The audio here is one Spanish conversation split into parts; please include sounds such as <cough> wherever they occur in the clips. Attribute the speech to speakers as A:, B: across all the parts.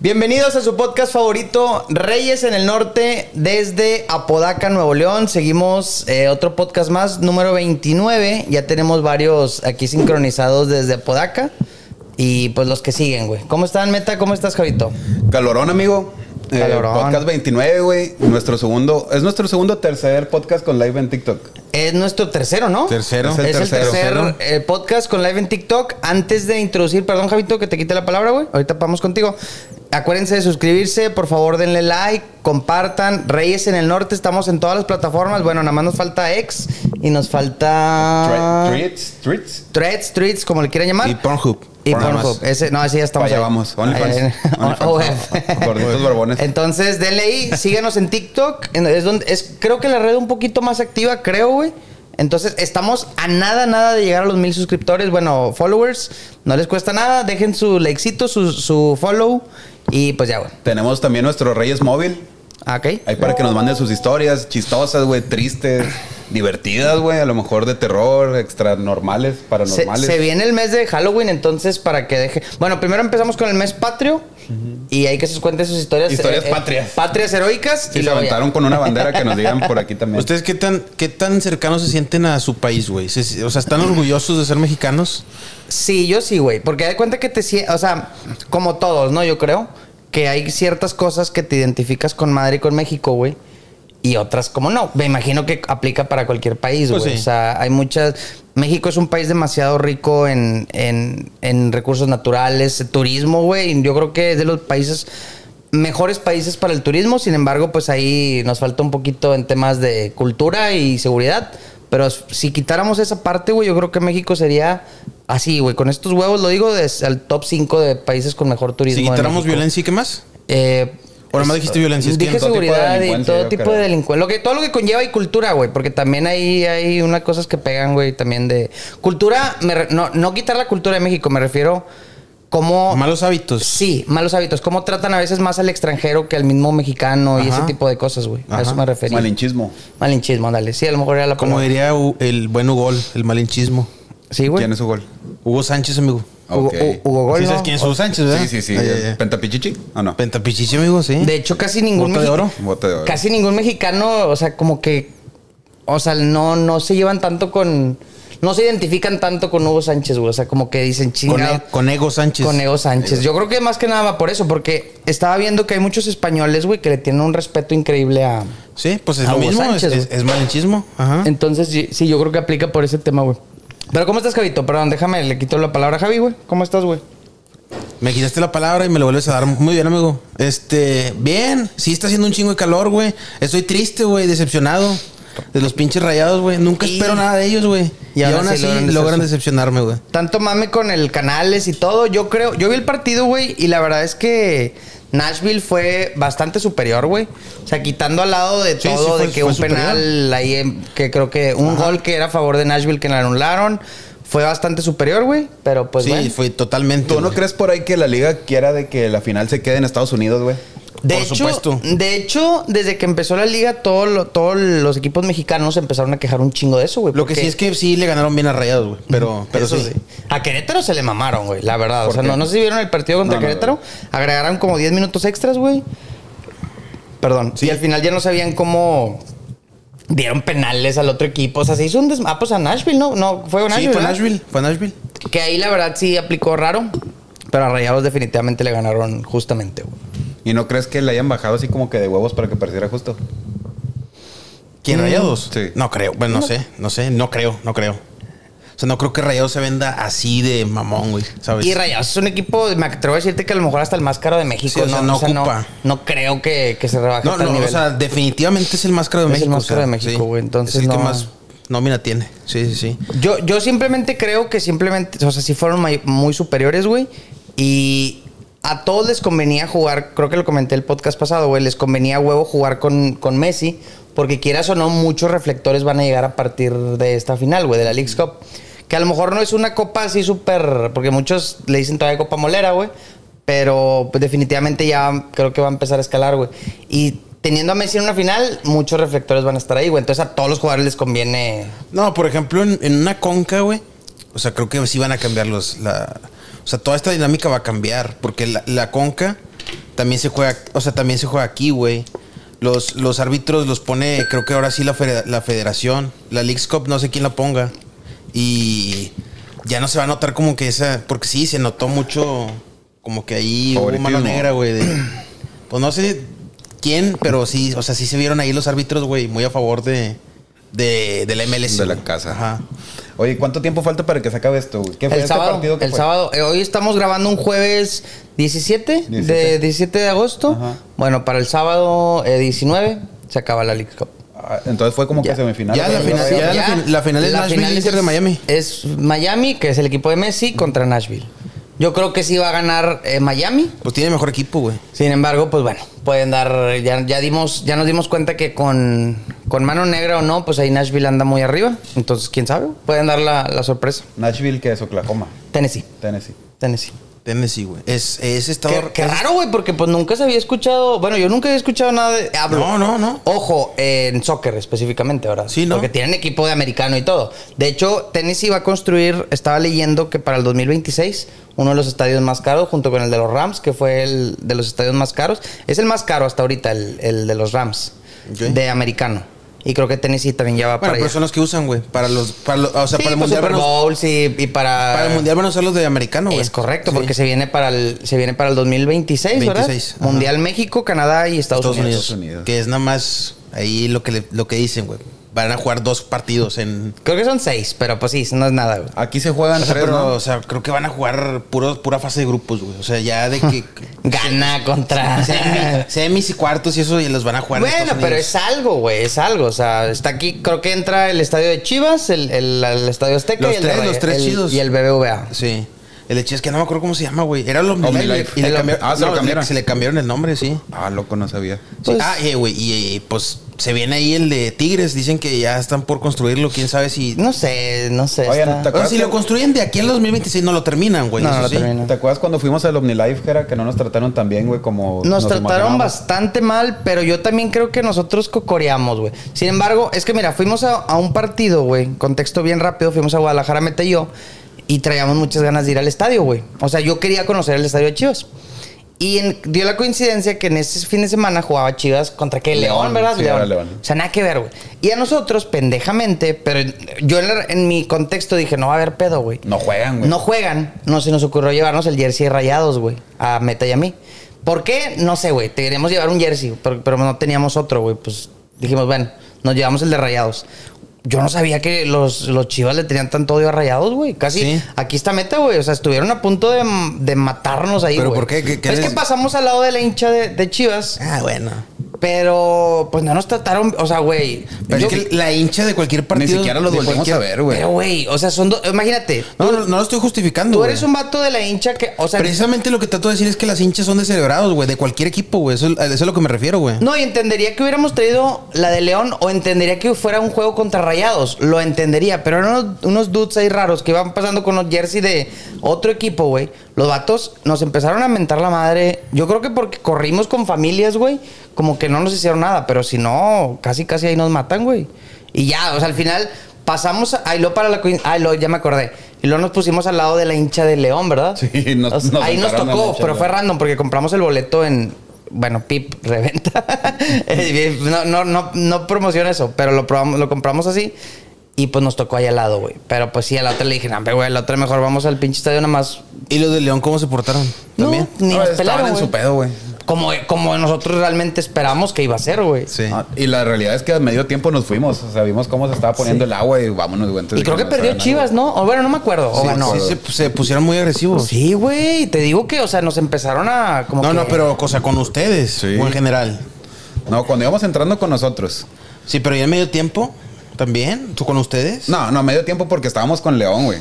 A: Bienvenidos a su podcast favorito, Reyes en el Norte, desde Apodaca, Nuevo León. Seguimos eh, otro podcast más, número 29. Ya tenemos varios aquí sincronizados desde Apodaca. Y pues los que siguen, güey. ¿Cómo están, Meta? ¿Cómo estás, Javito?
B: Calorón, amigo. Eh,
A: Calorón.
B: podcast 29, güey. Nuestro segundo. Es nuestro segundo o tercer podcast con live en TikTok.
A: Es nuestro tercero, ¿no?
C: Tercero.
A: Es,
B: Es el
A: el
B: tercero.
A: tercer eh, podcast con live en TikTok. Antes de introducir, perdón, Javito, que te quite la palabra, güey. Ahorita vamos contigo. Acuérdense de suscribirse, por favor, denle like, compartan. Reyes en el Norte, estamos en todas las plataformas. Bueno, nada más nos falta X y nos falta.
B: Tre- Treats, treats.
A: Threads, Tweets, como le quieran llamar.
C: Y Pornhub.
A: Ah. Y
B: Nada más.
A: Pornhub. Ese, no, ese ya estamos. <laughs>
B: Para allá
A: ahí.
B: vamos. OnlyFans.
A: Eh, <laughs>
B: OnlyFans.
A: OF.
B: Gorditos
A: <laughs>
B: barbones.
A: Entonces, denle ahí,
B: <laughs>
A: síganos en TikTok. en- Es donde, es, creo que la red un poquito más activa, creo, güey. Entonces, estamos a nada, nada de llegar a los mil suscriptores. Bueno, followers, no les cuesta nada. Dejen su likecito, su, su follow. Y pues ya, güey.
B: Tenemos también nuestro Reyes Móvil.
A: Ah, Ok.
B: Ahí para que nos manden sus historias chistosas, güey, tristes, divertidas, güey. A lo mejor de terror, extra normales,
A: Se,
B: paranormales.
A: se viene el mes de Halloween, entonces para que deje. Bueno, primero empezamos con el mes patrio y ahí que se cuenten sus historias. eh,
B: Historias patrias.
A: Patrias heroicas.
B: Sí, se
A: luego ya.
B: aventaron con una bandera que nos digan por
A: <laughs>
B: aquí también.
C: ¿Ustedes qué tan, qué tan cercanos se sienten a su país, güey? Se- O sea, ¿están orgullosos de ser mexicanos?
A: Sí, yo sí, güey. Porque de cuenta que te sie- o sea, como todos, ¿no? Yo creo que hay ciertas cosas que te identificas con madre y con México, güey. Y otras como no. Me imagino que aplica para cualquier país, güey.
C: Pues sí.
A: O sea, hay muchas... México es un país demasiado rico en, en- en recursos naturales, turismo, güey. Yo creo que es de los países... Mejores países para el turismo, sin embargo, pues ahí nos falta un poquito en temas de cultura y seguridad. Pero si quitáramos esa parte, güey, yo creo que México sería así, güey. Con estos huevos lo digo des- al top 5 de países con mejor turismo.
C: Si
A: de
C: quitáramos
A: México.
C: violencia y qué más?
A: Eh,
C: O nomás dijiste violencia, es que
A: Dije
B: todo tipo de
A: seguridad y
B: delincuencia,
A: todo
B: yo
A: tipo
B: creo.
A: de delincuencia. Lo que, todo lo que conlleva y cultura, güey. Porque también ahí hay unas cosas que pegan, güey, también de... Cultura, me re- no, no quitar la cultura de México, me refiero como...
C: Malos hábitos.
A: Sí, malos hábitos. Cómo tratan a veces más al extranjero que al mismo mexicano y
C: Ajá.
A: ese tipo de cosas, güey. A
C: Ajá.
A: eso me refería.
B: Malinchismo.
A: Malinchismo, dale. Sí, a lo mejor era la
C: Como
A: palabra.
C: diría U- el buen Hugo, el malinchismo.
A: Sí, güey.
B: ¿Quién es su gol?
C: Hugo Sánchez, amigo.
A: Hugo,
B: Ok.
A: Hu- Hugo Gol,
C: ¿Sí
A: ¿no?
C: sabes quién es Hugo Sánchez, verdad?
B: Sí, sí, sí.
C: Ah, ya, ya.
B: ¿Pentapichichi o no?
C: Pentapichichi, amigo, sí.
A: De hecho, casi ningún
C: Bota de
A: mexi-
C: oro.
B: Bote de oro.
A: Casi ningún mexicano, o sea, como que. O sea, no, no se llevan tanto con. No se identifican tanto con Hugo Sánchez, güey. O sea, como que dicen
C: con,
A: chingado.
C: E- con Ego Sánchez.
A: Con Ego Sánchez. Yo creo que más que nada va por eso, porque estaba viendo que hay muchos españoles, güey, que le tienen un respeto increíble a.
C: Sí, pues es
A: A
C: lo
A: Hugo
C: mismo.
A: Sánchez,
C: es,
A: güey.
C: es- es malinchismo. Ajá.
A: Entonces, sí, sí, yo creo que aplica por ese tema, güey. Pero, ¿cómo estás, Javito? Perdón, déjame, le quito la palabra a Javi, güey. ¿Cómo estás, güey?
C: Me quitaste la palabra y me lo vuelves a dar. Muy bien, amigo. Este, bien. Sí, está haciendo un chingo de calor, güey. Estoy triste, güey, decepcionado. De los pinches rayados, güey. Nunca
A: Y-
C: espero nada de ellos, güey.
A: Y
C: Y,
A: ahora
C: aún
A: sí
C: así
A: logran
C: logran,
A: decepcionar.
C: decepcionarme, güey.
A: Tanto mame con el Canales y todo. Yo creo, yo vi el partido, güey, y la verdad es que Nashville fue bastante superior, güey. O sea, quitando al lado de
C: Sí,
A: todo,
C: sí, fue-
A: de que
C: fue
A: un
C: superior.
A: penal ahí, en- que creo que un gol que era a favor de Nashville que le anularon, fue bastante superior, güey. Pero pues,
C: sí,
A: bueno.
C: fue totalmente.
B: ¿Tú no
C: güey.
B: crees por ahí que la liga quiera de que la final se quede en Estados Unidos, güey?
A: De
C: Por
A: hecho,
C: supuesto.
A: de hecho, desde que empezó la liga, todo lo- todos los equipos mexicanos empezaron a quejar un chingo de eso, güey.
C: Lo que sí
A: porque-
C: es que sí le ganaron bien a rayados, güey. Pero, pero
A: Eso
C: sí.
A: sí. A Querétaro se le mamaron, güey, la verdad. O
B: ¿Por
A: sea,
B: qué?
A: no, no sé si vieron el partido contra
B: No, no,
A: Querétaro. Agregaron como 10 minutos extras, güey. Perdón.
C: Sí.
A: Y al final ya no sabían cómo dieron penales al otro equipo. O sea, se hizo un desmadre. Ah, pues a Nashville, ¿no? No, fue a Nashville.
C: Sí, fue
A: ¿verdad?
C: Nashville. Fue Nashville.
A: Que ahí la verdad sí aplicó raro. Pero a Rayados definitivamente le ganaron justamente, güey.
B: ¿Y no crees que le hayan bajado así como que de huevos para que pareciera justo?
C: ¿Quién,
A: Mm,
C: Rayados?
B: sí.
C: No creo. Bueno, no sé. No sé. No creo. No creo. O sea, no creo que Rayados se venda así de mamón, güey. ¿Sabes?
A: Y Rayados es un equipo, me atrevo a decirte que a lo mejor hasta el más caro de México.
C: Sí, o sea, no
A: no,
C: ocupa.
A: no creo que, que se rebaje
C: No,
A: hasta el
C: no,
A: nivel.
C: o sea, definitivamente es el más caro de
A: Es el
C: México.
A: más
C: o sea,
A: caro de México, güey, entonces
C: Es el
A: no-
C: que más nómina tiene. Sí, sí, sí.
A: Yo, yo simplemente creo que simplemente, o sea, sí fueron may- muy superiores, güey. Y a todos les convenía jugar, creo que lo comenté el podcast pasado, güey, les convenía huevo jugar con, con Messi, porque quieras o no, muchos reflectores van a llegar a partir de esta final, güey, de la League's Cup. Que a lo mejor no es una copa así súper, porque muchos le dicen todavía copa molera, güey. Pero pues, definitivamente ya creo que va a empezar a escalar, güey. Y teniendo a Messi en una final, muchos reflectores van a estar ahí, güey. Entonces a todos los jugadores les conviene
C: No, por ejemplo, en, en una conca, güey. O sea, creo que sí van a cambiar los. La, o sea, toda esta dinámica va a cambiar. Porque la, la conca También se juega, o sea, también se juega aquí, güey. Los, los árbitros los pone, creo que ahora sí la, fede- la federación. La League's Cup, no sé quién la ponga. Y ya no se va a notar como que esa. Porque sí, se notó mucho. Como que ahí hubo mano
B: Favoritismo.
C: negra, güey. de- Pues no sé quién, pero sí, o sea, sí se vieron ahí los árbitros, güey, muy a favor de. De, de la MLS.
B: De la
C: güey.
B: casa.
C: Ajá.
B: Oye, ¿cuánto tiempo falta para que se acabe esto, güey? ¿Qué fue
A: El
B: este
A: sábado,
B: partido que
A: el
B: fue?
A: sábado. Eh, hoy estamos grabando un jueves 17, de
B: 17.
A: 17 de agosto.
B: Ajá.
A: Bueno, para el sábado eh, 19 se acaba la League Cup.
B: Ah, entonces fue como
A: Ya.
B: que semifinal.
C: Ya, la
B: güey.
C: final- ya. la fin- la final es Nashville-Inter de Miami.
A: Es Miami, que es el equipo de Messi, contra Nashville. Yo creo que sí va a ganar eh, Miami.
C: Pues tiene mejor equipo, güey.
A: Sin embargo, pues bueno, pueden dar. Ya, ya dimos, ya nos dimos cuenta que con, con mano negra o no, pues ahí Nashville anda muy arriba. Entonces, quién sabe, pueden dar la, la sorpresa.
B: Nashville, que es Oklahoma,
A: Tennessee,
B: Tennessee.
A: Tennessee.
C: Tennessee, güey. Es, es
A: Qué,
C: estado.
A: qué
C: es-
A: raro, güey, porque pues nunca se había escuchado. Bueno, yo nunca había escuchado nada de. Hablo.
C: No, no, no.
A: Ojo, en soccer específicamente ahora.
C: Sí, ¿no?
A: Porque tienen equipo de americano y todo. De hecho, Tennessee va a construir, estaba leyendo que para el 2026, uno de los estadios más caros, junto con el de los Rams, que fue el de los estadios más caros. Es el más caro hasta ahorita, el, el de los Rams,
C: Ok.
A: de americano. Y creo que Tennessee también ya va
C: Bueno,
A: para
C: pero
A: allá.
C: son los que usan, güey. Para los. Para los- o sea,
A: Sí,
C: para el
A: pues,
C: mundial.
A: Super
C: van a-
A: Bowls y, y para.
C: Para el mundial van a usar los de americano, güey.
A: Es correcto,
C: Ah, Sí.
A: porque se viene para el, se viene para el 2026, ¿verdad?
C: 26, ajá.
A: Mundial México, Canadá y Estados,
C: Estados
A: Unidos.
C: Unidos,
B: Estados Unidos.
C: Que es nada más ahí lo que, le- lo que dicen, güey. Van a jugar dos partidos en.
A: Creo que son seis, pero pues sí, no es nada, güey.
B: Aquí se juegan
C: O sea,
B: tres,
C: pero,
B: ¿no?
C: o sea, creo que van a jugar puro, pura fase de grupos, güey. O sea, ya de que.
A: <laughs> Gana contra.
C: semi- semis y cuartos y eso, y los van a jugar. en
A: <laughs> Ah. bueno, pero
C: Estados Unidos.
A: es algo, güey, es algo. O sea, está aquí, creo que entra el estadio de Chivas, el, el- el estadio Azteca
C: Los
A: y el de
C: tres,
A: Re-
C: los tres
A: el-
C: chidos.
A: Y el BBVA.
C: Sí. El hecho es que no me acuerdo cómo se llama, güey. Era el Omnilife.
B: Omnilife.
C: Y le
B: El Om-
C: cambiaron.
B: Ah, se lo
C: no,
B: cambiaron.
C: Se le cambiaron el nombre, sí.
B: Ah, loco, no sabía.
C: Sí,
A: Pues-
C: ah, eh, güey, y, eh, pues se viene ahí el de Tigres, dicen que ya están por construirlo, quién sabe si...
A: No sé, no sé.
B: Oigan,
A: está-
B: ¿te
C: O sea, si lo construyen de aquí al 2026 no lo terminan, güey.
A: No,
C: eso
A: no lo
C: sí.
A: terminan.
B: ¿Te acuerdas cuando fuimos al OmniLife, Jera, que no nos trataron tan bien, güey, como
A: Nos, trataron
B: imaginábamos?
A: bastante mal, pero yo también creo que nosotros cocoreamos, güey. Sin embargo, es que mira, fuimos a, a un partido, güey. Contexto bien rápido, fuimos a Guadalajara, Mete y yo. Y traíamos muchas ganas de ir al estadio, güey. O sea, yo quería conocer el estadio de Chivas. Y en- dio la coincidencia que en ese fin de semana jugaba Chivas contra qué? León,
B: León,
A: ¿verdad?
B: sí, era León.
A: O sea, nada que ver, güey. Y a nosotros, pendejamente, pero yo en, la- en mi contexto dije, no va a haber pedo, güey.
B: No juegan, güey.
A: No juegan. No se nos ocurrió llevarnos el jersey de rayados, güey. A Meta y a mí. ¿Por qué? No sé, güey. Te queríamos llevar un jersey, pero, pero no teníamos otro, güey. Pues dijimos, bueno, nos llevamos el de rayados. Yo no sabía que los, los chivas le tenían tanto odio a rayados, güey. Casi.
C: Sí.
A: Aquí está Meta, güey. O sea, estuvieron a punto de, de matarnos ahí, güey.
C: ¿Pero por qué? ¿Qué- qué
A: es
C: les-
A: que pasamos al lado de la hincha de, de chivas,
C: Ah, bueno.
A: pero pues no nos trataron. O sea, güey.
C: Pero
A: yo-
C: es que la hincha de cualquier partido...
B: siquiera los
C: de
B: volvemos
C: cualquier-
B: a ver, güey.
A: Pero, güey, o sea, son dos. Imagínate.
C: No, no, no lo estoy justificando,
A: Tú
C: güey.
A: eres un vato de la hincha que, o sea,
C: Precisamente lo que trato de decir es que las hinchas son descerebrados, güey, de cualquier equipo, güey. Eso, eso es a lo que me refiero, güey.
A: No, y entendería que hubiéramos traído la de León o entendería que fuera un juego contra Rayados. Lo entendería, pero eran unos, unos dudes ahí raros que iban pasando con los jersey de otro equipo, güey. Los vatos nos empezaron a mentar la madre. Yo creo que porque corrimos con familias, güey, como que no nos hicieron nada, pero si no, casi casi ahí nos matan, güey. Y ya, o sea, al final pasamos a lo para la coin- ay, lo ya me acordé. Y luego nos pusimos al lado de la hincha de León, ¿verdad?
B: Sí, nos-
A: O sea,
B: nos
A: ahí nos
B: sentaron a la
A: tocó,
B: hincha
A: pero
B: de
A: fue
B: León.
A: random porque compramos el boleto en. Bueno, Pip, <laughs> reventa. Eh, no, no, no, no promociona eso, pero lo, probamos, lo compramos así y pues nos tocó ahí al lado, güey. Pero pues sí, a la otra le dije, no, hombre, güey, a la otra mejor vamos al pinche estadio nada más.
C: ¿Y los de León cómo se portaron?
A: No,
C: ¿También?
A: ni
B: No,
A: nos
B: estaban
A: pelaron,
B: en
A: güey.
B: su pedo, güey.
A: Como, como nosotros realmente esperamos que iba a ser, güey.
C: Sí.
B: Ah, y la realidad es que a medio tiempo nos fuimos. O sea, vimos cómo se estaba poniendo el agua y vámonos, güey. antes
A: Y
B: de
A: creo que
B: nos
A: perdió
B: hagan algo.
A: Chivas, ¿no? O bueno, no me acuerdo. o
C: Sí,
A: ganó.
C: sí, se, se pusieron muy agresivos.
A: Sí, güey. Te digo que, o sea, nos empezaron a. Como
C: No,
A: que-
C: no, pero cosa con ustedes
B: Sí.
C: o en general.
B: No, cuando íbamos entrando con nosotros.
C: Sí, pero ya en medio tiempo también, tú con ustedes.
B: No, no, medio tiempo porque estábamos con León, güey.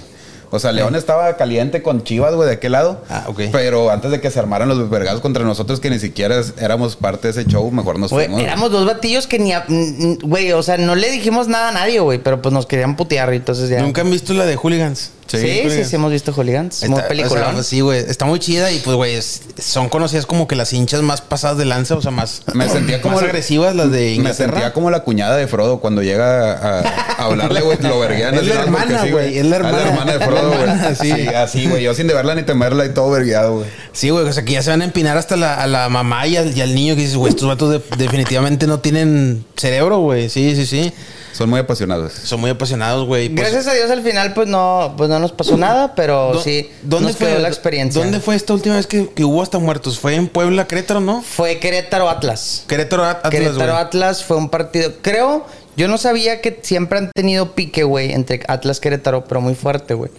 B: O sea, León estaba caliente con Chivas, güey, de aquel lado.
C: Ah, ok.
B: Pero antes de que se armaran los vergados contra nosotros, que ni siquiera es- éramos parte de ese show, mejor nos
A: Güey,
B: fuimos. güey.
A: éramos dos batillos que ni. a- n- n- Güey, o sea, no le dijimos nada a nadie, güey, pero pues nos querían putear y entonces ya.
C: Nunca han visto la de Hooligans.
A: Sí, sí, sí, hemos visto Hooligans. Muy
C: Está-
A: película.
C: o sea, pues sí, güey. Está muy chida y pues, güey, es- son conocidas como que las hinchas más pasadas de lanza, o sea, más, <clears throat>
B: Me sentía como
C: más
B: el-
C: agresivas las de
B: Me
C: Inglaterra.
B: sentía como la cuñada de Frodo cuando llega a,
C: <laughs>
B: a hablarle, güey. Lo verguean.
C: Es
B: así,
C: la
B: ¿no? Porque
C: hermana,
B: sí,
C: güey, es la
B: Ah,
C: hermana.
B: de Frodo,
C: Es <laughs> la
B: güey.
C: hermana, sí.
B: Sí, así, güey. Yo sin deberla ni temerla y todo vergueado, güey.
C: Sí, güey, o sea, que ya se van a empinar hasta la, a la mamá y al, y al niño que dices, güey, estos vatos de- definitivamente no tienen cerebro, güey. Sí, sí, sí.
B: Son muy apasionados.
C: Son muy apasionados, güey. Pues,
A: Gracias a Dios al final pues no, pues no nos pasó nada, pero
C: ¿dó-
A: sí nos quedó la experiencia.
C: ¿Dónde fue esta última vez que, que hubo hasta muertos? ¿Fue en Puebla, Querétaro, no?
A: Fue Querétaro Atlas.
C: Querétaro At- Atlas,
A: Querétaro
C: güey.
A: Atlas fue un partido, creo, yo no sabía que siempre han tenido pique, güey, entre Atlas Querétaro, pero muy fuerte, güey.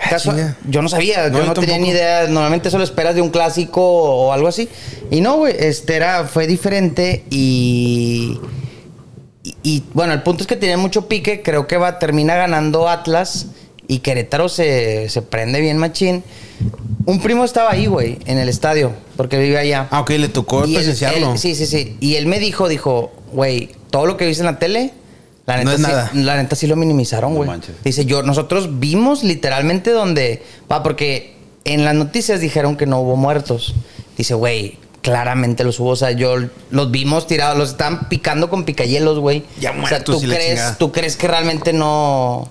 C: Ah,
A: Caso-
C: chinga.
A: yo no sabía,
C: No,
A: yo
C: yo
A: no tenía
C: tampoco.
A: ni idea. Normalmente eso lo esperas de un clásico o algo así. Y no, güey, este era, fue diferente y, y, y, bueno, el punto es que tiene mucho pique. Creo que va, termina ganando Atlas y Querétaro se, se prende bien machín. Un primo estaba ahí, güey, en el estadio, porque vive allá.
C: Ah, ok, le tocó
A: Y él-
C: presenciarlo.
A: él- sí, sí, sí. Y él me dijo, dijo, güey, todo lo que viste en la tele, la neta,
C: No es
A: sí,
C: nada.
A: La neta sí lo minimizaron,
B: No
A: güey.
B: manches.
A: Dice, yo, nosotros vimos literalmente donde, va, porque en las noticias dijeron que no hubo muertos. Dice, güey, claramente los hubo. O sea, yo los vimos tirados, los estaban picando con picayelos, güey.
C: Ya
A: O sea,
C: muertos
A: ¿tú
C: y la
A: crees,
C: chingada.
A: tú crees que realmente no,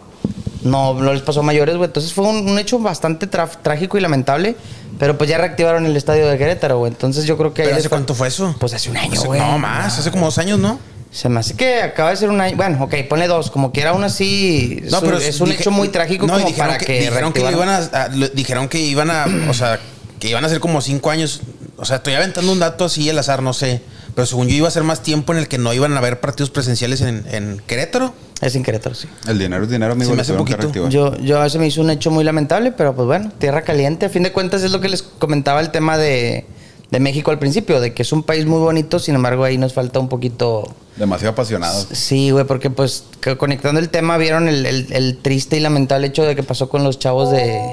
A: no, no les pasó a mayores, güey. Entonces fue un, un hecho bastante traf- trágico y lamentable. Pero pues ya reactivaron el estadio de Querétaro, güey. Entonces yo creo que... ahí
C: ¿Pero
A: les
C: hace
A: fal-
C: cuánto fue eso?
A: Pues hace un año,
C: Hace-
A: güey.
C: no, más, hace como dos años, ¿no?
A: Se me hace que acaba de ser un año. Bueno, ok, ponle dos. Como quiera, aún así. es
C: No,
A: un-
C: pero
A: es un
C: dije-
A: hecho muy trágico
C: no, y
A: como para que.
C: dijeron que
A: reactivaran.
C: iban a, a- lo- dijeron que iban a, o sea, que iban a ser como cinco años. O sea, estoy aventando un dato así al azar, no sé. Pero según yo iba a ser más tiempo en el que no iban a haber partidos presenciales en, en Querétaro.
A: Es en Querétaro, sí.
B: El dinero es dinero, amigo.
C: Se me
B: lo
C: hace
B: tuvieron que
C: poquito.
B: reactivar.
A: Yo, yo ese me hizo un hecho muy lamentable, pero pues bueno, tierra caliente. A fin de cuentas es lo que les comentaba el tema de, de México al principio, de que es un país muy bonito, sin embargo ahí nos falta un poquito
B: Demasiado apasionados.
A: Sí, güey, porque pues que conectando el tema, vieron el, el- el triste y lamentable hecho de que pasó con los chavos de,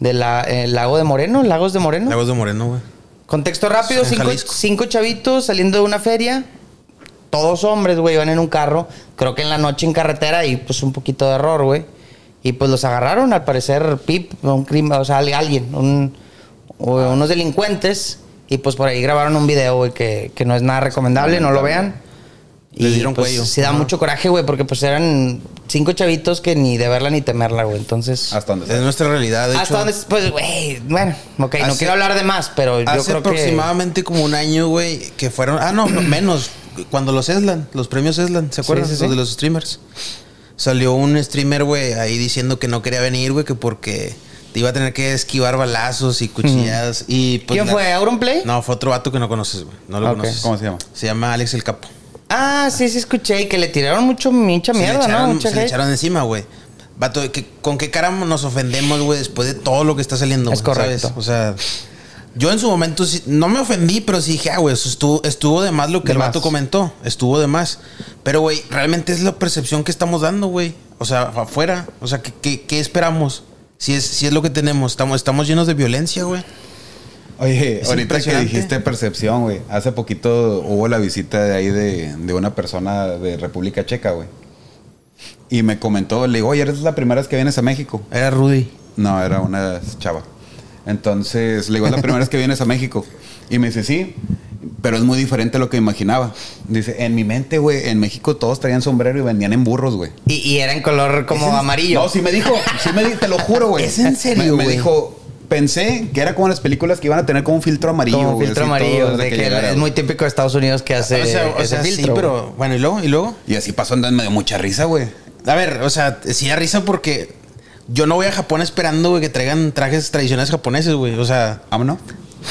A: de la, el lago de Moreno, Lagos de Moreno.
C: Lagos de Moreno, güey.
A: Contexto rápido,
C: En
A: cinco,
C: Jalisco.
A: cinco chavitos saliendo de una feria, todos hombres, güey, iban en un carro, creo que en la noche en carretera y pues un poquito de error, güey. Y pues los agarraron, al parecer, Pip, un crimen, o sea, al- alguien, un- o unos delincuentes. Y pues por ahí grabaron un video, güey, que, que no es nada recomendable, no lo vean.
C: Le dieron
A: pues,
C: cuello.
A: Sí da
C: Ajá.
A: mucho coraje, güey, porque pues eran cinco chavitos que ni de verla ni temerla, güey. Entonces...
B: Hasta donde
C: Es
B: sea.
C: nuestra realidad, de hecho.
A: Hasta donde, pues, güey, bueno, ok, no
C: Hace-
A: quiero hablar de más, pero Pues yo creo que...
C: Hace aproximadamente como un año, güey, que fueron. Ah, no, <clears throat> no, menos. Cuando los Eslan, los premios Eslan, ¿se acuerdan?
A: sí, sí.
C: Los de los streamers. Salió un streamer, güey, ahí diciendo que no quería venir, güey, que porque te iba a tener que esquivar balazos y cuchilladas. Y, pues,
A: Mm. ¿Quién
C: na-
A: fue? ¿Auronplay?
C: No, fue otro vato que no conoces, güey. No lo
A: Ah, ok.
C: conoces.
B: ¿Cómo se llama?
C: Se llama Alex el Capo.
A: Ah, sí, sí, escuché. Y que le tiraron mucho, mucha
C: Se le
A: mierda, ¿no?
C: echaron-
A: Mucha
C: Se le
A: hate.
C: echaron encima, güey. Vato, ¿qué- ¿con qué cara nos ofendemos, güey, después de todo lo que está saliendo?
A: Es
C: güey,
A: correcto.
C: ¿sabes? O sea, yo en su momento sí- no me ofendí, pero sí dije, ah, güey, eso estuvo, estuvo de más lo que
A: De
C: el
A: más.
C: vato comentó. Estuvo de más. Pero, güey, realmente es la percepción que estamos dando, güey. O sea, afuera. O sea, ¿qué, qué- qué esperamos? Si es, si es lo que tenemos. Estamos, estamos llenos de violencia, güey.
B: Oye,
C: Es
B: ahorita que
C: impresionante.
B: dijiste percepción, güey. Hace poquito hubo la visita de ahí de, de una persona de República Checa, güey. Y me comentó, le digo, oye, eres la primera vez que vienes a México.
C: Era Rudy.
B: No, era una chava. Entonces, le digo, es la primera vez que vienes a México. Y me dice, sí, pero es muy diferente a lo que imaginaba. Dice, en mi mente, güey, en México todos traían sombrero y vendían en burros, güey.
A: Y, y era en color como
B: Es en-
A: amarillo.
B: No, sí me dijo, sí me dijo, te lo juro, güey.
A: Es en serio,
B: Me- Me,
A: güey.
B: dijo, pensé que era como las películas que iban a tener como un filtro amarillo.
A: como
B: güey,
A: filtro
B: así
A: amarillo.
B: todo,
A: de que
B: llegara,
A: es
B: güey.
A: muy típico de Estados Unidos que hace
C: o sea, o
A: ese
C: sea, sí,
A: filtro. güey.
C: pero bueno, ¿y luego? ¿Y luego?
B: Y así pasó, andan medio mucha risa, güey.
C: A ver, o sea, sí da risa porque yo no voy a Japón esperando, güey, que traigan trajes tradicionales japoneses, güey. O sea,
B: Ah, no.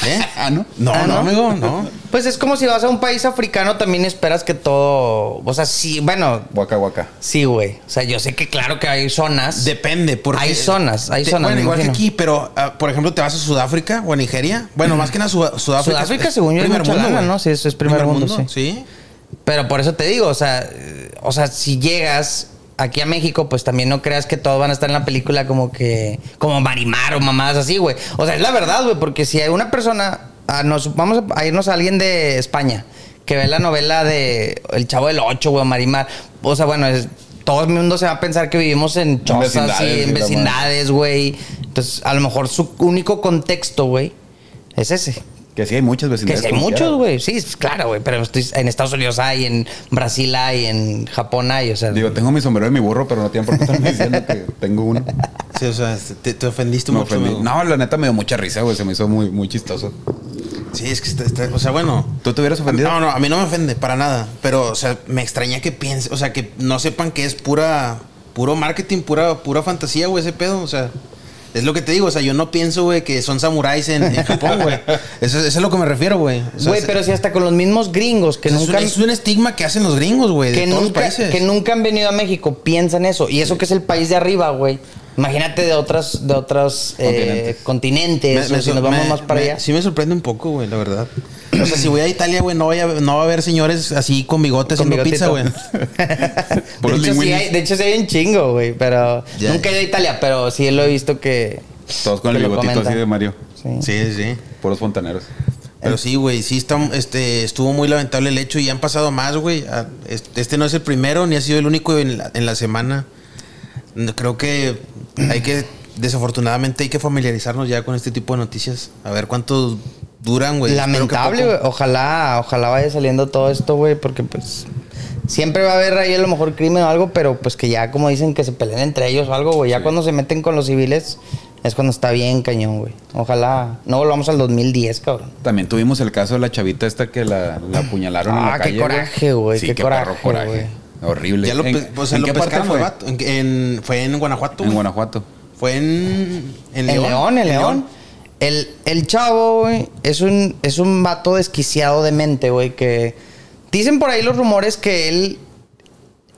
C: ¿eh?
B: Ah, no.
C: No,
A: Ah,
C: no,
A: ¿no?
C: amigo,
A: <laughs>
C: no.
A: Pues es como si vas a un país africano, también esperas que todo. O sea, sí, bueno,
B: Guaca, guaca.
A: sí, güey. O sea, yo sé que claro que hay zonas.
C: Depende, porque...
A: Hay zonas, hay
C: Te-
A: zonas,
C: Bueno,
A: me
C: igual que
A: imagino.
C: aquí, pero, ah, por ejemplo, te vas a Sudáfrica o a Nigeria. Bueno, más que nada Suda- Sudáfrica.
A: Sudáfrica, según yo, hay mucha lana,
C: güey.
A: ¿no? Sí, eso es primer mundo,
C: sí.
A: Pero por eso te digo, o sea, eh, o sea, si llegas aquí a México, pues también no creas que todos van a estar en la película como que como Marimar o mamadas así, güey. O sea, es la verdad, güey, porque si hay una persona, a nos, vamos a irnos a alguien de España que ve la novela de El Chavo del Ocho, güey, Marimar. O sea, bueno, es- todo el mundo se va a pensar que vivimos en chozas
B: vecindades,
A: y
B: sí,
A: en
B: la madre.
A: vecindades, güey. Entonces, a lo mejor su único contexto, güey, es ese.
B: Que sí hay muchas
A: Que
B: vecindades.
A: sí hay
B: como
A: muchos,
B: quiera,
A: güey. Sí, es- claro, güey. Pero estoy- en Estados Unidos hay, en Brasil hay, en Japón hay, o sea.
B: Digo, tengo mi sombrero y mi burro, pero no tienen por qué estarme diciendo que tengo uno.
C: Sí, o sea, te, te ofendiste
B: Me
C: mucho.
B: ofendí.
C: amigo.
B: No, la neta me dio mucha risa, güey. Se me hizo muy, muy chistoso.
C: Sí, es que está, está- o sea, bueno.
B: ¿Tú te hubieras ofendido?
C: No, no, a mí no me ofende para nada. Pero, o sea, me extraña que piense, o sea, que no sepan que es pura, puro marketing, pura, pura fantasía, güey, ese pedo. O sea, es lo que te digo, o sea, yo no pienso, güey, que son samuráis en, en Japón,
A: <laughs>
C: güey. Eso, eso es a lo que me refiero, güey. O sea,
A: Güey,
C: es-
A: pero si hasta con los mismos gringos que
C: es,
A: nunca.
C: un, es un estigma que hacen los gringos, güey, de
A: que
C: todos los
A: nunca,
C: países.
A: que nunca han venido a México piensan eso. Y eso que es el país de arriba, güey. Imagínate de otras, de otros eh, continentes.
C: Me-
A: o
C: me
A: si
C: sor-
A: nos vamos
C: me-
A: más para
C: me-
A: allá.
C: Sí me sorprende un poco, güey, la verdad. O sea, si voy a Italia, güey, no, voy a- no va a haber señores así con bigotes
A: Con
C: haciendo pizza, güey.
A: bigotito. <laughs>
B: Puros
A: de, hecho, sí
B: lingüinis.
A: hay, de hecho, sí hay un chingo, güey. Pero
C: Ya,
A: nunca he
C: ya.
A: ido a Italia, pero sí lo he visto que.
B: Todos con el
A: que lo
B: bigotito
A: comentan.
B: así de Mario.
A: Sí.
C: Sí, sí.
B: Puros fontaneros.
C: Pero sí, güey, sí está, este, estuvo muy lamentable el hecho y han pasado más, güey. Ah, es- Este no es el primero ni ha sido el único en la, en la semana. No, Creo que hay que, desafortunadamente, hay que familiarizarnos ya con este tipo de noticias. A ver cuánto duran, güey. Pues, Espero que
A: Lamentable,
C: poco.
A: güey. Ojalá, ojalá vaya saliendo todo esto, güey, porque pues. Siempre va a haber ahí a lo mejor crimen o algo, pero pues que ya, como dicen, que se peleen entre ellos o algo, güey. Ya cuando se meten con los civiles es cuando está bien cañón, güey. Ojalá no volvamos al 2010, cabrón.
B: También tuvimos el caso de la chavita esta que la, la apuñalaron en
A: Ah,
B: la
A: qué
B: calle.
A: coraje, güey,
B: Sí,
A: qué
B: qué perro
A: coraje,
B: coraje.
A: güey.
B: Horrible.
C: Ya lo,
B: ¿En,
C: pe- o sea,
B: en
C: lo
B: qué parte
C: pescaron,
B: fue?
C: fue? vato. En, en- fue en Guanajuato,
B: En
C: güey.
B: Guanajuato.
C: Fue en, en
A: En León, en León. El, el chavo, güey, es un, es un vato desquiciado de mente, güey, que... Dicen por ahí los rumores que él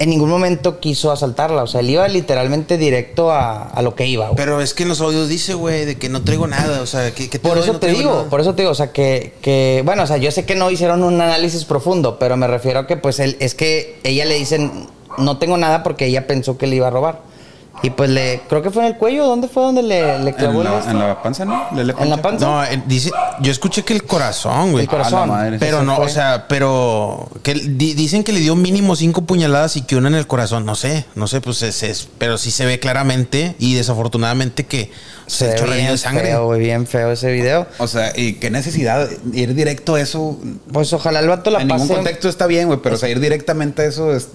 A: en ningún momento quiso asaltarla. O sea, él iba literalmente directo a, a lo que iba, güey.
C: Pero es que en los audios dice, güey, de que no traigo nada. O sea, que, que
A: Por
C: doy?
A: eso
C: No
A: te
C: traigo
A: digo,
C: nada.
A: por eso te digo, o sea, que, que, bueno, o sea, yo sé que no hicieron un análisis profundo, pero me refiero a que, pues, él, es que ella le dicen, no tengo nada porque ella pensó que le iba a robar. Y pues le, creo que fue en el cuello, ¿dónde fue donde le, le clavó
B: En
A: el
B: la,
A: esto?
B: en la panza, ¿no? Le- le
A: En la
B: poncha.
A: panza.
C: No, eh, dice, yo escuché que el corazón, güey.
A: El corazón.
B: Ah, la madre.
C: Pero
A: Ese
C: no,
A: fue.
C: o sea, pero que di- dicen que le dio mínimo cinco puñaladas y que una en el corazón. No sé, no sé, pues es, es- pero sí se ve claramente y desafortunadamente que
A: Se
C: se
A: ve
C: echó
A: bien
C: remedio de sangre.
A: feo, güey, bien feo ese video.
B: O sea, y qué necesidad ir directo a eso.
A: Pues ojalá el vato la
B: en ningún
A: pase.
B: contexto está bien, güey, pero o sea, ir directamente a eso es-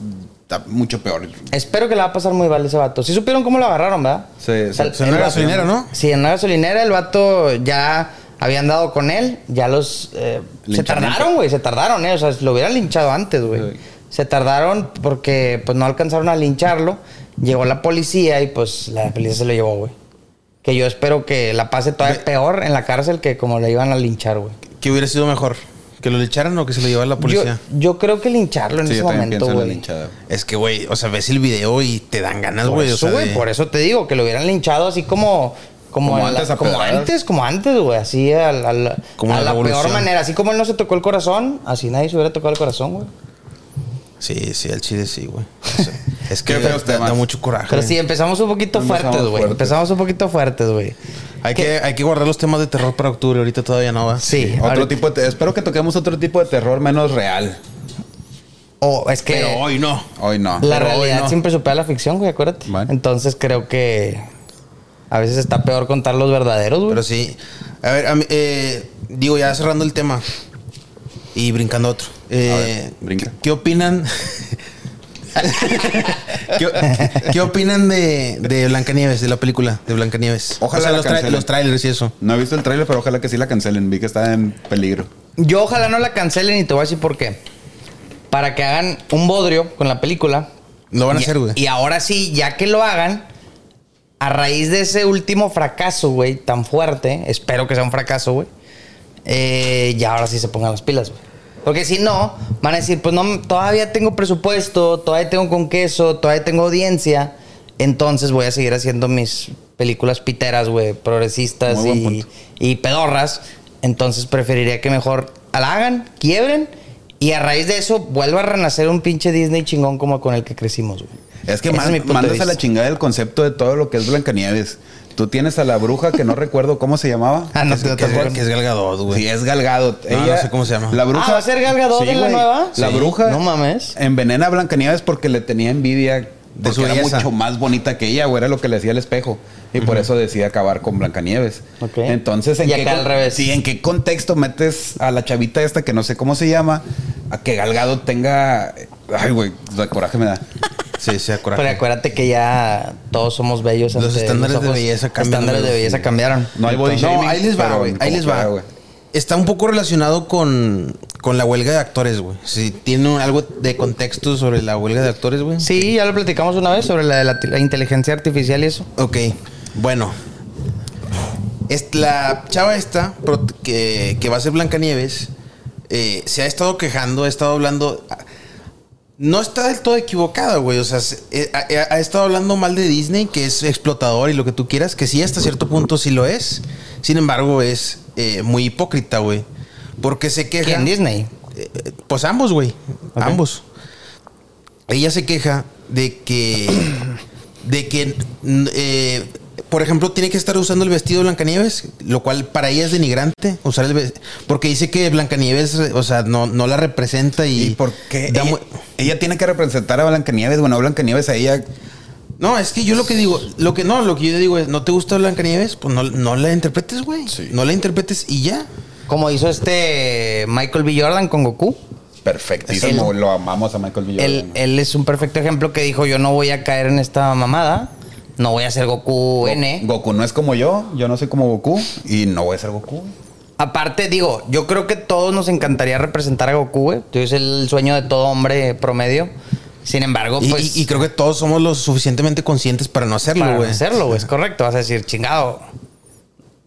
B: está mucho peor.
A: Espero que la va a pasar muy mal ese vato. Sí supieron cómo lo agarraron, ¿verdad?
B: Sí,
A: O sea,
B: sí.
A: el
C: Se una
A: vato-
C: gasolinera, ¿no?
A: Sí, en una gasolinera el vato ya habían dado con él, ya los... eh, se
B: Linchamiento.
A: tardaron, güey, se tardaron, ¿eh? O sea, lo hubieran linchado antes, güey.
B: Sí.
A: Se tardaron porque pues no alcanzaron a lincharlo. Llegó la policía y pues la policía se lo llevó, güey. Que yo espero que la pase todavía peor en la cárcel que como le iban a linchar, güey.
C: ¿Qué hubiera sido mejor? ¿Que lo echaran o que se lo llevara la
A: Yo,
C: policía?
A: yo creo que lincharlo en
B: Sí,
A: ese
B: yo también
A: momento,
B: pienso en la
A: güey.
B: linchada. güey.
C: Es que, güey, o sea, ves el video y te dan ganas,
A: Por
C: güey. o
A: eso,
C: sea,
A: güey,
C: de-
A: por eso te digo, que lo hubieran linchado así como... Como,
B: Como
A: a la-
B: antes a
A: como
B: pedradas.
A: antes, como antes, güey, así a la, a la-
C: Como
A: a
C: la
A: la peor
C: revolución.
A: manera. Así como él no se tocó el corazón, así nadie se hubiera tocado el corazón, güey.
C: Sí, sí, el chile sí, güey. O sea, es
B: <laughs>
C: que
B: Qué feos
C: da, da
B: temas.
C: mucho coraje.
A: Pero sí, empezamos un poquito
B: Empezamos
A: fuertes, güey.
B: fuertes.
A: Empezamos un poquito fuertes, güey.
C: hay,
A: ¿Qué?
C: que, hay que guardar los temas de terror para octubre. Ahorita todavía no va.
A: Sí.
B: Otro
A: ahorita-
B: tipo de te- espero que toquemos otro tipo de terror menos real.
A: O es que
C: Pero hoy no.
B: Hoy no.
A: la
C: pero hoy
A: realidad
C: no.
A: siempre supera la ficción, güey, acuérdate.
B: Bueno.
A: Entonces creo que a veces está peor contar los verdaderos, güey.
C: Pero sí. A ver, a mí, eh, digo, ya cerrando el tema y brincando a otro. Eh,
B: A ver, brinca.
C: ¿qué, qué opinan? <laughs> ¿Qué, qué- qué opinan de, de Blancanieves, de la película de Blancanieves?
B: Ojalá
C: O sea,
B: la
C: los, tra-
B: cancelen.
C: los trailers y eso.
B: No he visto el tráiler, pero ojalá que sí la cancelen. Vi que está en peligro.
A: Yo ojalá no la cancelen y te voy a decir por qué. Para que hagan un bodrio con la película.
C: Lo van a
A: Y-
C: hacer, güey.
A: Y ahora sí, ya que lo hagan, a raíz de ese último fracaso, güey, tan fuerte, espero que sea un fracaso, güey, eh, ya ahora sí se pongan las pilas, güey. Porque si no, van a decir, pues no, todavía tengo presupuesto, todavía tengo con queso, todavía tengo audiencia, entonces voy a seguir haciendo mis películas piteras, güey, progresistas
B: Muy buen
A: y,
B: punto.
A: y pedorras. Entonces preferiría que mejor la hagan, quiebren y a raíz de eso vuelva a renacer un pinche Disney chingón como con el que crecimos, güey.
B: Es que
A: Ese
B: man-
A: es mi punto
B: mandas
A: de
B: a la
A: vista.
B: chingada el concepto de todo lo que es Blancanieves. Tú tienes a la bruja que no recuerdo cómo se llamaba.
A: Ah, no,
C: Que-
A: te
C: que, es,
A: tampoco.
C: que es Gal Gadot, güey.
B: Sí, es Galgado.
C: Ah, No, no sé cómo se llama.
B: La bruja.
A: Ah, ¿va a ser Gal Gadot
B: Sí,
A: en la
B: güey.
A: nueva?
B: La
A: Sí.
B: bruja.
A: No mames.
B: Envenena a Blancanieves porque le tenía envidia De
C: De su
B: era
C: belleza.
B: mucho más bonita que ella, güey. Era lo que le decía el espejo. Y por eso decidí acabar con Blancanieves.
A: Ok.
B: Entonces, ¿en
A: Y
B: qué
A: acá
B: con-
A: al revés.
B: Sí, ¿en qué contexto metes a la chavita esta que no sé cómo se llama? A que Galgado tenga. Ay, güey, el coraje me da.
C: Sí, sí,
A: Pero
C: acuérdate.
A: acuérdate que ya todos somos bellos.
C: Los
A: ante
C: estándares de
A: ojos.
C: belleza cambiaron,
A: estándares de
C: güey.
A: belleza cambiaron.
B: No hay body
C: No,
B: shaming,
C: ahí les va,
B: pero
C: güey. Ahí
B: como
C: les va.
B: quiera, güey.
C: Está un poco relacionado con, con la huelga de actores, güey. Si tiene un- algo de contexto sobre la huelga de actores, güey.
A: Sí, ya lo platicamos una vez sobre la, de la- la inteligencia artificial y eso.
C: Ok, bueno. Es la chava esta, pro- que, que va a ser Blancanieves, eh, se ha estado quejando, ha estado hablando. No está del todo equivocada, güey. O sea, se- eh, ha, ha- ha estado hablando mal de Disney, que es explotador y lo que tú quieras, que sí, hasta cierto punto sí lo es. Sin embargo, es eh, muy hipócrita, güey. Porque se queja.
A: ¿Quién? Disney.
C: Eh, eh, pues ambos, güey.
A: Ok.
C: Ambos. Ella se queja
B: <clears throat>
C: de que. de que. mm, eh, por ejemplo, tiene que estar usando el vestido de Blancanieves, lo cual para ella es denigrante usar el vestido. Porque dice que Blancanieves, eh, o sea, no, no la representa y.
B: ¿Y por qué?
C: da
B: Ella,
C: mu-
B: ella tiene que representar a Blancanieves. Bueno, a Blancanieves a ella.
C: No, es que yo lo que digo, lo que no, lo que yo digo es, ¿no te gusta Blancanieves? Pues no, no la interpretes, güey.
B: Sí.
C: No la interpretes y ya.
A: Como hizo este Michael B. Jordan con Goku.
B: Perfectísimo.
A: El-
B: lo amamos a Michael B. Jordan,
A: Él,
B: ¿no?
A: él es un perfecto ejemplo que dijo: Yo no voy a caer en esta mamada. No voy a ser Goku
B: Go-
A: N.
B: Goku no es como yo, yo no soy como Goku y no voy a ser Goku.
A: Aparte, digo, yo creo que todos nos encantaría representar a Goku, güey. Tú es el sueño de todo hombre promedio. Sin embargo,
C: Y,
A: pues.
C: y- y creo que todos somos lo suficientemente conscientes para no hacerlo,
A: para
C: güey.
A: no hacerlo, güey. Es correcto. Vas a decir, chingado.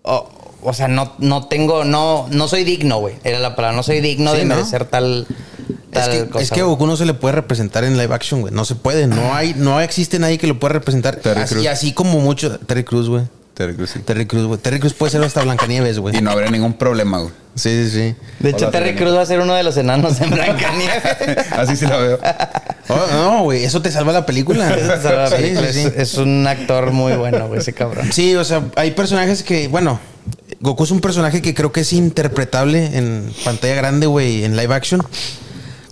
A: O, o sea, no, no tengo, no, no soy digno, güey. Era la palabra, no soy digno
C: Sí,
A: de
C: ¿no?
A: merecer tal,
C: Es
A: tal
C: que,
A: cosa.
C: es que a
A: güey. Ah.
C: Goku no se le puede representar en live action, güey. No se puede. No hay, no existe nadie que lo pueda representar.
B: Terry
C: así,
B: Crews.
C: así como mucho. Terry Cruz, güey. Terry Cruz, güey. Terry Cruz puede ser hasta Blancanieves, güey.
B: Y no habrá ningún problema,
C: <laughs>
B: güey.
C: Sí, sí, sí.
A: De hecho,
B: Hola,
A: Terry
B: Selena.
A: Cruz va a ser uno de los enanos en <laughs> Blancanieves.
B: Así sí la veo.
C: Oh, no, güey. Eso te salva la
A: <laughs>
C: película.
A: O sea, la
C: Sí,
A: película
C: sí,
A: es,
C: sí.
A: es un actor muy bueno, güey, ese cabrón.
C: Sí, o sea, hay personajes que, bueno, Goku es un personaje que creo que es interpretable en pantalla grande, güey, en live action.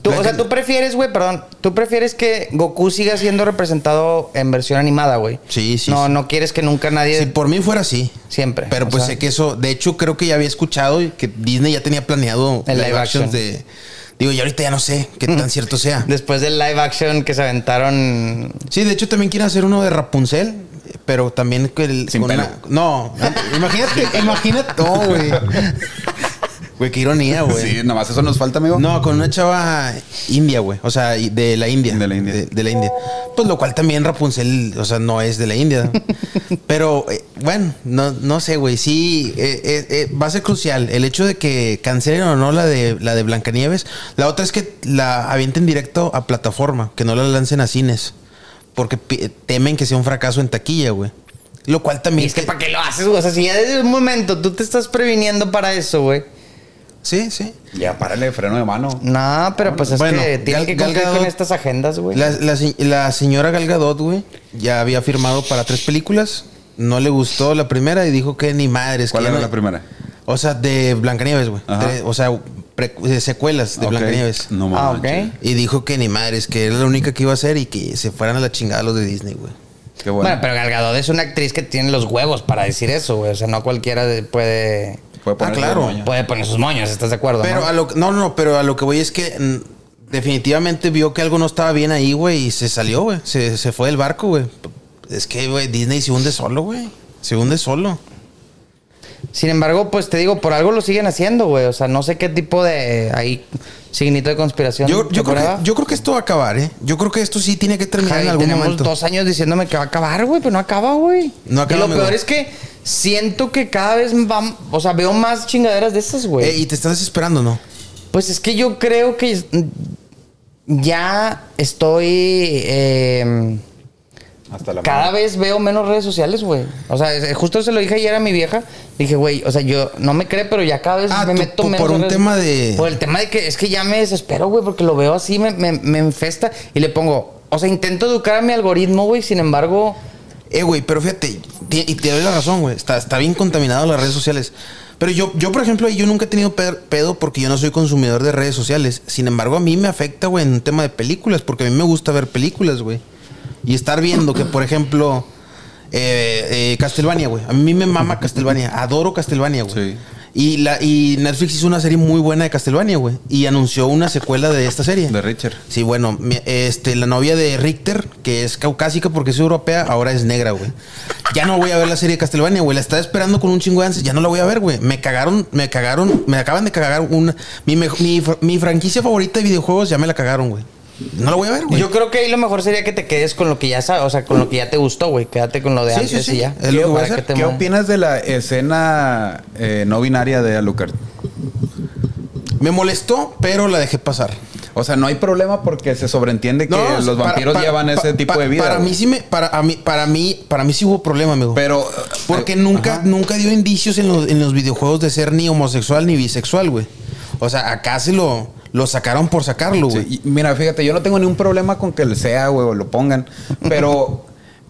A: Tú- o sea, tú prefieres, güey, perdón, tú prefieres que Goku siga siendo representado en versión animada, güey.
C: Sí, sí,
A: No, eh,
C: sí.
A: no quieres que nunca nadie
C: Si por mí fuera así.
A: siempre.
C: Pero
A: o
C: pues
A: sea,
C: sé que eso, de hecho, creo que ya había escuchado y que Disney ya tenía planeado
A: El
C: live,
A: live
C: actions
A: action. Mm.
C: de. Digo, y ahorita ya no sé qué tan cierto sea.
A: después del live action que se aventaron
C: Sí, de hecho también quieren hacer uno de Rapunzel, pero también que el,
B: Sin pelo.
C: No, imagínate, imagínate. No,
A: <laughs>
C: güey. Güey, qué ironía, güey.
B: Sí, nomás eso nos falta, amigo.
C: No, con una chava india, güey. O sea, y- de la India.
B: De la India.
C: De, de la India. Pues lo cual también Rapunzel, o sea, no es de la
B: <laughs>
C: India. Pero, eh, bueno, no, no sé, güey. Sí, eh, eh, eh, va a ser crucial. El hecho de que cancelen o no la de, la de Blancanieves. La otra es que la avienten directo a plataforma, que no la lancen a cines. Porque pi- temen que sea un fracaso en taquilla, güey. Lo cual
A: Y
C: también...
A: es que para qué lo haces, güey. O sea, si ya desde un momento tú te estás previniendo para eso, güey.
C: Sí, sí.
B: Ya, párale de freno de mano.
A: No, pero pues es
C: Bueno,
A: que tienen
C: Gal-
A: que
C: Gal
A: cumplir
C: Gadot-
A: con estas agendas, güey.
B: Pues.
C: La, la se- la señora Gal Gadot, güey, ya había firmado para tres películas. No le gustó la primera y dijo que ni madres.
B: ¿Cuál
C: que ya
B: era
C: no-
B: la primera?
C: O sea, de Blancanieves, güey.
B: Ajá.
C: Tres- O sea, pre- eh, secuelas
B: Ok.
C: de
B: Mm.
C: Blancanieves.
B: No
A: Ah,
B: mames.
A: ok.
C: Y dijo que ni madres, que era la única que iba a hacer y que se fueran a la chingada los de Disney, güey.
B: Qué
A: bueno.
B: bueno.
A: pero Gal Gadot es una actriz que tiene los huevos para decir eso, güey. O sea, no cualquiera de- puede,
B: Puede poner
C: Ah, claro.
B: el moño.
A: puede poner sus moños, ¿estás de acuerdo?
C: Pero
A: no?
C: a lo no, no, pero a lo que voy es que mm, definitivamente vio que algo no estaba bien ahí, güey, y se salió, güey. Se, se fue del barco, güey. Es que, güey, Disney se hunde solo, güey. Se hunde solo.
A: Sin embargo, pues te digo, por algo lo siguen haciendo, güey. O sea, no sé qué tipo de ahí signito de conspiración.
C: Yo, yo, creo
A: prueba.
C: que, yo creo que esto va a acabar, ¿eh? Yo creo que esto sí tiene que terminar
A: Javi,
C: en algún
A: tenemos
C: momento.
A: dos años diciéndome que va a acabar, güey, pero no acaba, güey.
C: No acaba,
A: Y lo
C: amigo.
A: peor es que siento que cada vez van, o sea, veo más chingaderas de esas, güey.
C: Eh, y te estás desesperando, ¿no?
A: Pues es que yo creo que es- mm, ya estoy. eh,
B: Hasta la
A: cada
B: madre.
A: vez veo menos redes sociales, güey. O sea, es- justo se lo dije ayer a mi vieja. Dije, güey, o sea, yo no me cree, pero ya cada vez
C: Ah,
A: me
C: tú-
A: meto
C: por-
A: menos.
C: por un
A: redes-
C: tema de-
A: Por el tema de que es que ya me desespero, güey, porque lo veo así, me, me, me infesta y le pongo. O sea, intento educar a mi algoritmo, güey, sin embargo.
C: Eh, güey, pero fíjate, ti- y te doy la razón, güey. Está, está bien contaminado las redes sociales. Pero yo, yo, por ejemplo, yo nunca he tenido pe- pedo porque yo no soy consumidor de redes sociales. Sin embargo, a mí me afecta, güey, en un tema de películas, porque a mí me gusta ver películas, güey. y estar viendo que, por ejemplo, eh, eh, Castlevania, güey. A mí me mama Castlevania. Adoro Castlevania, güey.
B: Sí.
C: Y, la, y Netflix hizo una serie muy buena de Castlevania, güey. Y anunció una secuela de esta serie.
B: De Richard.
C: Sí, bueno, mi- este, la novia de Richter, que es caucásica porque es europea, ahora es negra, güey. Ya no voy a ver la serie de Castlevania, güey. La estaba esperando con un chingo de ansias. Ya no la voy a ver, güey. Me cagaron, me cagaron, me acaban de cagar una. Mi, mej- mi, fr- mi franquicia favorita de videojuegos ya me la cagaron, güey. No la voy a ver, güey.
A: Yo creo que ahí lo mejor sería que te quedes con lo que ya sabes, o sea, con lo que ya te gustó, güey. Quédate con lo de
C: Sí,
A: antes
C: sí, sí.
A: y ya.
C: Es lo que voy a
A: Para
C: hacer.
A: que te
B: ¿Qué
A: muevan.
B: opinas de la escena eh, no binaria de Alucard?
C: Me molestó, pero la dejé pasar.
B: O sea, no hay problema porque se sobreentiende que
C: No,
B: los
C: para-
B: vampiros
C: para-
B: llevan ese
C: pa-
B: tipo
C: pa-
B: de vida.
C: Para
B: güey.
C: mí sí me, para a mí, para mí, para mí sí hubo problema, amigo.
B: Pero. eh,
C: Porque nunca, nunca dio indicios en los, en los videojuegos de ser ni homosexual ni bisexual, güey. O sea, acá se lo, lo sacaron por sacarlo, güey.
B: Sí, y mira, fíjate, yo no tengo ningún problema con que le sea, güey, o lo pongan.
C: <laughs>
B: Pero,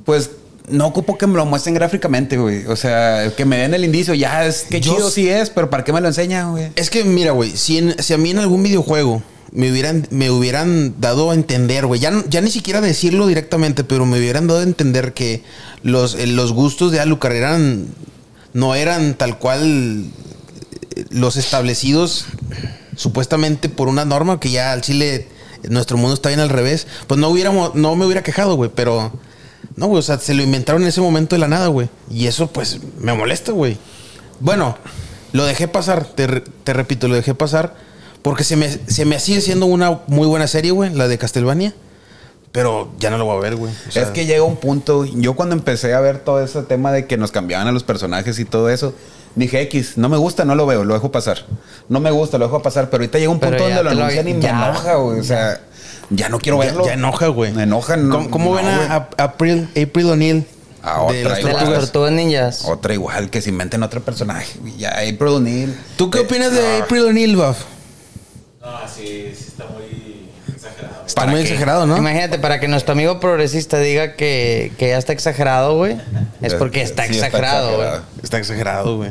B: pues, no ocupo que me lo muestren gráficamente, güey. O sea, que me den el indicio, ya es que
C: Yo
B: chido
C: s-
B: sí es, pero ¿para qué me lo enseñan, güey?
C: Es que, mira, güey, si, en- si a mí en algún videojuego me hubieran, me hubieran dado a entender, güey, ya, no- ya ni siquiera decirlo directamente, pero me hubieran dado a entender que los, eh, los gustos de Alucard eran, no eran tal cual eh, los establecidos supuestamente por una norma que ya al Chile nuestro mundo está bien al revés, pues no hubiéramos, no me hubiera quejado, güey, pero no, güey, o sea, se lo inventaron en ese momento de la nada, güey. Y eso pues me molesta, güey. Bueno, lo dejé pasar, te, re- te repito, lo dejé pasar porque se me, se me sigue siendo una muy buena serie, güey, la de Castlevania, pero ya no lo voy a ver, güey. O sea,
B: es que llega un punto, güey. yo cuando empecé a ver todo ese tema de que nos cambiaban a los personajes y todo eso, dije X, no me gusta, no lo veo, lo dejo pasar. No me gusta, lo dejo pasar, pero ahorita llega un
A: Pero
B: punto
A: ya
B: donde lo
A: te lo-
B: anuncian y me
A: ya.
B: enoja, güey. O sea, ya no quiero
C: ya-
B: verlo.
C: Ya, enoja, güey.
B: Me enoja, no-
C: ¿Cómo, cómo
B: no,
C: ven
B: güey.
C: a, a- April, April O'Neil?
B: Ah, otra, ahí
A: De las
B: Tortugas.
A: tortugas ninjas.
C: Oh,
B: Otra igual, que se inventen otro personaje. güey. Ya, April O'Neil.
C: ¿Tú qué
B: Eh,
C: opinas de
B: ah,
C: April O'Neil, Baf?
D: No, sí, sí está muy exagerado.
C: Está
B: ¿Para
C: muy
B: qué?
C: exagerado, ¿no?
A: Imagínate, para que nuestro amigo progresista diga que, que ya está exagerado, güey,
C: Eh,
A: es porque está
B: Sí,
A: exagerado, güey.
C: Está exagerado, güey.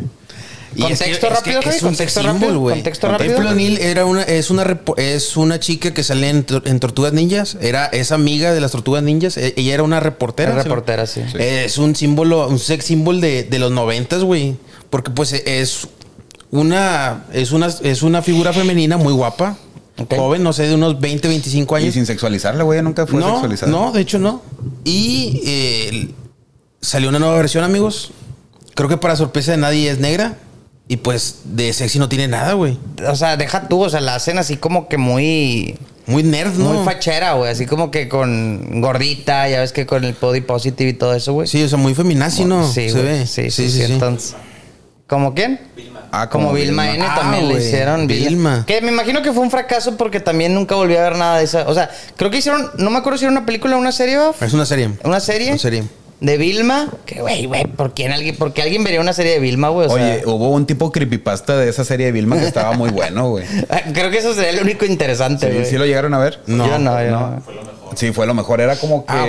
A: Contexto rápido, güey, contexto
C: sex
A: rápido, contexto rápido.
C: April O'Neil era una, es, una, repo- es una chica que sale en, Tor- en Tortugas Ninjas. Era, es amiga de las Tortugas Ninjas. E- Ella era una reportera.
A: Era
C: ¿sí?
A: reportera, sí. Sí.
C: Es un símbolo, un sex símbolo de, de los noventas, güey. Porque pues es una, es una, es una figura femenina muy guapa.
A: Ok.
C: Joven, no sé, de unos 20, 25
B: Y
C: años.
B: sin sexualizarla, güey, nunca fue
C: no,
B: sexualizada.
C: No, de hecho no. Y eh, salió una nueva versión, amigos. Creo que para sorpresa de nadie es negra. Y pues de sexy no tiene nada, güey.
A: O sea, deja tú, o sea, la hacen así como que muy...
C: Muy nerd, ¿no?
A: Muy fachera, güey, así como que con gordita, ya ves que con el body positive y todo eso, güey.
C: Sí, o sea, muy feminazi, ¿no?
A: Sí,
C: Se
A: güey,
C: ve.
A: Sí, sí, sí, Entonces, ¿como quién?
B: Ah,
A: Como Vilma, N
C: Ah,
A: también le
C: güey,
A: hicieron
C: Vilma.
A: Que me imagino que fue un fracaso porque también nunca volví a ver nada de esa. O sea, creo que hicieron, no me acuerdo si era una película o una serie, Baf.
C: Es una serie.
A: una serie.
C: Una serie.
A: De Vilma. Que güey, güey, ¿por quién alguien, por qué alguien vería una serie de Vilma, güey? O sea,
B: Oye, hubo un tipo creepypasta de esa serie de Vilma que estaba muy
A: <laughs>
B: bueno, güey.
A: <laughs> creo que eso sería lo único interesante,
B: Sí,
A: güey.
B: ¿Sí lo llegaron a ver?
A: No, yo no, yo no.
B: Sí, fue lo mejor. Era como que
C: Ah,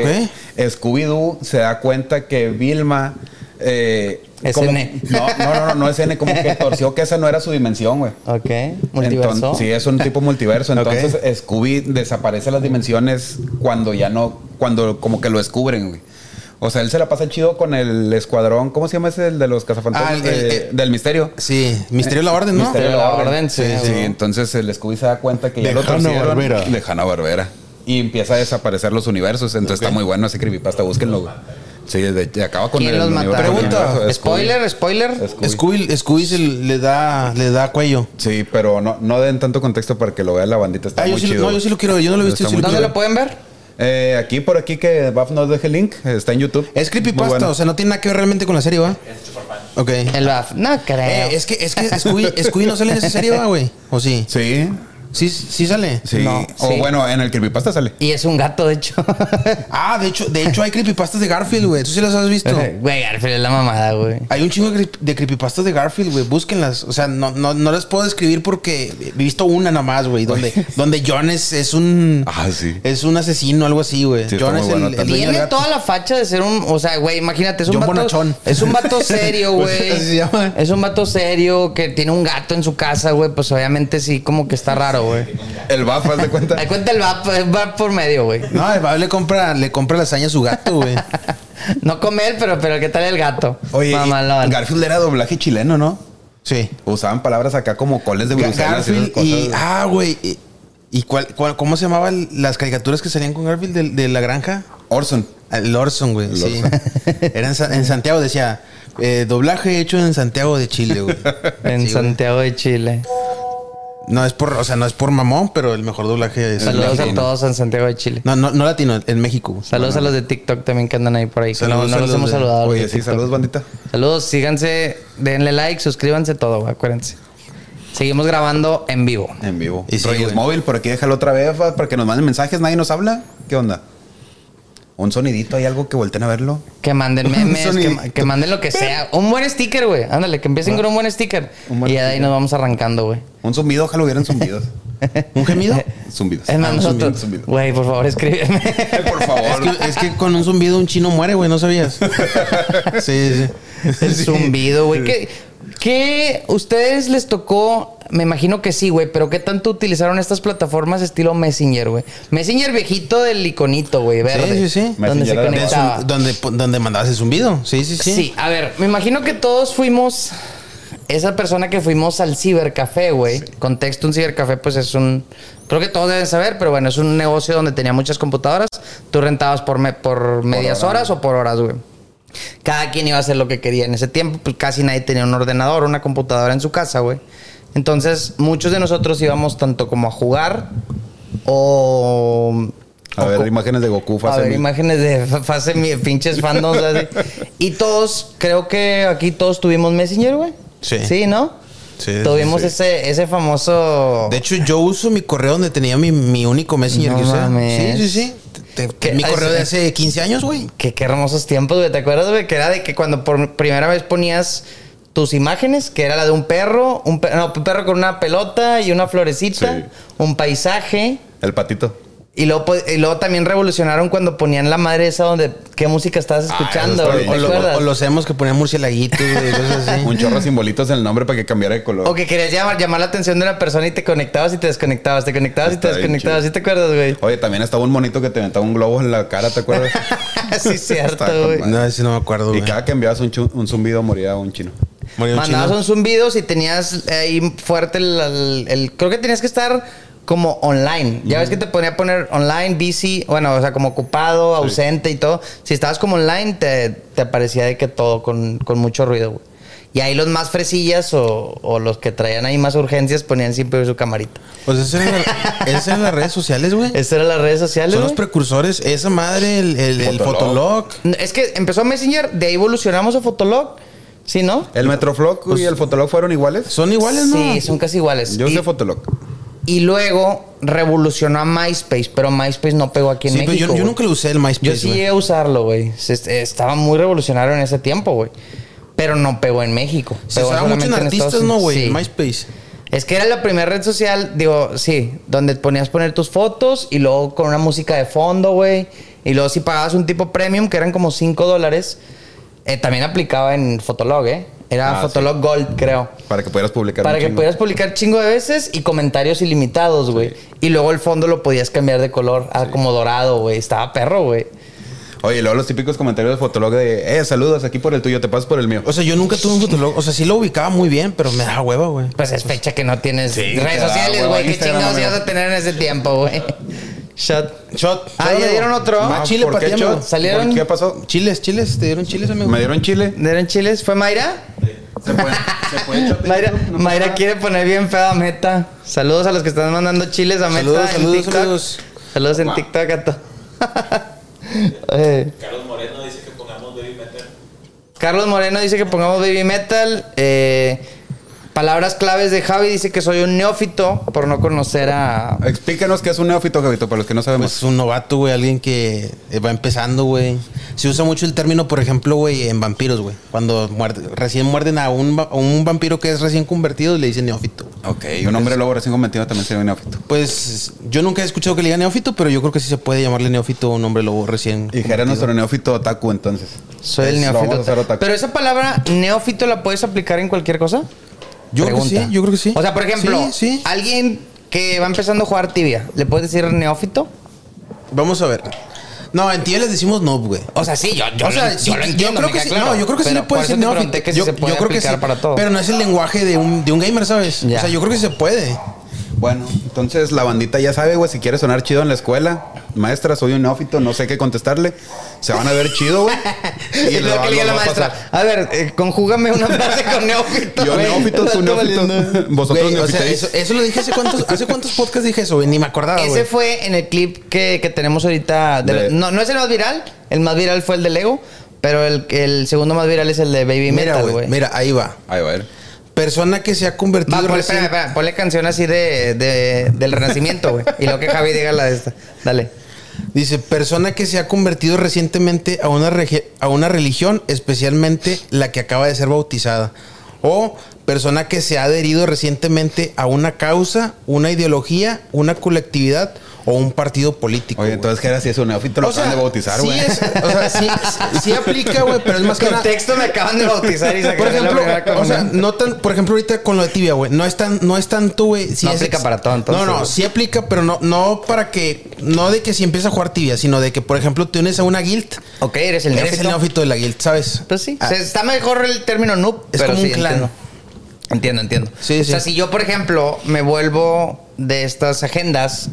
B: Scooby-Doo se da cuenta que Vilma. eh,
A: Es
B: como-
A: N.
B: No, no, no, no, no es N, como que torció que esa no era su dimensión, güey.
A: Ok. Multiverso.
B: Enton- sí, es un tipo
C: <laughs>
B: multiverso. Entonces Scooby desaparece las dimensiones cuando ya no, cuando como que lo descubren, güey. O sea, él se la pasa chido con el escuadrón, ¿cómo se llama ese? El de los cazafantasmas.
C: Ah, el- el-
B: eh, del misterio.
C: Sí, Misterio de la Orden, ¿no?
B: Misterio de
A: la Orden,
B: sí.
A: sí,
B: Sí,
A: güey.
B: entonces el Scooby se da cuenta que ya
C: De
B: lo torcieron.
C: Hanna-Barbera.
B: De Hanna-Barbera. Y empieza a desaparecer los universos. Entonces está muy bueno ese creepypasta, búsquenlo. güey. Sí, de- de- acaba con
A: ¿Quién
B: el
A: los
B: universo-
A: mataron?
B: el universo de Scooby.
A: Spoiler, spoiler.
B: Scooby.
C: Scooby, Scooby se le da, le da cuello.
B: Sí, pero no, no den tanto contexto para que lo vea la bandita. Está
C: Ah, yo
B: muy
C: sí, lo-
B: chido.
C: no, yo sí lo quiero ver. Yo no lo he visto.
B: Está
C: sí
B: muy
A: ¿Dónde
C: quiero
A: lo pueden ver?
B: Eh, aquí, por aquí, que Baf nos deje el link. Está en YouTube.
C: ver. Es creepypasta,
B: Muy bueno.
C: o sea, no tiene nada que ver realmente con la serie, ¿va? Ok.
A: El BAF. No creo.
C: Eh, es que, es que Scooby, Scooby no sale en esa serie, ¿va, güey. ¿O sí?
B: Sí,
C: Sí, sí sale.
B: sí.
A: No,
B: o
A: sí.
B: bueno, en el creepypasta sale.
A: Y es un gato, de hecho.
C: Ah, de hecho, de hecho hay creepypastas de Garfield, güey. ¿Tú sí las has visto?
A: <laughs>
B: Eh.
A: Güey, Garfield es la mamada, güey.
C: Hay un chingo de creep- de creepypastas de Garfield, güey. Búsquenlas. O sea, no, no, no las puedo describir porque he visto una nada más, güey. Donde, donde John es, es un...
B: Ah, sí.
C: Es un asesino, algo así, güey.
B: Sí, está
C: John
B: muy
C: es
B: bueno
C: el, el
B: también.
C: dueño del
A: Tiene
C: gato.
A: toda la facha de ser un. O sea, güey, imagínate, es un
C: John
A: vato.
C: Bonachón.
A: Es un
C: <laughs>
A: vato serio,
C: Pues,
A: güey.
C: así se llama.
A: Es un vato serio que tiene un gato en su casa, güey. Pues obviamente sí, como que está raro, pedo, güey.
B: El BAF, haz de cuenta.
A: Ahí cuenta el va, va por medio, güey.
C: No, el Bab le compra, le compra lasaña a su gato, güey.
A: No comer, pero, pero ¿qué tal el gato?
B: <laughs> Oye, y
A: Mamalón.
B: Garfield era doblaje chileno, ¿no?
C: Sí.
B: Usaban palabras acá como coles de
C: Ga-
B: Bruselas y esas
C: Garfield
B: cosas.
C: y. Ah, güey. ¿Y, y cuál, cuál- cómo se llamaban las caricaturas que salían con Garfield de, de la granja?
B: Orson.
C: El Orson, güey. Sí.
B: Orson.
C: <laughs> Era en, Sa- en Santiago, decía. eh, doblaje hecho en Santiago de Chile, güey.
A: <laughs> En
C: Sí, güey.
A: Santiago de Chile.
C: No es por, o sea, no es por mamón, pero el mejor doblaje es.
A: Saludos a
B: México.
A: todos en Santiago de Chile.
C: No, no, no latino, en México. güey.
A: Saludos a los de TikTok también que andan ahí por ahí. que
C: Saludos,
A: no los
C: saludos
A: hemos
C: de-
A: saludado. los
B: Oye,
A: de
B: sí,
A: TikTok.
B: saludos, bandita.
A: Saludos, síganse, denle like, suscríbanse todo, güey, acuérdense. Seguimos grabando en vivo.
B: En vivo.
C: Y sí,
B: Pero, Y es
C: güey.
B: móvil, por aquí déjalo otra vez fa, para que nos manden mensajes, nadie nos habla. ¿Qué onda? Un sonidito, hay algo que volteen a verlo.
A: Que
B: <laughs>
A: manden memes, que,
B: Sonidito.
A: ma- que manden lo que sea. Un buen sticker, güey. Ándale, que empiecen con un buen sticker.
B: Un buen
A: y ya de ahí
B: sticker.
A: nos vamos arrancando, güey.
B: Un zumbido, ojalá hubieran
C: <laughs>
B: zumbidos.
A: <laughs>
C: ¿Un gemido?
B: Zumbidos.
A: Es más,
B: Ah, un zumbido,
A: nosotros.
B: un zumbido.
A: Güey, por favor, escríbeme.
B: <laughs> Eh,
C: <laughs>
B: Por
C: Es
B: favor.
C: que, es que con un zumbido un chino muere, güey,
A: <laughs>
C: ¿no sabías? Sí, sí.
A: El
C: Sí.
A: zumbido, güey. ¿Qué, ¿Qué ustedes les tocó? Me imagino que sí, güey, pero ¿qué tanto utilizaron estas plataformas estilo Messenger, güey? Messenger viejito del iconito, güey, verde.
C: sí, sí.
A: Donde se
B: Messenger era
C: De
A: conectaba.
C: zum- donde, donde mandabas el zumbido. Sí, sí, sí.
A: Sí. a ver, me imagino que todos fuimos esa persona que fuimos al cibercafé, güey. Contexto, un cibercafé, pues es un. Creo que todos deben saber, pero bueno, es un negocio donde tenía muchas computadoras. Tú rentabas por, me- por medias
B: hora,
A: horas o por horas, güey. Cada quien iba a hacer lo que quería. En ese tiempo, pues casi nadie tenía un ordenador, una computadora en su casa, güey. Entonces, muchos de nosotros íbamos tanto como a jugar o
B: A ver, imágenes de Goku,
A: a
B: fase
A: ver,
B: mil.
A: imágenes de fa- fase mi, pinches fandoms
C: <laughs>
A: así. Y todos, creo que aquí todos tuvimos Messenger, güey.
C: Sí.
A: Sí, ¿no?
C: Sí, sí,
A: Tuvimos
C: sí.
A: ese, ese famoso.
C: De hecho, yo uso mi correo donde tenía mi, mi único messenger
A: No
C: que usaba.
A: mames.
C: Sí, sí, sí. Te- te-
A: ¿Qué?
C: mi correo de
A: Ah,
C: hace 15 años, güey.
A: que, qué hermosos tiempos, güey. ¿Te acuerdas, güey? Que era de que cuando por primera vez ponías tus imágenes, que era la de un perro, un perro, no, un perro con una pelota y una florecita,
B: Sí.
A: un paisaje.
B: El patito.
A: Y luego, pues, y luego también revolucionaron cuando ponían la madre esa donde qué música estabas
B: Ah, eso
A: escuchando,
B: está
A: güey.
B: bien.
A: ¿Te
C: O, lo-
A: acuerdas?
C: o los hemos que ponían murcielaguitos, güey, cosas <laughs> así.
B: Un chorro de simbolitos en el nombre para que cambiara de color.
A: O que querías llamar, llamar la atención de una persona y te conectabas y te desconectabas, te conectabas y te
B: Está bien
A: desconectabas.
B: chido.
A: ¿Sí te acuerdas, güey?
B: Oye, también estaba un monito que te aventaba un globo en la cara,
A: <laughs>
B: ¿te acuerdas?
A: sí, cierto,
B: Está con
A: güey.
B: madre.
C: No, ese no me acuerdo,
B: y
C: güey.
B: cada que enviabas un, chu- un zumbido moría un chino.
C: Moría un
A: Mandabas
C: chino.
A: un zumbido si tenías ahí fuerte el, el- el- Creo que tenías que estar como online. Ya ves que te ponía a poner online, busy, bueno, o sea, como ocupado, ausente y todo. Si estabas como online, te, te aparecía de que todo con, con mucho ruido, güey. Y ahí los más fresillas o, o los que traían ahí más urgencias ponían siempre su camarita.
C: Pues esas eran,
A: <laughs>
C: las- esas eran las redes sociales, güey.
A: Esas eran las redes sociales.
C: Son los
A: güey.
C: precursores. Esa madre, el, el, el
B: Fotolog.
C: Fotolog.
A: No, Es que empezó Messenger, de ahí evolucionamos a Fotolog. ¿Sí, no?
B: ¿El Metroflog y el Fotolog fueron iguales?
C: Son iguales, ¿no?
A: Pues Sí, son casi iguales.
B: Yo
A: y,
B: usé Fotolog.
A: y luego revolucionó a MySpace, pero MySpace no pegó aquí en
C: Sí, pero
A: México.
C: yo, yo
A: güey.
C: nunca lo usé el
A: Yo
C: MySpace,
A: sí
C: güey.
A: llegué a usarlo, güey. Se- se- Estaba muy revolucionario en ese tiempo, güey. Pero no pegó en México.
C: Se
A: Pegó
C: usaba mucho en
A: solamente
C: artistas,
A: Estados
C: ¿no,
A: Unidos.
C: güey?
A: Sí.
C: El MySpace.
A: Es que era la primera red social, digo, sí, donde ponías poner tus fotos y luego con una música de fondo, güey. Y luego si pagabas un tipo premium, que eran como 5 dólares, eh, también aplicaba en Fotolog, ¿eh? Era
B: Ah,
A: Fotolog Gold, creo.
B: Para que pudieras publicar
A: Para
B: un
A: que
B: chingo.
A: pudieras publicar chingo de veces y comentarios ilimitados, güey. Y luego el fondo lo podías cambiar de color a como dorado, güey. Estaba perro, güey.
B: Oye, y luego los típicos comentarios de Fotolog de, eh, saludos aquí por el tuyo, te pasas por el mío.
C: O sea, yo nunca tuve un Fotolog. O sea, sí lo ubicaba muy bien, pero me daba hueva, güey.
A: Pues es fecha que no tienes
B: te
A: redes
B: da,
A: sociales,
B: hueva,
A: güey. ¿Qué
B: Instagram,
A: chingados
B: amigo.
A: ibas a tener en ese tiempo, güey? Shot.
C: Shot.
A: Ah, ya dieron otro.
C: Más
A: Ah,
C: chile
B: ¿por qué,
C: para ti,
B: Chot?
C: amigo.
A: Salieron-
B: ¿Por ¿Qué pasó?
C: Chiles, chiles. ¿Te dieron chiles, amigo?
B: ¿Me dieron chile?
A: ¿Dieron chiles? ¿Fue Mayra?
B: ¿Se puede, se puede chotear?
A: <laughs> Mayra,
B: No pasa
A: Mayra
B: nada.
A: quiere poner bien feo a Meta. Saludos a los que están mandando chiles a Meta
C: Saludos,
A: en
C: saludos,
A: TikTok.
C: saludos.
A: Saludos en TikTok a todos. <laughs> Eh,
D: Carlos Moreno dice que pongamos Baby Metal.
A: Carlos Moreno dice que pongamos baby metal. Eh, palabras claves de Javi dice que soy un neófito por no conocer a.
B: Explícanos qué es un neófito, Javito, para los que no sabemos.
C: Pues un novato, güey, alguien que eh, va empezando, güey. Se usa mucho el término, por ejemplo, güey, en vampiros, güey. Cuando muerde- recién muerden a un, va- a un vampiro que es recién convertido, le dicen neófito. güey.
B: ok,
A: Pues,
B: un hombre lobo recién cometido también sería un neófito.
C: Pues yo nunca he escuchado que le digan neófito, pero yo creo que sí se puede llamarle neófito a un hombre lobo recién.
B: Y Jera es nuestro neófito otaku, entonces.
A: Soy
B: Es-
A: el
B: lo vamos a hacer
A: neófito.
B: otaku.
A: Pero esa palabra neófito la puedes aplicar en cualquier cosa.
C: Yo creo que sí, yo creo que sí.
A: O sea, por ejemplo,
C: Sí, sí.
A: alguien que va empezando a jugar tibia, ¿le puedes decir neófito?
C: Vamos a ver. No, en tibia les decimos no, güey.
A: O sea, sí, yo, yo,
C: o sea,
A: lo,
C: sí,
A: yo lo entiendo,
C: creo
A: me
C: que
A: queda
C: sí,
A: claro.
C: no, yo creo que sí
A: Pero
C: le puede
A: por
C: decir
A: eso te
C: neófito.
A: pregunté que si
C: yo,
A: se puede
C: yo creo que sí,
A: aplicar para todo.
C: pero no es el lenguaje de un, de un gamer, ¿sabes?
A: Ya.
C: O sea, yo creo que sí se puede.
B: Bueno, entonces la bandita ya sabe, güey, si quiere sonar chido en la escuela, maestra, soy un neófito, no sé qué contestarle, se van a ver chido,
C: <laughs>
B: güey.
A: <laughs> Y
B: lo-
A: luego que le diga
B: lo
A: la
B: va a
A: maestra,
B: pasar.
A: a ver, eh, conjúgame una frase con neófito.
B: Yo
A: Güey, <laughs>
B: neófito, tú
A: está
B: neófito.
A: valiendo.
B: <laughs> Vosotros
C: Güey, o sea,
B: neofitéis.
C: eso, eso lo dije hace cuántos, hace cuántos podcasts dije eso, güey. Ni me acordaba,
A: Ese
C: Ah, güey.
A: fue en el clip que, que tenemos ahorita. de-
B: De-
A: no, no es el más viral, el más viral fue el de Lego, pero el, el segundo más viral es el de Baby
C: Mira,
A: Metal,
C: güey.
A: güey.
C: Mira, ahí va.
B: Ahí va a ver.
C: Persona que se ha convertido
A: Va, pues, ponle,
C: recién-
A: espérame, espérame, ponle canción así de, de- del Renacimiento, güey. Y lo que Javi diga la de esta. Dale.
C: Dice, persona que se ha convertido recientemente a una, regi- a una religión, especialmente la que acaba de ser bautizada. O persona que se ha adherido recientemente a una causa, una ideología, una colectividad o un partido político.
B: Oye,
C: güey.
B: entonces, ¿qué era si es un neófito? Lo
C: O sea,
B: acaban de bautizar,
C: sí
B: güey.
C: es- o sea, sí, sí aplica, güey, pero es más que nada-
A: Contexto me acaban de bautizar <laughs> y saqué
C: Por
A: la
C: ejemplo,
A: primera
C: o sea,
A: comunión.
C: no tan, por ejemplo, ahorita con lo de tibia, güey, no es tan, no es tanto, güey. si
A: No
C: es-
A: aplica para todo, entonces,
C: No, no,
A: güey.
C: sí aplica, pero no, no para que, no de que si empieza a jugar tibia, sino de que, por ejemplo, te unes a una guild,
A: Ok, eres el
C: eres el
A: neófito.
C: neófito de la guild, ¿sabes?
A: Pues sí.
C: Ah,
A: Se- está mejor el término noob,
C: Es
A: pero
C: como
A: sí,
C: un clan.
A: entiendo. Entiendo, entiendo.
C: Sí,
A: o sea,
C: sí.
A: si yo, por ejemplo, me vuelvo de estas agendas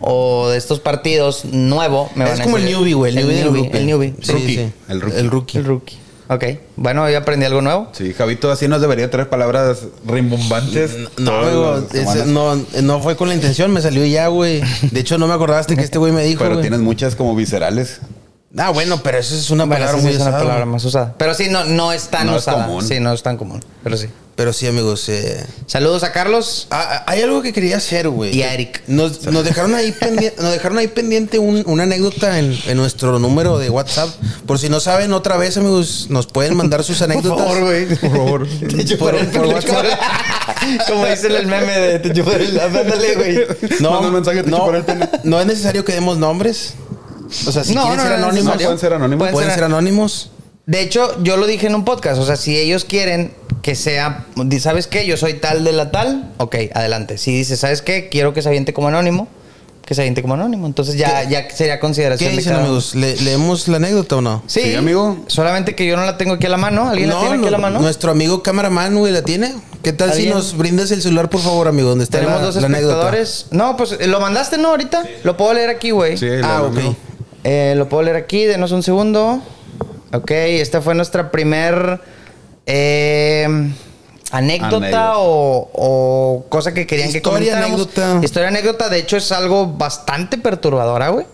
A: o de estos partidos nuevo, me van
C: es
A: a
C: como el
A: decir-
C: newbie, güey, el newbie del grupo.
A: El newbie.
C: Sí,
B: Rookie,
C: sí.
B: el rookie.
C: El rookie.
A: El rookie. Ok. Bueno, hoy aprendí algo nuevo.
B: Sí, Javito, así nos debería traer palabras rimbombantes.
C: No,
B: todas
C: güey,
B: las
C: ese
B: semanas.
C: no, no fue con la intención, me salió ya, güey. De hecho, no me acordaste que este güey me dijo.
B: Pero
C: güey.
B: tienes muchas como viscerales.
C: Ah, bueno, pero eso es una
A: Bueno,
C: palabra
A: esa sí
C: muy
A: es una
C: usada,
A: palabra
C: güey.
A: más usada. Pero sí, no, no es tan
B: No es
A: usada.
B: común.
A: Sí, no es tan común. Pero sí.
C: Pero sí, amigos, eh,
A: Saludos a Carlos.
C: Ah, ah, hay algo que quería hacer, güey.
A: Y a Eric.
C: Nos, nos dejaron ahí pendiente, nos dejaron ahí pendiente un- una anécdota en, en nuestro número de WhatsApp. Por si no saben, otra vez, amigos, nos pueden mandar sus anécdotas. <laughs>
A: güey. <laughs> Por favor. Te chuparé el
C: por WhatsApp.
A: <laughs> Como dice el meme de te chuparé el Ándale, güey. <laughs>
C: No,
B: Manda un mensaje, te
C: no,
B: chuparé el pene.
C: no es necesario que demos nombres. O sea, si
A: No,
C: quieren
A: no,
C: ser
A: no, no es
C: anónimos,
A: necesario.
B: pueden ser anónimos.
A: Pueden
C: pueden
A: ser
C: ser anónimos.
A: De hecho, yo lo dije en un podcast. O sea, si ellos quieren que sea, di- ¿sabes qué? Yo soy tal de la tal. Ok, adelante. Si dice, ¿sabes qué? Quiero que se aviente como anónimo, que se aviente como anónimo. Entonces ya, ya sería
C: ¿Qué
A: consideración de
C: dicen,
A: cada uno.
C: amigos? ¿Le- ¿Leemos la anécdota o no?
A: Sí,
B: Sí, amigo.
A: Solamente que yo no la tengo aquí a la mano. ¿Alguien la tiene aquí a la mano?
C: nuestro amigo cameraman, güey, ¿la tiene? ¿Qué tal si
A: ¿Alguien?
C: nos brindas el celular, por favor, amigo? Donde está
A: Tenemos
C: la-
A: dos
C: la anécdota.
A: espectadores. No, pues eh, lo mandaste, ¿no? Ahorita. Lo puedo leer aquí, güey.
B: Sí, la-
C: Ah, ok.
B: no.
A: Eh, lo puedo leer aquí, denos un segundo. Ok, esta fue nuestra primer eh, anécdota,
B: Anécdota.
A: O, o cosa que querían
C: Historia,
A: que comentáramos.
C: anécdota.
A: Historia, anécdota. De hecho, es algo bastante perturbadora, güey.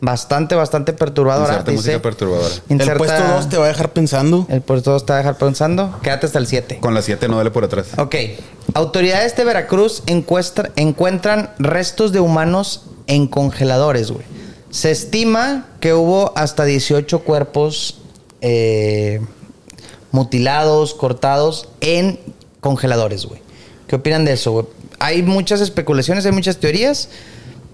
A: Bastante, bastante perturbadora.
B: Inserte música perturbadora.
C: El puesto 2 te va a dejar pensando.
A: El puesto 2 te va a dejar pensando. Quédate hasta el 7.
B: Con las siete no dale por atrás.
A: Ok. Autoridades de Veracruz encuestra- encuentran restos de humanos en congeladores, güey. Se estima que hubo hasta 18 cuerpos eh, mutilados, cortados en congeladores, güey. ¿Qué opinan de eso, güey? Hay muchas especulaciones, hay muchas teorías.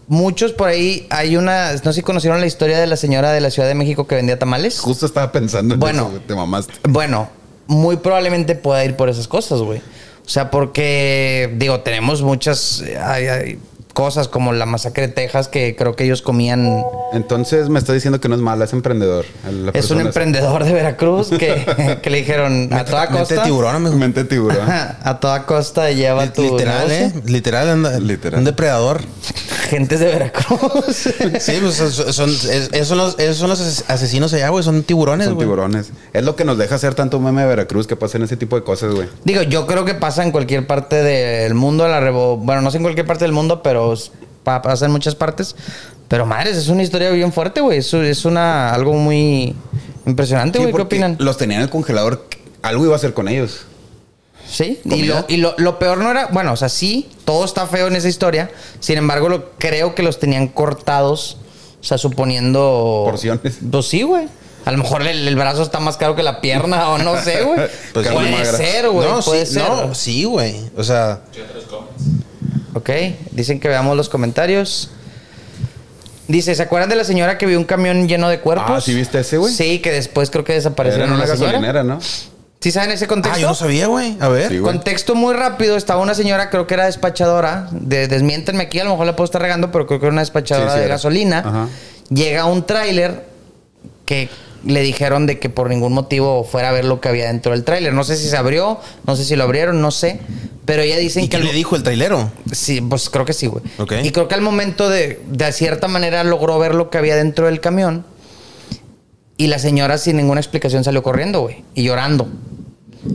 A: Muchos por ahí, hay una, no sé si conocieron la historia de la señora de la Ciudad de México que vendía tamales.
B: Justo estaba pensando en
A: Bueno.
B: eso, güey, te mamaste.
A: Bueno, muy probablemente pueda ir por esas cosas, güey. O sea, porque, digo, tenemos muchas eh, hay- hay cosas como la masacre de Texas que creo que ellos comían.
B: Entonces me está diciendo que no es mala, es emprendedor. La
A: Es
B: persona
A: un emprendedor de Veracruz
C: <laughs>
A: que, que le dijeron a toda
C: Mente
A: costa.
C: tiburón, amigo.
B: Mente tiburón.
A: Ajá, <laughs> A toda costa lleva
C: Lit-
A: tu
C: literal,
A: negocio.
C: ¿eh? Literal, anda-
B: Literal.
C: un depredador.
A: <laughs> Gentes de Veracruz.
C: <laughs> Sí, pues son, son- es- esos, son los, esos son los ases- asesinos allá, güey. Son
B: <laughs>
C: tiburones,
B: Son
C: güey.
B: tiburones. Es lo que nos deja hacer tanto meme de Veracruz que pasen ese tipo de cosas, güey.
A: Digo, yo creo que pasa en cualquier parte del mundo, la revo- bueno, no sé en cualquier parte del mundo, pero s- pa- pasa en muchas partes. Pero madres, es una historia bien fuerte, güey. Es, es una algo muy impresionante,
B: Sí,
A: güey. ¿Qué
B: porque
A: opinan?
B: Los tenían en el congelador. Algo iba a hacer con ellos.
A: Sí. Y,
B: ¿Comida?
A: lo, y lo- lo peor no era, bueno, o sea, sí, todo está feo en esa historia. Sin embargo, lo, creo que los tenían cortados, o sea, suponiendo
B: Porciones.
A: Pues sí, güey. A lo mejor el, el brazo está más caro que la pierna, o no sé, güey.
B: <laughs>
A: puede
B: Pues carne magra.
A: ser, güey.
C: No,
A: puede
C: sí,
A: ser.
C: no, sí, güey. O sea,
A: Ok, dicen que veamos los comentarios. Dice, ¿se acuerdan de la señora que vio un camión lleno de cuerpos?
B: Ah, ¿sí viste ese, güey?
A: Sí, que después creo que desaparecieron
B: Era
A: a
B: una
A: la señora.
B: gasolinera, ¿no?
A: ¿Sí saben ese contexto?
C: Ah, yo no sabía, güey. A ver.
B: Sí, güey.
A: Contexto muy rápido, estaba una señora, creo que era despachadora, de, desmiéntenme aquí, a lo mejor la puedo estar regando, pero creo que era una despachadora
B: Sí, sí
A: de
B: era.
A: gasolina.
B: Ajá.
A: Llega un tráiler que le dijeron de que por ningún motivo fuera a ver lo que había dentro del tráiler. No sé si se abrió, no sé si lo abrieron, no sé. Pero ella dicen
C: ¿Y
A: que...
C: qué
A: al-
C: le dijo el trailero?
A: Sí, pues creo que sí, güey.
C: Ok.
A: Y creo que al momento de, de cierta manera logró ver lo que había dentro del camión. Y la señora sin ninguna explicación salió corriendo, güey. Y llorando.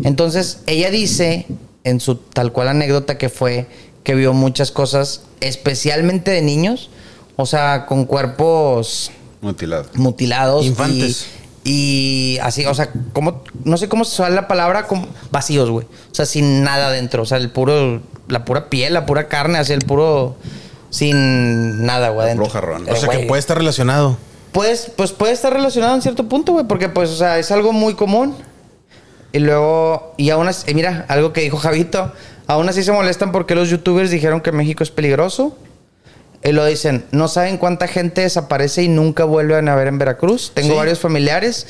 A: Entonces, ella dice, en su tal cual anécdota que fue, que vio muchas cosas, especialmente de niños. O sea, con cuerpos
B: Mutilado.
A: mutilados. y-
C: Infantes.
A: Y, así, o sea, como, no sé cómo se sale la palabra, como vacíos, güey. O sea, sin nada dentro. O sea, el puro, la pura piel, la pura carne, así el puro, sin nada, güey. adentro.
B: puro jarrón.
A: Eh,
C: O sea, que
A: güey,
C: puede estar relacionado.
A: Puedes, pues puede estar relacionado en cierto punto, güey, porque pues, o sea, es algo muy común. Y luego, y aún así, eh, mira, algo que dijo Javito, aún así se molestan porque los youtubers dijeron que México es peligroso. Y lo dicen, no saben cuánta gente desaparece y nunca vuelven a ver en Veracruz. Tengo
C: Sí.
A: varios familiares.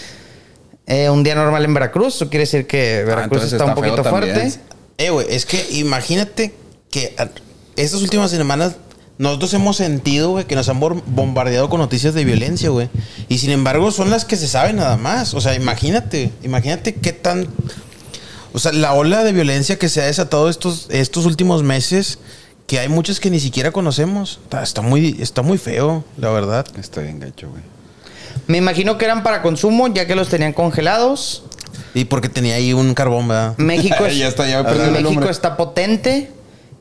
A: Eh, un día normal en Veracruz, eso quiere decir que Veracruz
B: Ah, entonces
A: está, un
B: está feo
A: poquito fuerte.
B: también.
C: Eh, güey, es que imagínate que a- estas últimas semanas nosotros hemos sentido, güey, que nos han bor- bombardeado con noticias de violencia, güey. Y sin embargo, son las que se saben nada más. O sea, imagínate, imagínate qué tan. O sea, la ola de violencia que se ha desatado estos, estos últimos meses, que hay muchas que ni siquiera conocemos. Está, está muy, está muy feo, la verdad.
B: Está bien gacho, güey.
A: Me imagino que eran para consumo, ya que los tenían congelados.
C: Y porque tenía ahí un carbón, ¿verdad? <laughs>
B: <laughs>
A: México, es-
B: Ya está, ya me perdí la
A: México
B: lumbre.
A: está potente.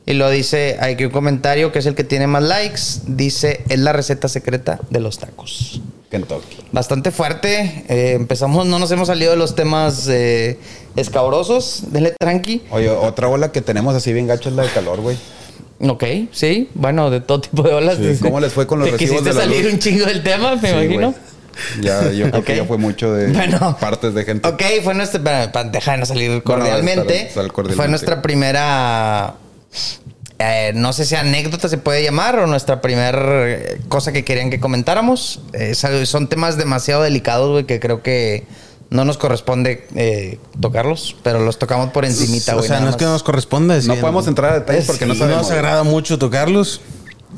A: Y lo dice, hay que un comentario que es el que tiene más likes. Dice, es la receta secreta de los tacos.
B: Kentucky.
A: Bastante fuerte. eh, empezamos, no nos hemos salido de los temas eh, escabrosos. Denle tranqui.
B: Oye, otra ola que tenemos así bien gacho es la de calor, güey.
A: Ok, sí. Bueno, de todo tipo de olas.
B: Sí, ¿cómo les fue con los
A: <laughs> Te
B: recibos
A: quisiste
B: de la
A: salir
B: luz?
A: un chingo del tema, me
B: Sí,
A: imagino.
B: güey. Ya, yo creo
A: Ok.
B: que ya fue mucho de
A: Bueno.
B: partes de gente.
A: Ok, fue nuestra. Para, dejarnos salir
B: no,
A: cordialmente.
B: sal- sal cordialmente.
A: Fue nuestra primera. eh, no sé si anécdota se puede llamar o nuestra primera cosa que querían que comentáramos. Eh, sal- son temas demasiado delicados, güey, que creo que no nos corresponde eh, tocarlos, pero los tocamos por encimita,
C: o
A: güey.
C: sea,
A: nada
C: no es
A: más.
C: que nos corresponda.
B: No podemos entrar a detalles porque no
C: no
B: sabemos.
C: nos agrada mucho tocarlos.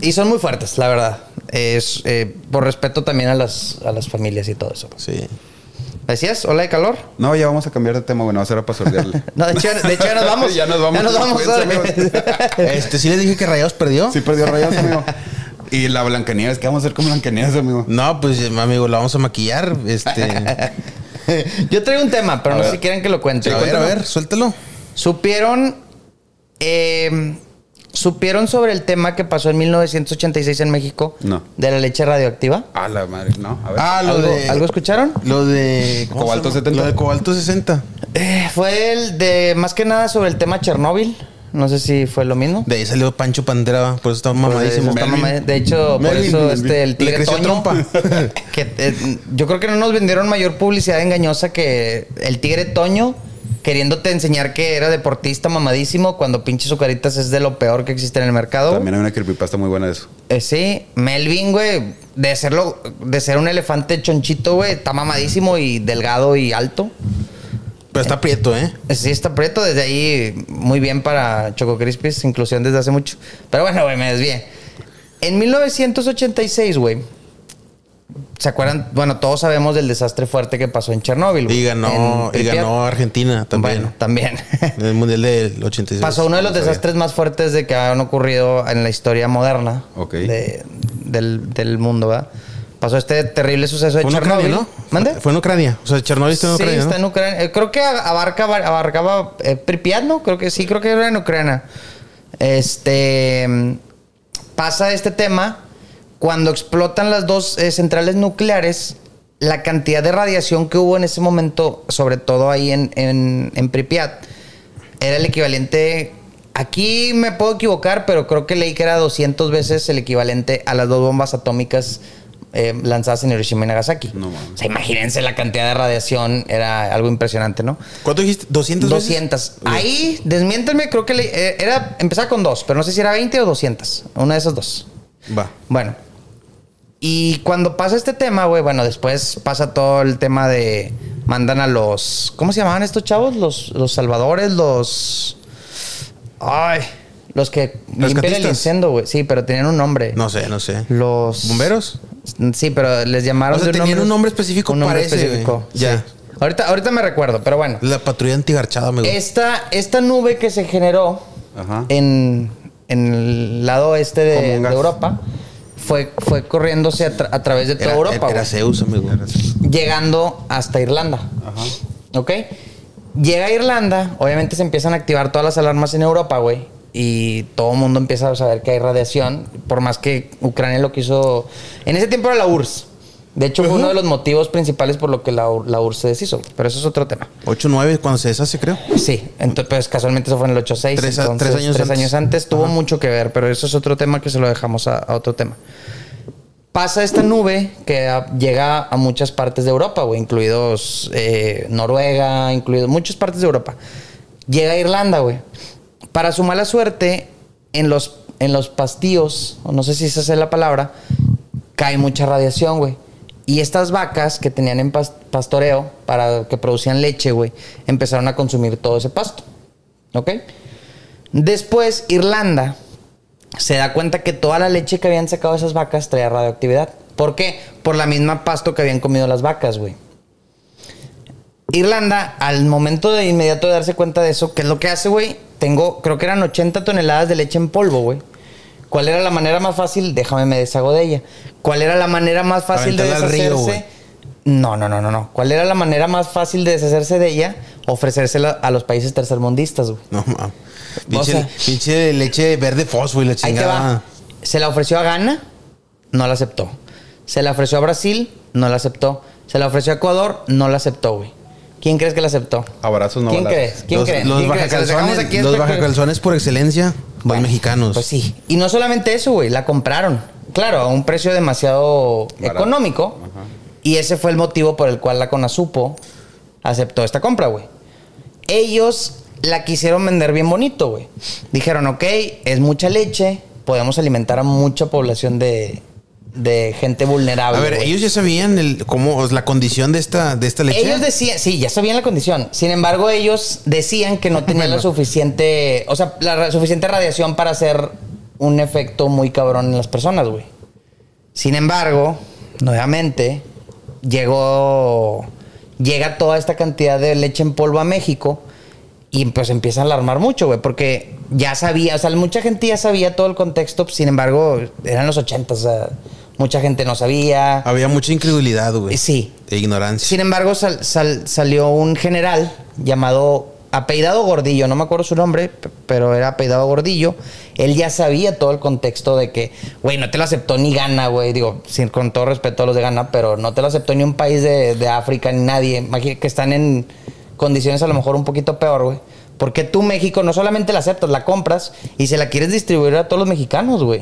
A: Y son muy fuertes, la verdad. Es, eh, por respeto también a las, a las familias y todo eso.
C: Sí.
A: ¿Decías? ¿Hola de calor?
B: No, ya vamos a cambiar de tema, güey. No, será para <laughs> sordearle.
A: No, de hecho, de hecho ya nos vamos.
B: Ya nos vamos.
A: Ya nos vamos.
B: Cuídense,
A: órale.
C: Este, sí les dije que Rayados perdió.
B: Sí perdió rayos, amigo. Y la Blancanieves, ¿qué vamos a hacer con Blancanieves, amigo?
C: No, pues amigo, la vamos a maquillar. <laughs> Este. a
A: Yo traigo un tema, pero
B: A
A: no sé
B: ver.
A: si quieren que lo cuente.
C: ver, a ver, suéltalo.
A: Supieron. eh, ¿Supieron sobre el tema que pasó en 1986 en México?
B: No.
A: ¿De la leche radioactiva?
B: A la madre, no. A ver.
C: Ah, lo
A: ¿Algo,
C: de.
A: algo escucharon?
C: Lo de. ¿cómo
B: Cobalto
C: se llama?
B: 70.
C: Lo de Cobalto 60.
A: Eh, fue el de. Más que nada sobre el tema Chernóbil. No sé si fue lo mismo.
C: De ahí salió Pancho Pantera, por eso está mamadísimo.
A: Está
B: Melvin.
A: mamá- Este, de hecho, por
C: Melvin,
A: eso
C: Melvin.
A: este, el
C: Le
A: tigre
C: creció
A: Toño,
C: trompa.
A: <laughs> que, eh, yo creo que no nos vendieron mayor publicidad engañosa que el tigre Toño queriéndote enseñar que era deportista mamadísimo cuando pinches sucaritas es de lo peor que existe en el mercado.
B: También hay una creepypasta muy buena de eso.
A: Eh, sí, Melvin, güey, de, serlo, de ser un elefante chonchito, güey, está mamadísimo y delgado y alto.
C: Pero está prieto, ¿eh?
A: Sí, está preto desde ahí. Muy bien para Choco Crispies, inclusión desde hace mucho. Pero bueno, güey, me desvié. En 1986, güey. ¿Se acuerdan? Bueno, todos sabemos del desastre fuerte que pasó en Chernóbil. güey.
C: Y ganó,
A: En
C: y
A: Pripyat.
C: ganó Argentina también.
A: Bueno, <laughs> también.
C: En el Mundial del 86.
A: pasó uno de los
C: No sabía.
A: desastres más fuertes de que han ocurrido en la historia moderna
B: Ok.
A: de- del, del mundo, ¿verdad? Pasó este terrible suceso de
C: Fue en
A: Chernóbil.
C: Ucrania, ¿no?
A: ¿Mande?
C: Fue en Ucrania. O sea, Chernobyl está en
A: sí,
C: Ucrania.
A: está en
C: ¿no?
A: Ucrania. Eh, creo que abarca, abarcaba eh, Pripyat, ¿no? Creo que sí, creo que era en Ucrania. Este mm, pasa este tema cuando explotan las dos eh, centrales nucleares. La cantidad de radiación que hubo en ese momento, sobre todo ahí en, en, en Pripyat, era el equivalente. Aquí me puedo equivocar, pero creo que leí que era 200 veces el equivalente a las dos bombas atómicas eh, lanzadas en Hiroshima y Nagasaki.
B: No mames.
A: O sea, imagínense la cantidad de radiación, era algo impresionante, ¿no?
C: ¿Cuánto dijiste? ¿200? veces?
A: 200. Ahí, desmiéntenme, creo que le- eh, era empezaba con dos, pero no sé si era 20 o 200, una de esas dos.
C: Va.
A: Bueno. Y cuando pasa este tema, güey, bueno, después pasa todo el tema de mandan a los. ¿Cómo se llamaban estos chavos? Los, los salvadores, los. Ay. Los que
C: Los
A: limpian el
C: catistas.
A: incendio, güey. Sí, pero tenían un nombre.
C: No sé, no sé.
A: Los.
C: ¿Bomberos?
A: Sí, pero les llamaron.
C: O sea,
A: de
C: tenían un nombre específico
A: un
C: para ese, güey.
A: sí.
C: Ya.
A: Ahorita, ahorita me recuerdo, pero bueno.
C: La patrulla antigarchada, me gusta.
A: Esta, esta nube que se generó
B: Ajá.
A: en, en el lado este
B: Como
A: de, de
B: un gas.
A: Europa fue, fue corriéndose a, tra- a través de toda
C: Era,
A: Europa,
C: era
A: güey,
C: Zeus, amigo.
A: llegando hasta Irlanda. ¿Ok? Llega a Irlanda, obviamente se empiezan a activar todas las alarmas en Europa, güey. Y todo el mundo empieza a saber que hay radiación, por más que Ucrania lo quiso... En ese tiempo era la URSS. De hecho, fue uno de los motivos principales por lo que la, la URSS se deshizo. Pero eso es otro tema.
C: 8-9 cuando se deshace, creo.
A: Sí, entonces, pues casualmente eso fue en el 86.
C: Tres a-
A: entonces,
C: tres años antes.
A: años antes tuvo mucho que ver, pero eso es otro tema que se lo dejamos a, a otro tema. Pasa esta nube que a- llega a muchas partes de Europa, güey, incluidos eh, Noruega, incluidos muchas partes de Europa. Llega a Irlanda, güey. Para su mala suerte, en los, en los pastíos, o no sé si esa es la palabra, cae mucha radiación, güey. Y estas vacas que tenían en pas- pastoreo para que producían leche, güey, empezaron a consumir todo ese pasto. ¿Ok? Después, Irlanda se da cuenta que toda la leche que habían sacado esas vacas traía radioactividad. ¿Por qué? Por la misma pasto que habían comido las vacas, güey. Irlanda, al momento de inmediato de darse cuenta de eso, ¿qué es lo que hace, güey? Tengo, creo que eran 80 toneladas de leche en polvo, güey. ¿Cuál era la manera más fácil? Déjame me deshago de ella. ¿Cuál era la manera más fácil de
C: Aventarla al
A: deshacerse?
C: río, güey.
A: no, no, no, no, no. ¿Cuál era la manera más fácil de deshacerse de ella? Ofrecérsela a los países tercermundistas, güey.
C: No, mames.
A: O
C: Pinche,
A: sea-
C: pinche leche verde fosfo y la
A: Ahí te
C: chingada.
A: va. Se la ofreció a Ghana, no la aceptó. Se la ofreció a Brasil, no la aceptó. Se la ofreció a Ecuador, no la aceptó, güey. ¿Quién crees que la aceptó?
B: Abrazos, no
A: ¿Quién
B: balazos.
A: crees? ¿Quién
C: los
A: cree?
C: los
A: ¿Quién cree? Se los dejamos
C: bajacalzones,
A: aquí
C: los
A: especul-
C: bajacalzones por excelencia, buen mexicanos.
A: Pues sí. Y no solamente eso, güey, la compraron. Claro, a un precio demasiado
B: Barato.
A: económico. Y ese fue el motivo por el cual la Conasupo aceptó esta compra, güey. Ellos la quisieron vender bien bonito, güey. Dijeron, ok, es mucha leche, podemos alimentar a mucha población de, de gente vulnerable.
C: A ver,
A: güey".
C: ellos ya sabían el, cómo o sea, la condición de esta, de esta leche.
A: Ellos decían, sí, ya sabían la condición. Sin embargo, ellos decían que no tenían la suficiente, o sea, la ra- suficiente radiación para hacer un efecto muy cabrón en las personas, güey. Sin embargo, nuevamente, llegó, llega toda esta cantidad de leche en polvo a México y pues empieza a alarmar mucho, güey, porque ya sabía, o sea, mucha gente ya sabía todo el contexto, pues, sin embargo, eran los 80, o sea, mucha gente no sabía.
C: Había mucha incredulidad, güey.
A: Sí.
C: E ignorancia.
A: Sin embargo, sal- sal- salió un general llamado apellidado Gordillo, no me acuerdo su nombre, p- pero era apellidado Gordillo. Él ya sabía todo el contexto de que, güey, no te lo aceptó ni Ghana, güey. Digo, sin, con todo respeto a los de Ghana, pero no te lo aceptó ni un país de, de África, ni nadie. Imagínate que están en condiciones a lo mejor un poquito peor, güey. Porque tú, México, no solamente la aceptas, la compras y se la quieres distribuir a todos los mexicanos, güey.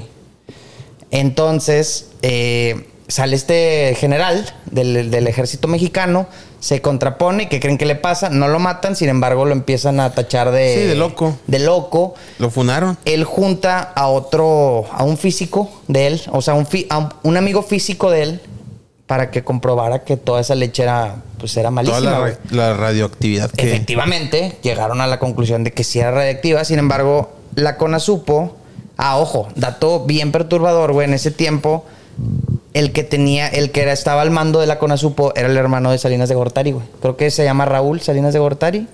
A: Entonces, eh, sale este general del, del ejército mexicano, se contrapone, ¿qué creen que le pasa? No lo matan, sin embargo, lo empiezan a tachar de...
C: Sí, de loco.
A: De loco.
C: Lo funaron.
A: Él junta a otro, a un físico de él, o sea, un fi- a un, un amigo físico de él, para que comprobara que toda esa leche era, pues era malísima.
C: Toda la,
A: güey.
C: ra- la radioactividad que.
A: Efectivamente, llegaron a la conclusión de que sí era radiactiva. Sin embargo, la CONA supo. Ah, ojo, dato bien perturbador, güey. En ese tiempo, el que tenía, el que era, estaba al mando de la CONA supo era el hermano de Salinas de Gortari, güey. Creo que se llama Raúl Salinas de Gortari.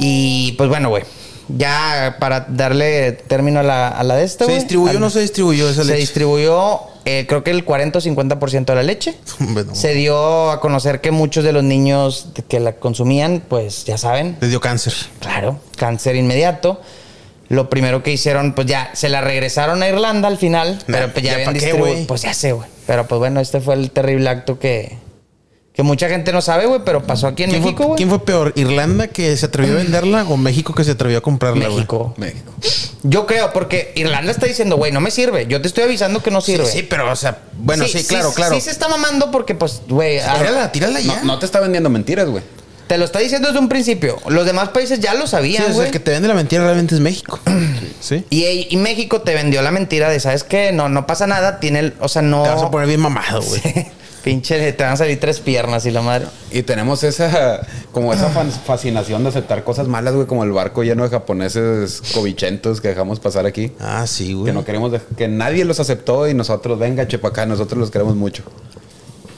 A: Y pues bueno, güey. Ya para darle término a la, a la de esta,
C: ¿Se
A: güey.
C: distribuyó o
A: Al-
C: no se distribuyó esa
A: se
C: leche?
A: distribuyó, eh, creo que el 40 o 50% de la leche.
C: <laughs> Bueno,
A: Se dio a conocer que muchos de los niños de- que la consumían, pues ya saben,
C: Les dio cáncer.
A: claro, cáncer inmediato. Lo primero que hicieron, pues ya se la regresaron a Irlanda al final, pero pues ya,
C: ¿ya
A: habían
C: pa' qué,
A: distribu-
C: güey?
A: Pues ya sé, güey. Pero pues bueno, este fue el terrible acto que, que mucha gente no sabe, güey, pero pasó aquí en
C: ¿Quién,
A: México,
C: fue,
A: güey.
C: quién fue peor? ¿Irlanda que se atrevió a venderla o México que se atrevió a comprarla? güey?
A: México.
B: México.
A: Yo creo, porque Irlanda está diciendo, güey, no me sirve. Yo te estoy avisando que no
C: Sí,
A: sirve.
C: sí, pero, o sea, bueno, sí, claro,
A: eh, sí,
C: claro.
A: Sí se está mamando porque, pues, güey, a-
C: Tírala, tírala ya.
B: No, no te está vendiendo mentiras, güey.
A: Te lo está diciendo desde un principio. Los demás países ya lo
C: Sí,
A: sabían,
C: o sea,
A: güey.
C: el que te vende la mentira realmente
A: <clears throat>
C: es México. Sí.
A: y, y México te vendió la mentira de, ¿sabes qué? No, no pasa nada. Tiene el... O sea, no...
C: Te vas a poner bien mamado, güey.
A: <laughs> Pinche, te van a salir tres piernas y la madre.
B: Y tenemos esa, como <laughs> esa fan- fascinación de aceptar cosas malas, güey, como el barco lleno de japoneses covichentos que dejamos pasar aquí.
C: Ah, sí, güey.
B: Que no queremos, dej- que nadie los aceptó y nosotros, venga, chepa acá, nosotros los queremos mucho.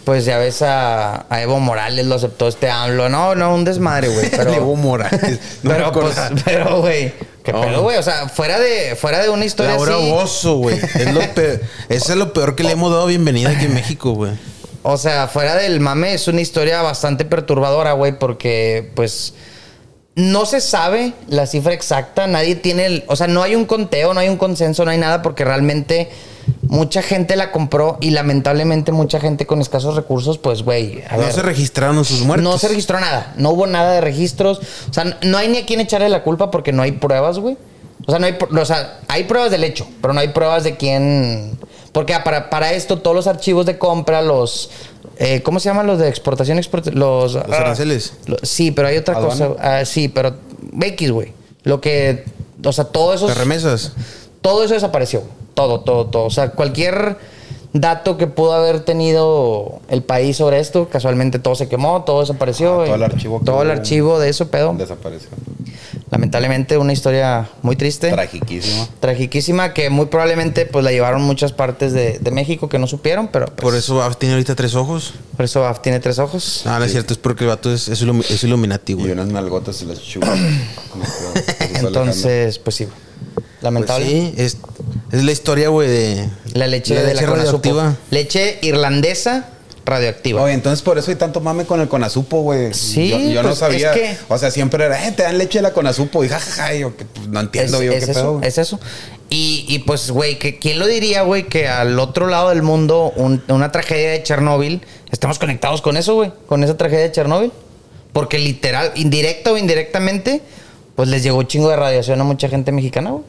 A: Pues ya ves a, a Evo Morales, lo aceptó este AMLO. No, no, un desmadre, güey.
C: <laughs>
A: Pero,
C: Evo
A: <laughs>
C: Morales. No me
A: pero, pues,
C: acordaba.
A: <laughs> pero, güey. ¿Qué
C: Oh.
A: pedo, güey? O sea, fuera de, fuera de una historia
C: Laura
A: así.
C: Bozo, güey. Es lo peor. Eso es lo peor que le hemos dado bienvenida aquí en México, güey.
A: O sea, fuera del mame, es una historia bastante perturbadora, güey, porque, pues. No se sabe la cifra exacta, nadie tiene. el- o sea, no hay un conteo, no hay un consenso, no hay nada, porque realmente mucha gente la compró y lamentablemente mucha gente con escasos recursos, pues, güey. a
C: No
A: ver.
C: se registraron sus muertos.
A: No se registró nada. No hubo nada de registros. O sea, no hay ni a quién echarle la culpa porque no hay pruebas, güey. O sea, no hay, pr- o sea, hay pruebas del hecho, pero no hay pruebas de quién. Porque ah, para, para esto, todos los archivos de compra, los. eh, ¿Cómo se llaman los de exportación? export- los ah,
C: Los aranceles.
A: lo- sí, pero hay otra
B: Aduana.
A: cosa. Ah, sí, pero. X, güey. Lo que. O sea, todo eso.
C: Las remesas.
A: Todo eso desapareció. Todo, todo, todo. O sea, cualquier dato que pudo haber tenido el país sobre esto, casualmente todo se quemó, todo desapareció.
B: Ah, todo
A: y-
B: el archivo que
A: Todo el
B: hubo.
A: archivo de eso, pedo.
B: Desapareció.
A: Lamentablemente una historia muy triste.
B: Tragiquísimo.
A: Tragiquísima que muy probablemente pues la llevaron muchas partes de, de México que no supieron, pero pues,
C: Por eso Baf tiene ahorita tres ojos. Ah,
A: por eso Baf tiene tres ojos.
B: Ah,
C: No, no es cierto. Es porque el vato es, es, ilumi- es Illuminati,
B: Y
C: güey.
B: unas nalgotas y las
C: <clears throat>
B: chupas. Como que-
A: Entonces, pues sí.
C: Pues
A: Lamentable.
C: sí, es, es la historia, güey, de...
A: La leche de la Conasupo.
C: radioactiva.
A: Leche irlandesa radioactiva.
B: Oye, entonces por eso hay tanto mame con el conazupo, güey.
A: Sí,
B: Yo, yo no
A: pues,
B: sabía.
A: es que-
B: O sea, siempre era, eh, te dan leche de la conazupo. Y jajaja, yo que, pues, no entiendo yo qué
A: eso,
B: pedo. güey.
A: Es eso. Y, y, pues, güey, que- ¿quién lo diría, güey, que al otro lado del mundo, un- una tragedia de Chernóbil, estamos conectados con eso, güey, con esa tragedia de Chernóbil? Porque literal, indirecta o indirectamente, pues les llegó un chingo de radiación a mucha gente mexicana, güey.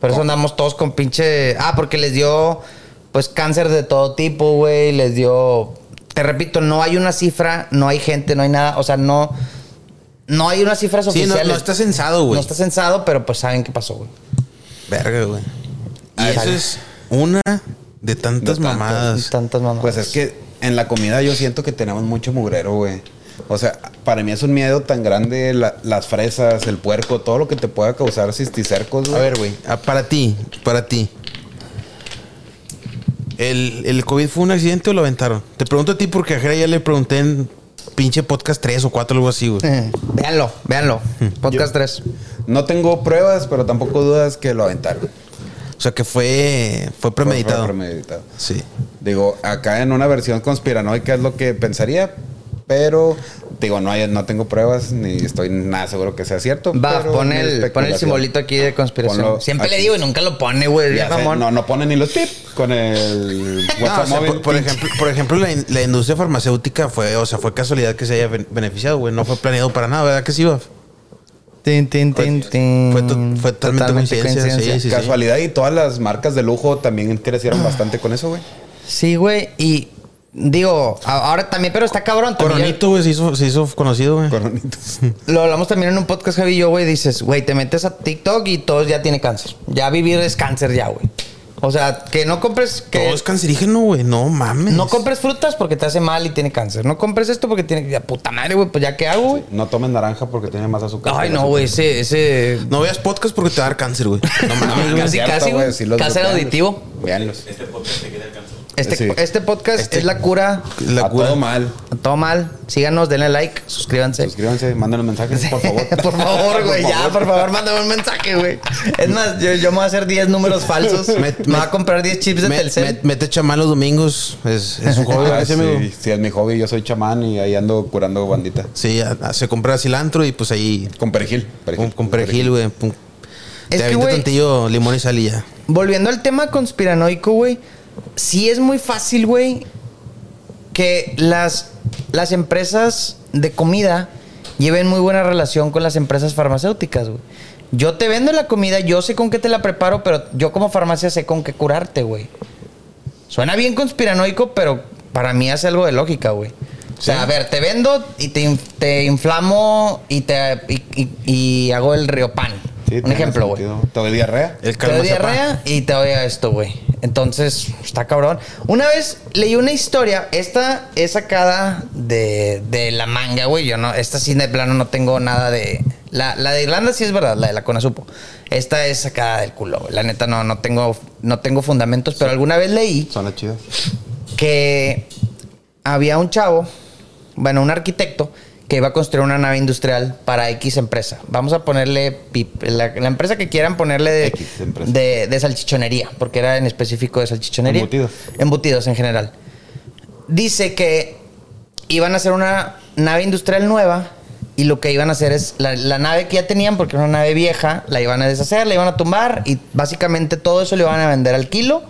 A: Por eso andamos todos con pinche. Ah, porque les dio, pues, cáncer de todo tipo, güey. Les dio. Te repito, no hay una cifra, no hay gente, no hay nada. O sea, no. No hay unas cifras
C: Sí,
A: oficiales.
C: no, no está censado, güey.
A: No está censado, pero pues saben qué pasó, güey.
C: Verga, güey. Y eso
A: Chale.
C: es una de tantas
B: De tantas.
C: mamadas.
A: Tantas mamadas.
B: Pues es que en la comida yo siento que tenemos mucho mugrero, güey. O sea, para mí es un miedo tan grande la- las fresas, el puerco, todo lo que te pueda causar cisticercos, güey.
C: A ver, güey. ah, Para ti, para ti. ¿El, el COVID fue un accidente o lo aventaron? Te pregunto a ti porque ayer ya le pregunté en pinche podcast 3 o 4 algo así, güey.
A: Eh, <laughs> véanlo, véanlo. Podcast 3.
B: No tengo pruebas, pero tampoco dudas que lo aventaron.
C: O sea que fue, fue premeditado.
B: Fue premeditado.
C: Sí.
B: Digo, acá en una versión conspiranoica es lo que pensaría, pero digo, no, hay, no tengo pruebas ni estoy nada seguro que sea cierto.
A: Va,
B: pero
A: pon
B: mi
A: el, pon el
B: especulación.
A: simbolito aquí de conspiración.
B: Ponlo
A: Siempre le
B: aquí.
A: digo y nunca lo pone, güey.
B: Ya
A: bien
B: sé,
A: mamón.
B: no, no pone ni los pip
A: <laughs>
B: con el
C: No,
B: WhatsApp
C: o sea,
B: móvil.
C: por, por ejemplo, por ejemplo la, in- la industria farmacéutica fue, o sea, fue casualidad que se haya ben- beneficiado, güey. No fue planeado para nada, ¿verdad que sí, Baf?
A: Tin, tin, tin, tin.
C: fue to- fue totalmente coincidencia, sí, sí.
B: Casualidad y todas las marcas de lujo también
A: Ah.
B: crecieron bastante con eso, güey.
A: Sí, güey. Y digo, a- ahora también, pero está cabrón. también ya-
C: Coronito, güey, se hizo, se hizo conocido, güey.
B: Coronitos.
A: Lo hablamos también en un podcast, Javi y yo, güey. Dices, güey, te metes a TikTok y todos ya tiene cáncer. Ya vivir es cáncer ya, güey. O sea, que no compres... Que
C: Todo es cancerígeno, güey. No mames.
A: No compres frutas porque te hace mal y tiene cáncer. No compres esto porque tiene. Ya, puta madre, güey, pues ya qué hago, güey.
B: No tomen naranja porque tiene más azúcar.
A: Ay,
B: que la
A: no, güey, ese. ese...
C: No veas podcast porque te va a dar cáncer, güey. No
A: <laughs>
C: mames,
B: azúcar.
C: güey.
B: Es
A: Casi,
B: cierto,
A: casi, güey.
B: sí los
A: Cáncer
B: bloquean.
A: auditivo.
B: Véanlos.
D: Este podcast te queda alcanzado.
A: Este,
B: Sí.
A: este podcast
C: Este-
A: es la cura.
C: La
B: A
C: cura.
B: todo mal.
A: a Todo mal. Síganos, denle like, suscríbanse. <laughs>
B: Suscríbanse, mándenos mensajes, por favor.
A: Por favor, güey, ya, por favor, mándame un mensaje, güey. Es más, yo, yo me voy a hacer 10 números falsos. Me,
C: Me-
A: voy a comprar 10 chips de
C: Me-
A: pues Telcel.
C: me- Mete chamán los domingos.
E: <laughs>
C: Es, es
A: <laughs>
C: un hobby,
B: Ah,
C: ¿verdad,
B: sí,
C: amigo?
B: sí, es mi hobby. Yo soy chamán y ahí ando curando bandita.
C: Sí, a- a- se compra cilantro y pues ahí
B: Con perejil.
C: con, con perejil, güey. pum.
A: Es
C: Te
A: que,
C: avienta
A: güey-
C: tantillo limón y sal y ya.
A: Volviendo al tema conspiranoico, güey. Sí es muy fácil, güey, que las, las empresas de comida lleven muy buena relación con las empresas farmacéuticas, güey. Yo te vendo la comida, yo sé con qué te la preparo, pero yo como farmacia sé con qué curarte, güey. Suena bien conspiranoico, pero para mí hace algo de lógica, güey. O sea, a ver, te vendo y te, in- te inflamo y, te, y, y- y hago el riopan.
B: Sí,
A: Un
B: tiene
A: ejemplo, güey.
B: sentido. Te doy diarrea.
C: El
A: Te doy
C: calmazapán.
A: diarrea y te doy a esto, güey. Entonces, está cabrón. Una vez leí una historia, esta es sacada de, de la manga, güey. Yo no, esta sí de plano no tengo nada de. La, la de Irlanda sí es verdad, la de la Conasupo. Esta es sacada del culo, güey. La neta no, no tengo, no tengo fundamentos, pero alguna vez leí
E: Son las chidas.
A: que había un chavo, bueno, un arquitecto, que iba a construir una nave industrial para X empresa. Vamos a ponerle pip- la, la empresa que quieran ponerle de,
E: X empresa.
A: de- de salchichonería, porque era en específico de salchichonería.
E: Embutidos.
A: Embutidos en general. Dice que iban a hacer una nave industrial nueva y lo que iban a hacer es la, la nave que ya tenían, porque era una nave vieja, la iban a deshacer, la iban a tumbar y básicamente todo eso le iban a vender al kilo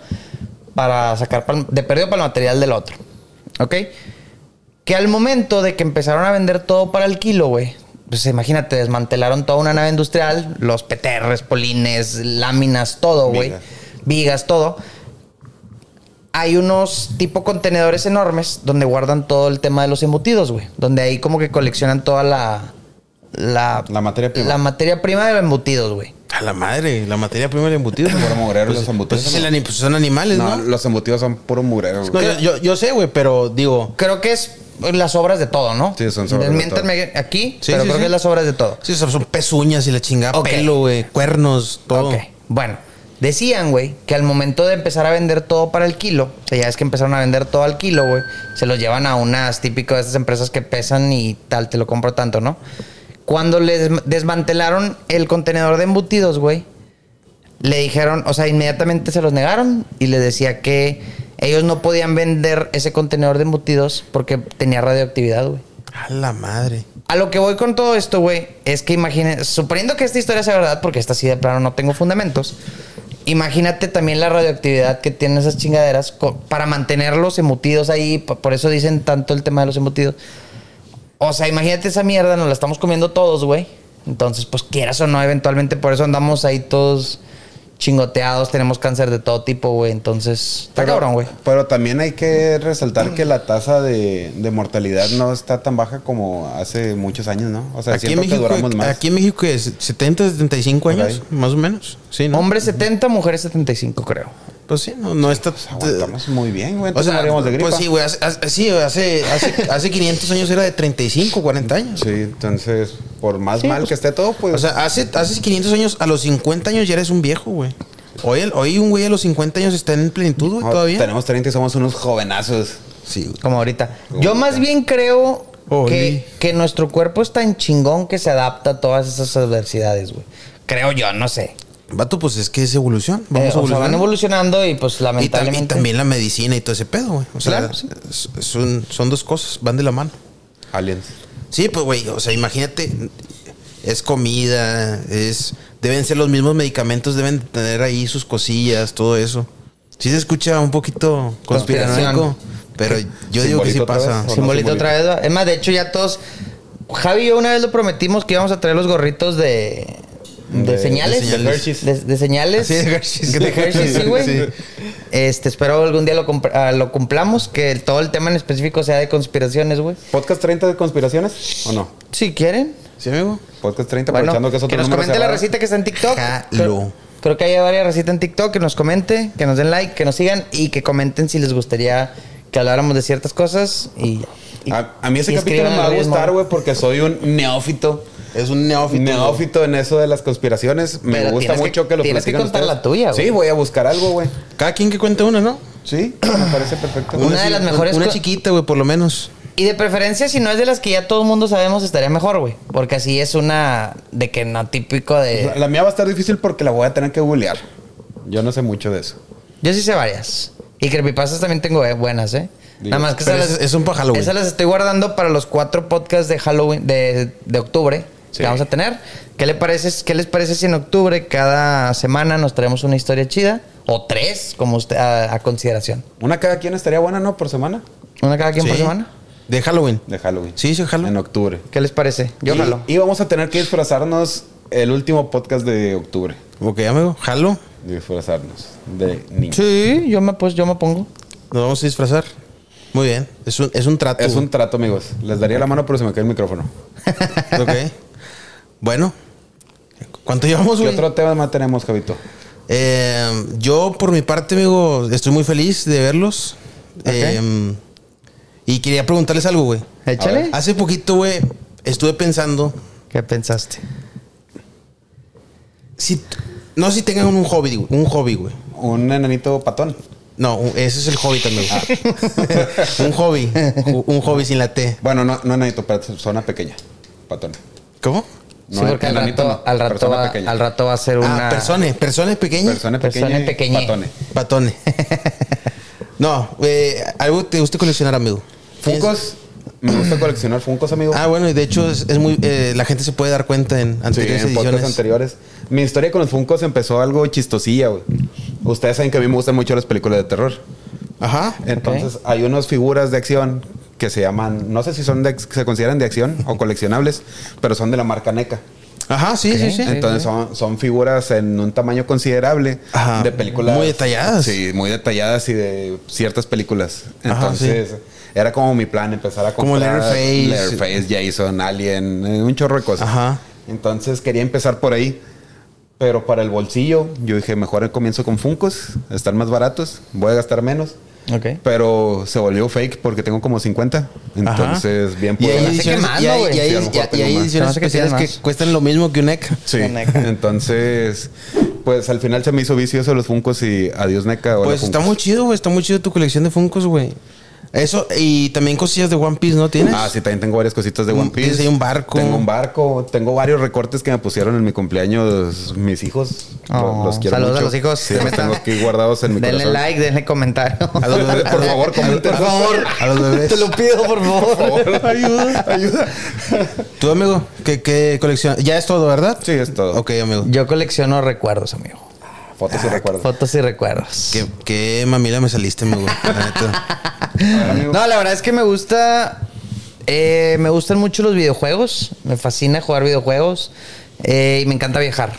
A: para sacar pal- de perdido para el material del otro. ¿Ok? Que al momento de que empezaron a vender todo para el kilo, güey, pues imagínate, desmantelaron toda una nave industrial, los PTRs, polines, láminas, todo, güey.
E: Vigas.
A: Vigas, todo hay unos tipo contenedores enormes donde guardan todo el tema de los embutidos, güey. Donde ahí como que coleccionan toda la... La,
E: La materia prima.
A: La materia prima de los embutidos, güey.
C: A la madre, la materia prima del embutido.
B: Puro mugrero, los
C: Pues
B: embutidos.
C: es el ani- pues son animales,
B: no,
C: ¿no?
B: los embutidos son puro mugrero. güey.
C: No, yo, yo- yo sé, güey, pero digo,
A: Creo que es las obras de todo, ¿no?
B: Sí, son sobras de
A: Desmiéntanme aquí,
C: Sí,
A: pero
C: sí,
A: creo
C: sí.
A: que es las obras de todo.
C: sí, son son pezuñas y la chingada,
A: Ok.
C: pelo, güey, cuernos, todo.
A: Ok, bueno. Decían, güey, que al momento de empezar a vender todo para el kilo, o sea, ya es que empezaron a vender todo al kilo, güey, se los llevan a unas típicas de estas empresas que pesan y tal, te lo compro tanto, ¿no? Cuando les desmantelaron el contenedor de embutidos, güey, le dijeron, o sea, inmediatamente se los negaron y les decía que ellos no podían vender ese contenedor de embutidos porque tenía radioactividad, güey.
C: A la madre.
A: A lo que voy con todo esto, güey, es que imagínate, suponiendo que esta historia sea verdad, porque esta sí de plano no tengo fundamentos, imagínate también la radioactividad que tienen esas chingaderas co- para mantener los embutidos ahí, po- por eso dicen tanto el tema de los embutidos. O sea, imagínate esa mierda, nos la estamos comiendo todos, güey. Entonces, pues quieras o no, eventualmente por eso andamos ahí todos chingoteados, tenemos cáncer de todo tipo, güey. Entonces, está cabrón, güey.
E: Pero también hay que resaltar que la tasa de, de mortalidad no está tan baja como hace muchos años, ¿no? O sea,
C: Aquí en,
E: siento que
C: México,
E: duramos más.
C: aquí en México es 70, 75
E: Por
C: años, más o menos. Sí, ¿no?
A: Hombres 70, mujeres 75, creo.
C: Pues sí, no, no está...
E: Aguantamos muy bien, güey.
C: O
E: Entonces
C: sea,
E: moríamos de gripa.
C: pues sí, güey, hace, hace- sí, güey, hace, hace, hace 500 años era de 35, 40 años.
E: Sí, entonces, por más mal que esté todo, pues.
C: O sea, hace, hace 500 años, a los 50 años ya eres un viejo, güey. Hoy, el- hoy un güey a los 50 años está en plenitud, güey,
E: no,
C: todavía.
E: Tenemos 30 y somos unos jovenazos.
C: Sí, güey.
A: Como ahorita. Yo más bien creo
C: Oli.
A: que, que nuestro cuerpo es tan chingón que se adapta a todas esas adversidades, güey. Creo yo, no sé.
C: Vato, pues es que es evolución.
A: Eh,
C: Vamos
A: o sea, van
C: evolucionando.
A: evolucionando y pues
C: Y, tam- y
A: lamentablemente...
C: también la medicina y todo ese pedo, güey. O sea,
A: Claro, sí.
C: es- son, son dos cosas, van de la mano.
E: Aliens.
C: Sí, pues, güey, o sea, imagínate, es comida, es deben ser los mismos medicamentos, deben tener ahí sus cosillas, todo eso. Sí se escucha un poquito
A: Conspiración.
C: conspiranoico, pero yo digo que sí
E: Simbolito otra
C: pasa.
E: vez, ¿o no?
A: Simbolito otra vez. ¿va? Es más, de hecho ya todos... Javi y yo una vez lo prometimos que íbamos a traer los gorritos de... De,
E: De-
A: señales.
C: de señales.
A: De, de señales.
C: Sí, de Hershey's.
A: De Hershey's, sí, güey.
C: Sí.
A: Este, espero algún día lo, compr- ah, lo cumplamos, que el- todo el tema en específico sea de conspiraciones, güey.
E: ¿Podcast 30 de conspiraciones o no?
A: Si quieren.
C: ¿Sí, amigo?
E: Podcast 30,
A: Bueno,
E: aprovechando que es otro
A: que nos
E: número
A: comente la
E: cerrado.
A: receta que está en TikTok.
C: Jalo.
A: Creo, creo que hay varias recetas en TikTok. Que nos comente, que nos den like, que nos sigan y que comenten si les gustaría que habláramos de ciertas cosas. Y, y-
B: A, a mí ese
A: y
B: capítulo me
A: escriban
B: va a
A: al mismo.
B: gustar, güey, porque soy un neófito.
C: Es un neófito.
B: Neófito en eso de las conspiraciones. Me
A: Pero
B: gusta
A: tienes que-
B: mucho que, lo
A: tienes que
B: platiquen
A: contar
B: ustedes.
A: la tuya, güey.
B: Sí, voy a buscar algo, güey.
C: Cada quien que cuente una, ¿no?
E: Sí, me parece perfecto.
A: Una de las
C: chi-
A: mejores
C: Una
A: co-
C: chiquita, güey, por lo menos.
A: Y de preferencia, si no es de las que ya todo el mundo sabemos, estaría mejor, güey. Porque así es una de que no típico de.
B: La, la mía va a estar difícil porque la voy a tener que googlear.
E: Yo no sé mucho de eso.
A: Yo sí sé varias. Y creepypastas también tengo eh, buenas, ¿eh? Nada más que
C: Pero
A: esas
C: es-
A: las-
C: es un pa' Halloween.
A: Esas las estoy guardando para los cuatro podcasts de Halloween, de, de octubre,
E: Sí.
A: que vamos a tener. ¿Qué, le parece, ¿Qué les parece si en octubre cada semana nos traemos una historia chida? O tres, como usted, a, a consideración.
E: Una cada quien estaría buena, ¿no? Por semana.
A: ¿Una cada quien por
C: Sí.
A: semana?
C: De Halloween.
E: De Halloween.
C: Sí, sí, Halloween.
E: En octubre.
A: ¿Qué les parece? Yo
E: y,
A: jalo.
E: y vamos a tener que disfrazarnos el último podcast de octubre.
C: Ok, amigo, jalo.
E: Disfrazarnos de niños.
A: Sí, yo me, pues, yo me pongo.
C: Nos vamos a disfrazar. Muy bien. Es un, es un trato.
E: Es
C: güey.
E: un trato, amigos. Les daría la mano, pero se me cae el micrófono.
C: Ok. Bueno. ¿Cuánto llevamos,
E: ¿Qué
C: güey?
E: otro tema tenemos, Javito?
C: Eh, yo, por mi parte, amigo, estoy muy feliz de verlos.
A: Ok.
C: Eh, y quería preguntarles algo, güey.
A: Échale.
C: Hace poquito, güey, estuve pensando
A: ¿Qué pensaste?
C: si t- no si tengan un hobby, güey, un hobby, güey.
B: Un enanito patón.
C: No, un- ese es el hobby también.
A: Ah.
C: <laughs> un hobby, ju- un hobby sin la T.
B: Bueno, no, no enanito, persona pequeña. Patón.
C: ¿Cómo?
B: No,
A: sí, porque al
B: enanito
A: rato,
B: no,
A: al, rato
B: persona
A: va,
B: pequeña.
A: al rato va a ser una...
C: Ah, personas, personas pequeñas.
B: Persona pequeña.
A: persona
B: y
A: pequeña.
B: Patone.
C: Patones.
A: <laughs>
C: no, eh, algo que te gusta coleccionar, amigo.
B: Funcos. Me gusta coleccionar funcos, amigo.
C: Ah, bueno, y de hecho es, es muy eh, la gente se puede dar cuenta en
B: Sí,
C: anteriores
B: en podcasts
C: ediciones.
B: anteriores. Mi historia con los Funkos empezó algo chistosilla, güey. Ustedes saben que a mí me gustan mucho las películas de terror.
C: Ajá.
B: Entonces, hay unas figuras de acción que se llaman, no sé si son de, se consideran de acción o coleccionables, pero son de la marca E NECA.
C: Ajá, sí, sí, sí.
A: Ok.
B: Entonces son, son figuras en un tamaño considerable
C: Ajá,
B: de películas.
C: muy detalladas.
B: Sí, muy detalladas y de ciertas películas.
C: Ajá,
B: Entonces era como mi plan empezar a
C: Como
B: comprar
C: Leatherface.
B: Leatherface, Jason, Alien, eh, un chorro de cosas.
C: Ajá.
B: Entonces quería empezar por ahí. Pero para el bolsillo, yo dije, mejor comienzo con Funcos, están más baratos, voy a gastar menos.
A: Ok.
B: Pero se volvió fake porque tengo como 50.
C: Ajá.
B: Entonces, bien
C: Y
B: puedo
C: hay
A: Se
C: ediciones,
A: quemando,
C: y hay-
A: güey.
C: y hay-
B: Sí, a lo mejor
C: y hay- y hay
B: tengo más.
C: ediciones
A: Se me hace que
C: especiales
A: tienes
C: que
A: más.
C: cuestan lo mismo que un ECA.
B: Sí.
A: Con NECA.
B: <laughs> Entonces, pues al final se me hizo vicioso los Funcos y adiós NECA. hola,
C: Pues está
B: Funkos.
C: muy chido, güey. Está muy chido tu colección de Funkos, güey. Eso, y también cosillas de One Piece, ¿no tienes?
A: ¿eh?
B: Ah, sí, también tengo varias cositas de
C: Un-
B: One Piece.
C: tienes ahí un barco.
B: Tengo un barco. Tengo varios recortes que me pusieron en mi cumpleaños mis hijos.
A: Oh,
B: Lo- los quiero
A: saludos
B: mucho.
A: a los hijos.
B: Sí, los tengo aquí guardados en mi
A: denle
B: corazón.
A: like, denle comentario.
B: A los bebés, <laughs> por favor, comenten.
A: Por favor.
C: A los bebés.
A: Te lo pido, por favor.
B: <laughs> ayuda, ayuda.
C: Tú, amigo, ¿qué, qué colección? Ya es todo, ¿verdad?
B: Sí, es todo.
C: Ok, amigo.
A: Yo colecciono recuerdos, amigo.
B: Fotos
A: Ah,
B: y recuerdos.
A: Fotos y recuerdos.
C: ¿Qué, qué mamila me saliste, amigo. La neta.
A: No, la verdad es que me gusta. eh, me gustan mucho los videojuegos. Me fascina jugar videojuegos. eh, y me encanta viajar.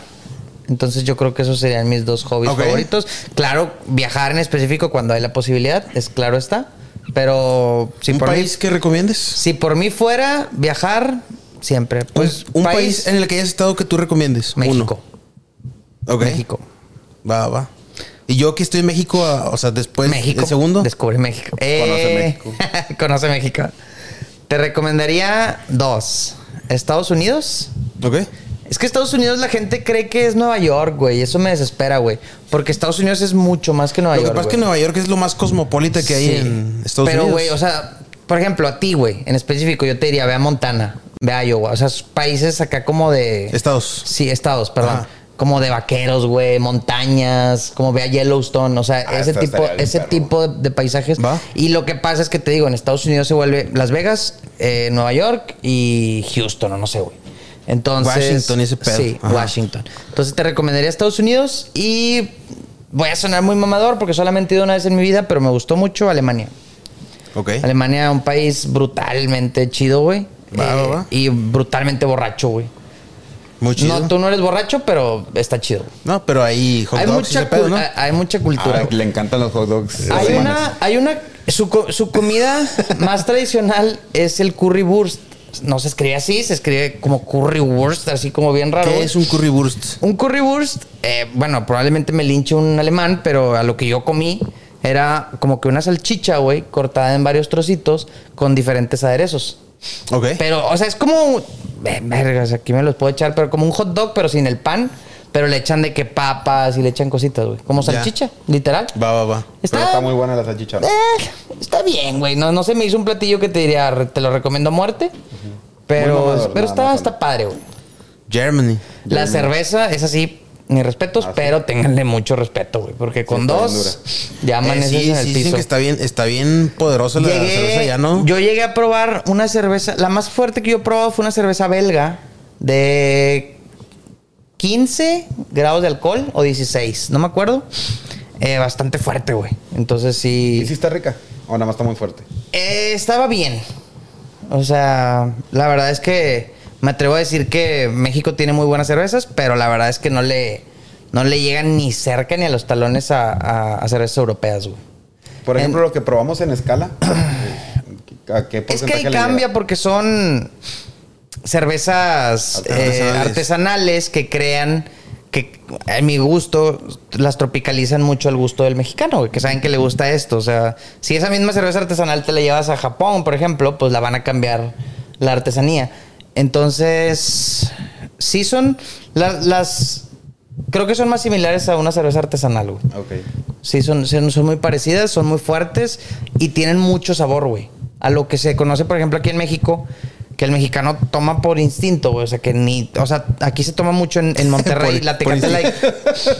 A: Entonces yo creo que esos serían mis dos hobbies
C: Ok.
A: favoritos. Claro, viajar en específico cuando hay la posibilidad, es claro está. Pero si
C: ¿Un
A: por, mí,
C: país que recomiendes?
A: si por mí fuera, viajar siempre. Pues
C: un, un país, en el que hayas estado que tú recomiendes.
A: México.
C: Uno. Ok.
A: México.
C: Va, va. Y yo que estoy en México, ah, o sea, después.
A: México.
C: El segundo.
A: Descubre México. Eh, <laughs> conoce México. Te recomendaría dos. Estados Unidos.
C: ok.
A: Es que Estados Unidos la gente cree que es Nueva York, güey. Eso me desespera, güey. Porque Estados Unidos es mucho más que Nueva
C: Lo que
A: York.
C: pasa es que
A: güey.
C: Nueva York es lo más cosmopolita que hay
A: Sí.
C: en Estados
A: Pero,
C: Unidos.
A: güey, o sea, por ejemplo, a ti, güey, en específico, yo te diría, ve a Montana, ve a Iowa. O sea, esos países acá como de.
C: Estados.
A: Sí, estados, perdón.
C: Ajá.
A: Como de vaqueros, güey, montañas, como vea Yellowstone, o sea,
B: Ah,
A: ese
B: esta
A: tipo,
B: estaría bien
A: ese
B: perro.
A: tipo de, de paisajes.
C: Va.
A: Y lo que pasa es que te digo, en Estados Unidos se vuelve Las Vegas, eh, Nueva York y Houston, o no sé, güey. Entonces.
C: Washington, ese pedo.
A: Sí,
C: Ajá.
A: Washington. Entonces te recomendaría Estados Unidos y voy a sonar muy mamador porque solamente he ido una vez en mi vida, pero me gustó mucho Alemania.
C: Ok.
A: Alemania, un país brutalmente chido, güey. Eh,
C: Va, va, va.
A: Y brutalmente borracho, güey.
C: Muy chido.
A: No, tú no eres borracho, pero está chido.
C: No, pero ahí hot
A: Hay
C: dogs y
A: mucha,
C: ese pedo,
A: cul-
C: ¿no?
A: hay- hay mucha cultura.
B: Ah,
A: güey.
B: le encantan los hot dogs.
A: hay
B: Los alemanes.
A: una, hay una, su, co- su
C: <laughs>
A: comida más tradicional es el currywurst. No se escribe así, se escribe como currywurst, así como bien raro.
C: ¿Qué
A: güey.
C: es un currywurst?
A: Un currywurst, eh, bueno, probablemente me linche un alemán, pero a lo que yo comí era como que una salchicha, güey, cortada en varios trocitos con diferentes aderezos.
C: Ok.
B: ¿Eh?
A: Pero, o sea, es como. eh, Vergas, aquí me los puedo echar, pero como un hot dog, pero sin el pan. Pero le echan de que papas y le echan cositas, güey. Como
C: Ya.
A: salchicha, literal.
C: Va, va, va.
B: Pero está muy buena la salchicha. ¿no?
A: eh, está bien, güey. No, no se me hizo un platillo que te diría, "Re- te lo recomiendo a muerte. Pero,
B: Muy mamador,
A: pero
B: nada
A: está,
B: más,
A: está
B: ¿no?
A: padre, güey.
C: Germany.
A: La cerveza es así, mis respetos,
B: Ah, sí.
A: pero ténganle mucho respeto, güey. Porque con
B: está bien
A: dos ya amaneces
C: Eh, sí,
A: en el
C: sí,
A: piso.
C: dicen que está bien, está bien poderosa la
A: Llegué-
C: cerveza ya, ¿no?
A: Yo llegué a probar una cerveza. La más fuerte que yo he probado fue una cerveza belga de 15 grados de alcohol o 16, no me acuerdo. Eh, bastante fuerte, güey. Entonces sí.
B: ¿Y si está rica? ¿O nada más está muy fuerte?
A: Eh, estaba bien. O sea, la verdad es que me atrevo a decir que México tiene muy buenas cervezas, pero la verdad es que no le, no le llegan ni cerca ni a los talones a, a- a cervezas europeas, güey.
B: Por
A: En-
B: ejemplo, lo que probamos en
A: <clears throat>
B: escala. ¿A qué
A: Es que
B: porcentaje
A: ahí
B: le
A: cambia
B: llega?
A: porque son cervezas eh, artesanales.
C: Artesanales.
A: que crean que a mi gusto las tropicalizan mucho al gusto del mexicano, güey, que saben que le gusta esto. O sea, si esa misma cerveza artesanal te la llevas a Japón, por ejemplo, pues la van a cambiar la artesanía. Entonces, sí son la- las... Creo que son más similares a una cerveza artesanal, güey.
B: Eh,
A: Sí, son, son, son muy parecidas, son muy fuertes y tienen mucho sabor, güey. A lo que se conoce, por ejemplo, aquí en México, que el mexicano toma por instinto, güey. O sea, que ni. O sea, aquí se toma mucho en,
B: <laughs>
A: en Monterrey.
C: Por-
A: la
C: por
A: tecate light.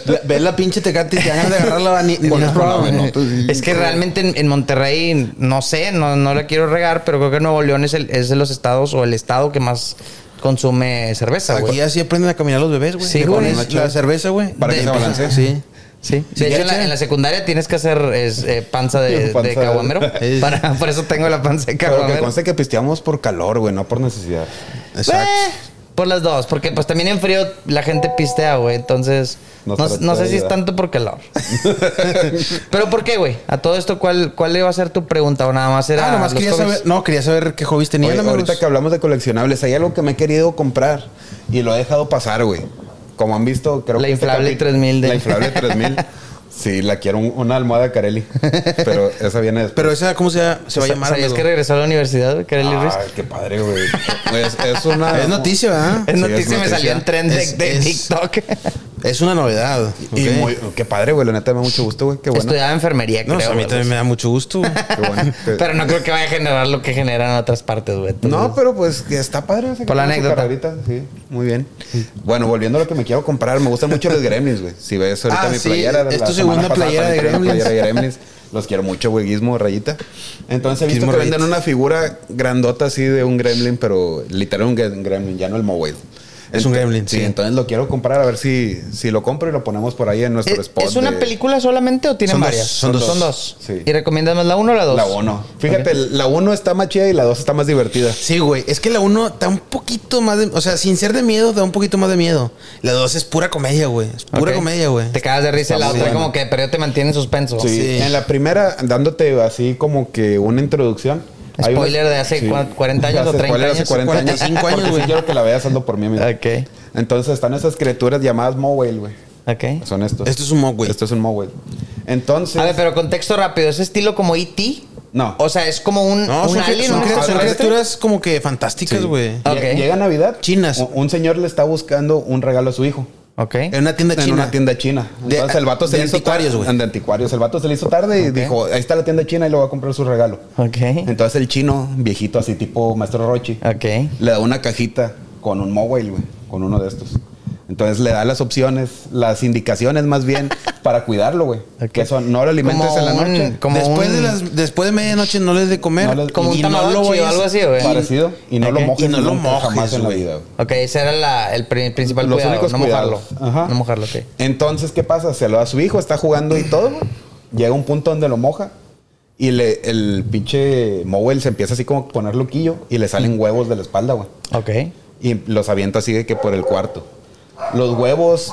C: La- Ves la pinche tecate y te ganas de agarrarla ni,
A: <laughs>
C: ni la has probado, güey.
A: Es que realmente en, en Monterrey, no sé, no, no la quiero regar, pero creo que Nuevo León es, el- es de los estados o el estado que más consume cerveza,
C: Aquí
A: güey.
C: así aprenden a caminar los bebés, güey.
A: Sí,
C: Le
A: güey.
C: ponen
A: Una
C: La cerveza, güey.
B: Para que
C: De-
B: se balancee.
C: Sí.
A: Sí.
C: Si
A: De hecho, en la,
C: quieres,
A: en la secundaria tienes que hacer es, eh, panza de,
B: <laughs>
A: de
B: Panza de-
A: caguamero.
C: Sí.
A: Para- por eso tengo la panza de
B: Pero que
A: caguamero.
B: conste que pisteamos por calor, güey, no por necesidad.
A: Eh, por las dos, porque pues también en frío la gente pistea, güey. Entonces, no,
B: Nos trata
A: no sé
B: de
A: si es
B: ayudar.
A: tanto por calor. <laughs> Pero ¿por qué, güey? A todo esto, ¿cuál, ¿cuál iba a ser tu pregunta? O nada más era.
C: Ah, nomás
A: los
C: quería
A: covers.
C: saber. No, quería saber qué hobbies tenía.
B: Oye,
C: no me
B: ahorita
C: gusta.
B: que hablamos de coleccionables, hay algo que me he querido comprar y lo he dejado pasar, güey. Como han visto, creo
A: La
B: que... este
A: inflable
B: capi-
A: 3000 de-
B: La inflable
A: <laughs>
B: 3000. Sí, la quiero un- una almohada Carelli. Pero esa viene después.
C: Pero esa, ¿cómo se, llama? se va a
A: Sa-
C: llamar?
A: ¿Sabías
C: amigo?
A: que regresó a la universidad, güey, Kareli Ruiz?
B: Ay, qué padre, güey. Es,
A: <laughs>
B: es una...
C: Es noticia, ¿verdad?
A: Es
B: sí,
A: noticia,
B: es
A: me
B: noticia.
A: salió en trend de,
C: Es-
A: de
C: es-
A: TikTok.
C: Es una novedad.
B: Y
C: ok.
B: muy- qué padre, güey. La neta me da mucho gusto, güey. Qué bueno.
A: Estudiaba enfermería,
C: No, o
A: creo.
C: sea, a mí
A: güey.
C: también me da mucho gusto. güey.
B: Qué bueno.
A: <laughs> Pero no creo que vaya a generar lo que generan en otras partes, güey. Entonces-
B: No, pero pues que está padre. o sea, que
A: Por la
B: tiene su
A: anécdota.
B: carrerita, sí, muy bien. Bueno, volviendo a lo que me quiero comprar, me gustan mucho los Gremlins, güey. Si ves ahorita
C: Ah,
B: mi
C: sí,
B: playera. la
C: es tu
B: semana
C: segunda
B: pasada
C: playera de
B: también traía una
C: Gremlins.
B: playera de Gremlins. Los quiero mucho, güey. Guismo, rayita. Entonces he visto
C: Gizmo,
B: que venden
C: Rayita.
B: una figura grandota así de un Gremlin, pero literal un gre- Gremlin, ya no el Mobile.
C: Es un Gremlin, sí.
B: Entonces lo quiero comprar a ver si, si lo compro y lo ponemos por ahí en nuestro
A: ¿Es,
B: spot.
A: es una
B: de-
A: película solamente o tienen
C: Son dos,
A: varias?
C: son dos.
A: Son dos.
B: Sí.
A: ¿Y recomiendas más la uno o la dos?
B: La 1. Fíjate, la 1 está más chida y la 2 está más divertida.
C: <laughs> Sí, güey. Es que la uno da un poquito más de. O sea, sin ser de miedo, da un poquito más de miedo. La dos es pura comedia, güey. Es pura
A: Ok.
C: comedia, güey.
A: Te cagas de risa y la
B: Está muy
A: otra
B: buena.
A: como que, pero yo te mantiene en suspenso.
B: Sí.
C: Sí.
B: En la primera, dándote así como que una introducción. Hay
A: Spoiler
B: una-
A: de hace
B: Sí.
A: cua- 40 años
B: <laughs> Hace
A: o 30
B: spoiler
A: años.
B: Hace 40
C: 45
B: años,
C: años,
B: porque
C: güey.
B: sí quiero que la veas ando por mí, amigo.
A: Ok.
B: Entonces están esas criaturas llamadas Mowell, güey.
A: Ok.
B: Son estos.
C: Esto es un mock, güey.
B: Esto es un Mowell. Entonces.
A: A ver, pero contexto rápido. ¿Es estilo como E.T.?
B: No.
A: O sea, es como un,
C: No,
A: un
C: son, cri-
A: alien,
C: son
A: un
C: cri- son
A: extraterrestre?
C: criaturas como que fantásticas,
B: Sí.
C: güey.
A: Ah.
B: lle-
A: ok.
B: Llega Navidad.
C: Chinas.
B: Un, un señor le está buscando un regalo a su hijo.
A: Ok.
C: En una tienda
B: en
C: china.
B: una tienda china.
C: De-
B: Entonces el vato se
C: de
B: le hizo
C: anticuarios,
B: tar-
C: güey.
B: De anticuarios. El vato se le hizo tarde y
A: Ok.
B: dijo, ahí está la tienda china y le voy a comprar su regalo.
A: Ok.
B: Entonces el chino, viejito así tipo maestro Rochi,
A: Ok.
B: le da una cajita con un mobile, güey, con uno de estos. Entonces le da las opciones, las indicaciones más
C: <laughs>
B: bien para cuidarlo, güey.
A: Ok.
B: Que son, no lo alimentes
A: Como
B: en la
A: un-
B: noche.
A: como
C: después, de
A: un-
C: las, después de medianoche no les de comer.
B: No les-
A: Como un
C: Y no lo
A: tamagotchi
C: voy
A: o
C: a-
A: algo así, güey.
B: Parecido. Y no
A: Ok.
B: lo mojes
C: Y no lo
B: nunca,
C: mojes,
B: jamás en la
C: güey.
B: vida, güey.
A: Ok, ese era la- el pri- principal
B: Los
A: cuidado,
B: únicos
A: no mojarlo.
B: cuidados. Ajá.
A: No mojarlo, ok.
B: Entonces, ¿qué pasa? Se lo da a su hijo, está jugando y todo, güey. Llega un punto donde lo moja. Y le- el pinche Mowell se empieza así como a poner loquillo y le salen huevos de la espalda, güey.
A: Ok.
B: Y los avienta así de que por el cuarto. Los huevos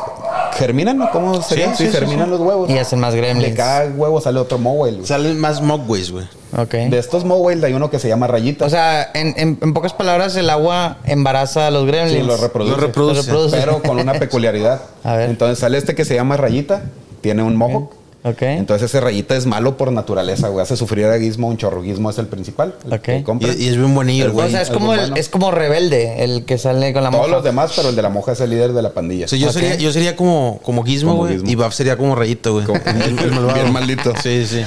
B: germinan, ¿no? ¿Cómo sería?
C: Sí,
B: Sí,
C: sí, sí,
B: germinan
C: sí.
B: los huevos.
A: Y hacen más
B: De
A: gremlins.
B: cada huevo sale otro Mowell. güey.
C: Salen más mock, güey, güey.
A: Ok.
B: De estos Mowell hay uno que se llama Rayita.
A: ¿eh? O sea, en, en- en pocas palabras, el agua embaraza a los gremlins.
B: Sí, lo reproduce.
C: Lo reproduce.
A: Lo reproduce.
B: Pero
A: <laughs>
B: con una peculiaridad.
A: A ver.
B: Entonces sale este que se llama Rayita, tiene un mohawk.
A: Ok. ¿eh?
B: Entonces ese Rayita es malo por naturaleza, güey. Hace sufrir a Gizmo, un chorro. Gizmo es el principal. el
A: Ok.
B: que
C: Y,
B: compra.
C: y es bien bonillo, el
B: Pero,
A: o
C: güey.
A: sea, es
B: algo
A: como, el,
B: bueno.
A: es como rebelde el que sale con la
B: Todos
A: moja.
B: los demás, pero el de la moja es el líder de la pandilla. <laughs>
C: O sea, yo,
A: Ok.
C: sería, yo sería como, como Gizmo,
B: Como
C: güey.
B: Gizmo.
C: Y Bab sería como Rayito, güey.
B: Como-
C: <laughs> El- el malvado.
B: Bien maldito. <laughs>
C: Sí, sí.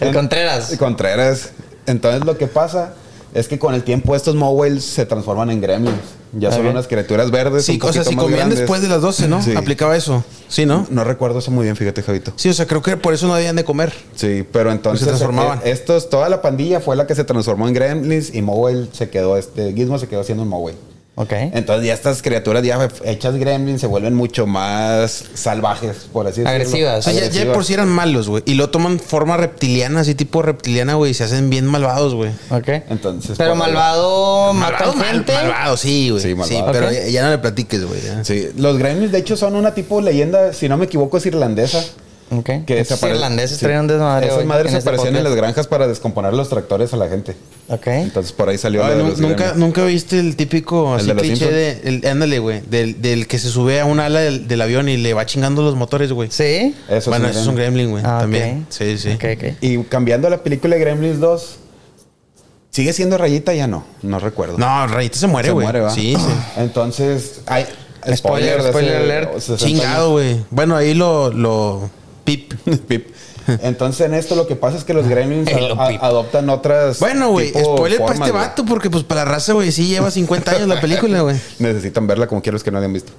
A: El Contreras.
B: Contreras. Entonces lo que pasa es que con el tiempo estos Mowels se transforman en gremlins. Ya son
A: Ok.
B: unas criaturas verdes.
C: Sí,
B: un
C: o sea,
B: poquito
C: si
B: más
C: comían
B: grandes.
C: después de las 12, ¿no?
B: Sí.
C: Aplicaba eso. Sí, ¿no?
B: No recuerdo eso muy bien, fíjate, Javito.
C: Sí, o sea, creo que por eso no debían de comer.
B: Sí, pero entonces.
C: Se transformaban.
B: eh, Estos, toda la pandilla fue la que se transformó en gremlins y Mowell se quedó, este, Gizmo se quedó siendo un Mowell.
A: Ok.
B: Entonces ya estas criaturas ya hechas gremlins se vuelven mucho más salvajes, por así decirlo.
A: Agresivas.
C: O sea, ya, ya de por si eran malos, güey. Y lo toman forma reptiliana, así tipo reptiliana, güey. Y se hacen bien malvados, güey.
A: Ok.
B: Entonces,
A: Pero
B: por-
A: malvado, mata
C: mal-
A: gente.
C: malvado, sí, güey. Sí,
B: Sí, malvado.
C: pero
A: Ok.
C: ya, ya no le platiques, güey. ya.
B: Sí, los gremlins de hecho son una tipo leyenda, si no me equivoco, es irlandesa.
A: Ok.
B: Que
A: Estos
B: desaparece-
A: irlandeses traen un desmadre,
B: Esas
A: güey,
B: madres
A: en este
B: aparecían en
A: podcast.
B: las granjas para descomponer los tractores a la gente.
A: Ok.
B: Entonces por ahí salió
C: Ay,
B: la de
C: nu-
B: los
C: nunca,
B: sirenios.
C: nunca viste el típico
B: ¿El
C: así
B: de los
C: cliché de, el- ándale, güey, del, del que se sube a un ala del, del avión y le va chingando los motores, güey.
A: ¿Sí?
B: Eso
C: bueno,
B: es
C: eso es un gremlin, güey,
A: Ah, ok.
C: también. Sí, sí.
A: Ok, ok.
B: Y cambiando a la película de Gremlins 2, ¿sigue siendo rayita? Ya no, no recuerdo.
C: No, Rayita se muere,
B: Se
C: güey.
B: muere, ¿va? <clears throat>
C: Sí, sí.
B: Entonces, hay.
A: Spoiler,
B: de
A: spoiler
B: hace
A: alert.
B: 60 años.
C: Chingado, güey. Bueno, ahí lo, lo pip.
B: <laughs> Pip. Entonces en esto lo que pasa es que los Gremlins
A: Hello,
B: a- a-
A: Pip.
B: adoptan otras.
C: Ah, Bueno, güey,
B: tipo
C: spoiler para
B: formas,
C: este
B: güey.
C: vato, porque pues para la raza, güey, sí lleva 50 años la película, güey.
B: Necesitan verla como quieres que no la hayan visto.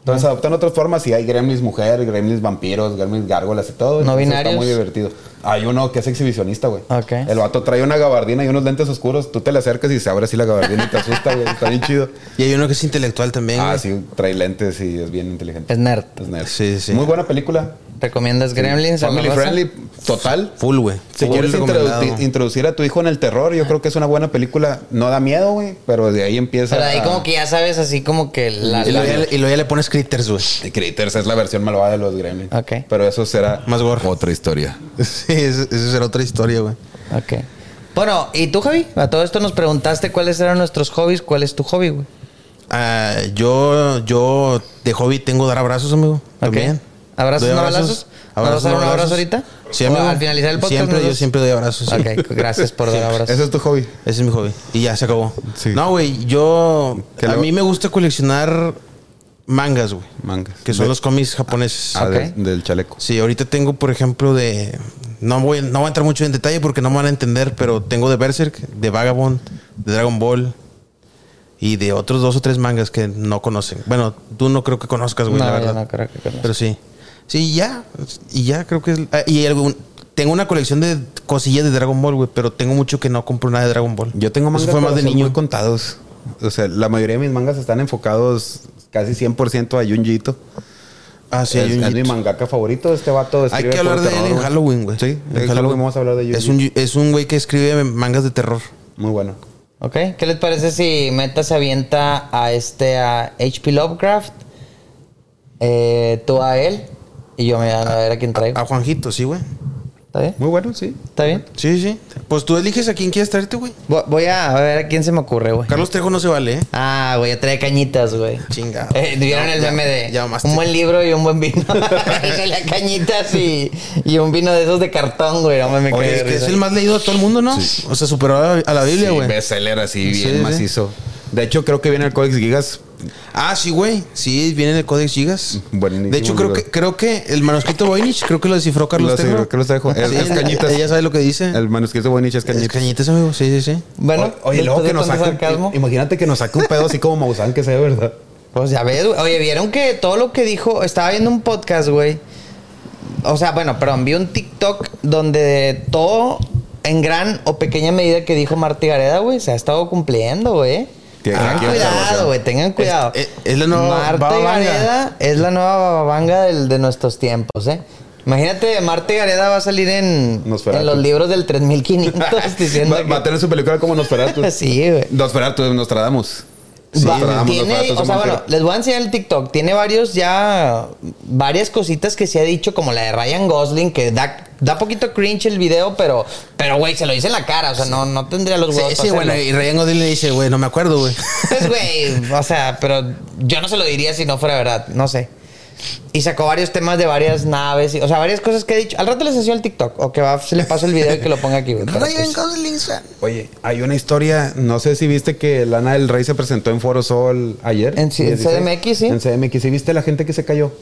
B: Entonces adoptan otras formas y hay Gremlins mujer, Gremlins vampiros, Gremlins gárgolas y todo.
A: No
B: Entonces,
A: binarios.
B: Está muy divertido. Hay uno que es exhibicionista, güey.
A: Ok.
B: El vato trae una gabardina y unos lentes oscuros. Tú te le acercas y se abre así la gabardina y te asusta, güey. Está bien chido.
C: Y hay uno que es intelectual también.
B: Ah,
C: güey.
B: sí, trae lentes y es bien inteligente.
A: Es nerd.
B: Es nerd.
C: Sí, sí.
B: Muy buena película.
A: ¿Recomiendas Gremlins? a la
B: Family
A: raza?
B: friendly, pues, total.
C: Full, güey.
B: Si
C: Full
B: quieres
C: recomendado.
B: introdu- introducir a tu hijo en el terror, yo creo que es una buena película. No da miedo, güey, pero de ahí empieza.
A: Pero ahí
B: a-
A: como que ya sabes así como que la...
C: Y
A: la-
C: luego ya le- y luego ya le pones
B: <laughs>
C: critters, güey.
B: The Critters es la versión malvada de los Gremlins.
A: Ok.
B: Pero eso será
C: Más gore.
B: otra historia.
C: Sí, eso, eso será otra historia, güey.
A: Ok. Bueno, ¿y tú, Javi? A todo esto nos preguntaste cuáles eran nuestros hobbies. ¿Cuál es tu hobby, güey?
C: Ah, yo, yo de hobby tengo dar abrazos, amigo. También.
A: ¿Abrazos,
C: Doy
A: no balazos? ¿No vas a dar un abrazo ahorita?
C: Sí,
A: ¿O
C: amigo.
A: al finalizar el podcast
C: Siempre,
A: nos
C: yo
A: das?
C: siempre doy abrazos. sí.
A: Ok, gracias por
B: <laughs>
A: dar abrazos.
B: Ese es tu hobby.
C: Ese es mi hobby. Y ya se acabó.
B: Sí.
C: No, güey, yo.
B: Que
C: a
B: luego-
C: mí me gusta coleccionar mangas, güey.
B: Mangas.
C: Que son
B: De-
C: los cómics japoneses.
B: Ah, de-
A: Ok.
B: del chaleco.
C: Sí, ahorita tengo, por ejemplo, de. No voy, no voy a entrar mucho en detalle porque no me van a entender, pero tengo de Berserk, de Vagabond, de Dragon Ball y de otros dos o tres mangas que no conocen. Bueno, tú no creo que conozcas, güey,
A: No,
C: la
A: yo
C: verdad.
A: no creo que conozca.
C: Pero sí. Sí, ya. Y ya creo que es. ah, Y algún- tengo una colección de cosillas de Dragon Ball, güey, pero tengo mucho que no compro nada de Dragon Ball.
B: Yo tengo
C: Eso
B: mangas
C: fue más
B: pero
C: de
B: son
C: niño.
B: muy contados. O sea, la mayoría de mis mangas están enfocados casi 100% a Junjito.
C: Ah, sí,
B: es,
C: hay un
B: es mi
C: Jitsu.
B: mangaka favorito. Este vato
C: Hay
B: escribe
C: que
B: puro
C: hablar de
B: terror,
C: él en
B: güey.
C: Halloween, güey.
B: Sí, en Halloween vamos a hablar de Yu-Gi-Oh.
C: Es un, es un güey que escribe mangas de terror.
B: Muy bueno.
A: Ok, ¿qué les parece si Meta se avienta a este, a HP Lovecraft, eh, tú a él, y yo me voy a ver a quién traigo?
C: A Juanjito, sí, güey.
A: ¿Está bien?
B: Muy bueno, sí.
A: ¿Está bien?
C: Sí, sí. Pues tú eliges a quién quieres traerte, güey.
A: Vo- Voy a a ver a quién se me ocurre, güey.
C: Carlos Trejo no se vale, ¿eh?
A: Ah, güey, ya trae cañitas, güey.
C: Chingado.
A: Eh, ¿Vieron
C: Ya,
A: el
C: ya,
A: meme de
C: ya mamaste.
A: un buen libro y un buen
C: <laughs>
A: vino? <laughs> Trae cañitas y, y un vino de esos de cartón, güey. No me
C: Oye,
A: caí de
C: es que es
A: risa.
C: el más leído de todo el mundo, ¿no? O sea, superó a, a la Biblia,
B: Sí,
C: güey.
B: bestseller así,
C: Sí,
B: bien
C: sí.
B: macizo. De hecho, creo que viene el Codex Gigas.
C: ah, sí, güey. Sí, viene en el Codex Gigas.
B: Buenísimo
C: de hecho, creo
B: libro.
C: que, creo que el manuscrito Voynich, creo que lo descifró Carlos
B: Lo
C: Trejo.
B: descifró Carlos Trejo. Es- es cañitas.
C: Ella sabe lo que dice.
B: El manuscrito Bueniche es
C: Eh. es
B: cañito.
C: cañitas, amigo. Sí, sí, sí.
A: Bueno,
B: Oye, luego que nos
A: después de
B: saque.
A: tanto sarcasmo.
B: Imagínate que nos saque un pedo así como Maussan, que sea de verdad.
A: Pues ya ves, güey. Oye, ¿vieron que todo lo que dijo? Estaba viendo un podcast, güey. O sea, bueno, perdón, vi un TikTok donde todo en gran o pequeña medida que dijo Martí Gareda, güey, se ha estado cumpliendo, güey.
B: Tiene
A: Tengan
B: aquí una
A: cuidado,
B: observación.
A: güey, tengan cuidado.
B: eh,
C: Es- Eh, es- es la nueva
A: Marta
C: Baba Vanga.
A: Gareda es la nueva bababanga del, de nuestros tiempos, ¿eh? Imagínate, Marta Gareda va a salir en,
B: Nosferatu.
A: en los libros del
B: <laughs>
A: 3500 diciendo
B: Va, va a
A: que...
B: tener su película como Nosferatu.
A: <laughs> Sí, güey.
B: Nosferatu, Nostradamus.
A: Va-
B: Nostradamus,
A: tiene,
B: Nosferatu es
A: o
B: un
A: sea, bueno,
B: vampiro.
A: les voy a enseñar el TikTok. Tiene varios ya, varias cositas que se ha dicho, como la de Ryan Gosling, que da, da poquito cringe el video, pero, pero güey, se lo dice en la cara, o sea, no, no tendría los
C: Sí,
A: huevos.
C: sí, bueno, y Ryan Godin le dice, güey, no me
A: <laughs>
C: acuerdo, güey. <laughs>
A: Pues, güey, o sea, pero yo no se lo diría si no fuera verdad, no sé. Y sacó varios temas de varias naves, y- o sea, varias cosas que he dicho. Al rato les enseño el TikTok, o que va, se le paso el video y que lo ponga aquí, güey. pero
C: Ryan
A: pues-
C: Gosling, son.
B: Oye, hay una historia, no sé si viste que Lana del Rey se presentó en Foro Sol ayer.
A: En- en
B: 16.
A: CDMX, sí.
B: En CDMX, ¿sí viste la gente que se cayó?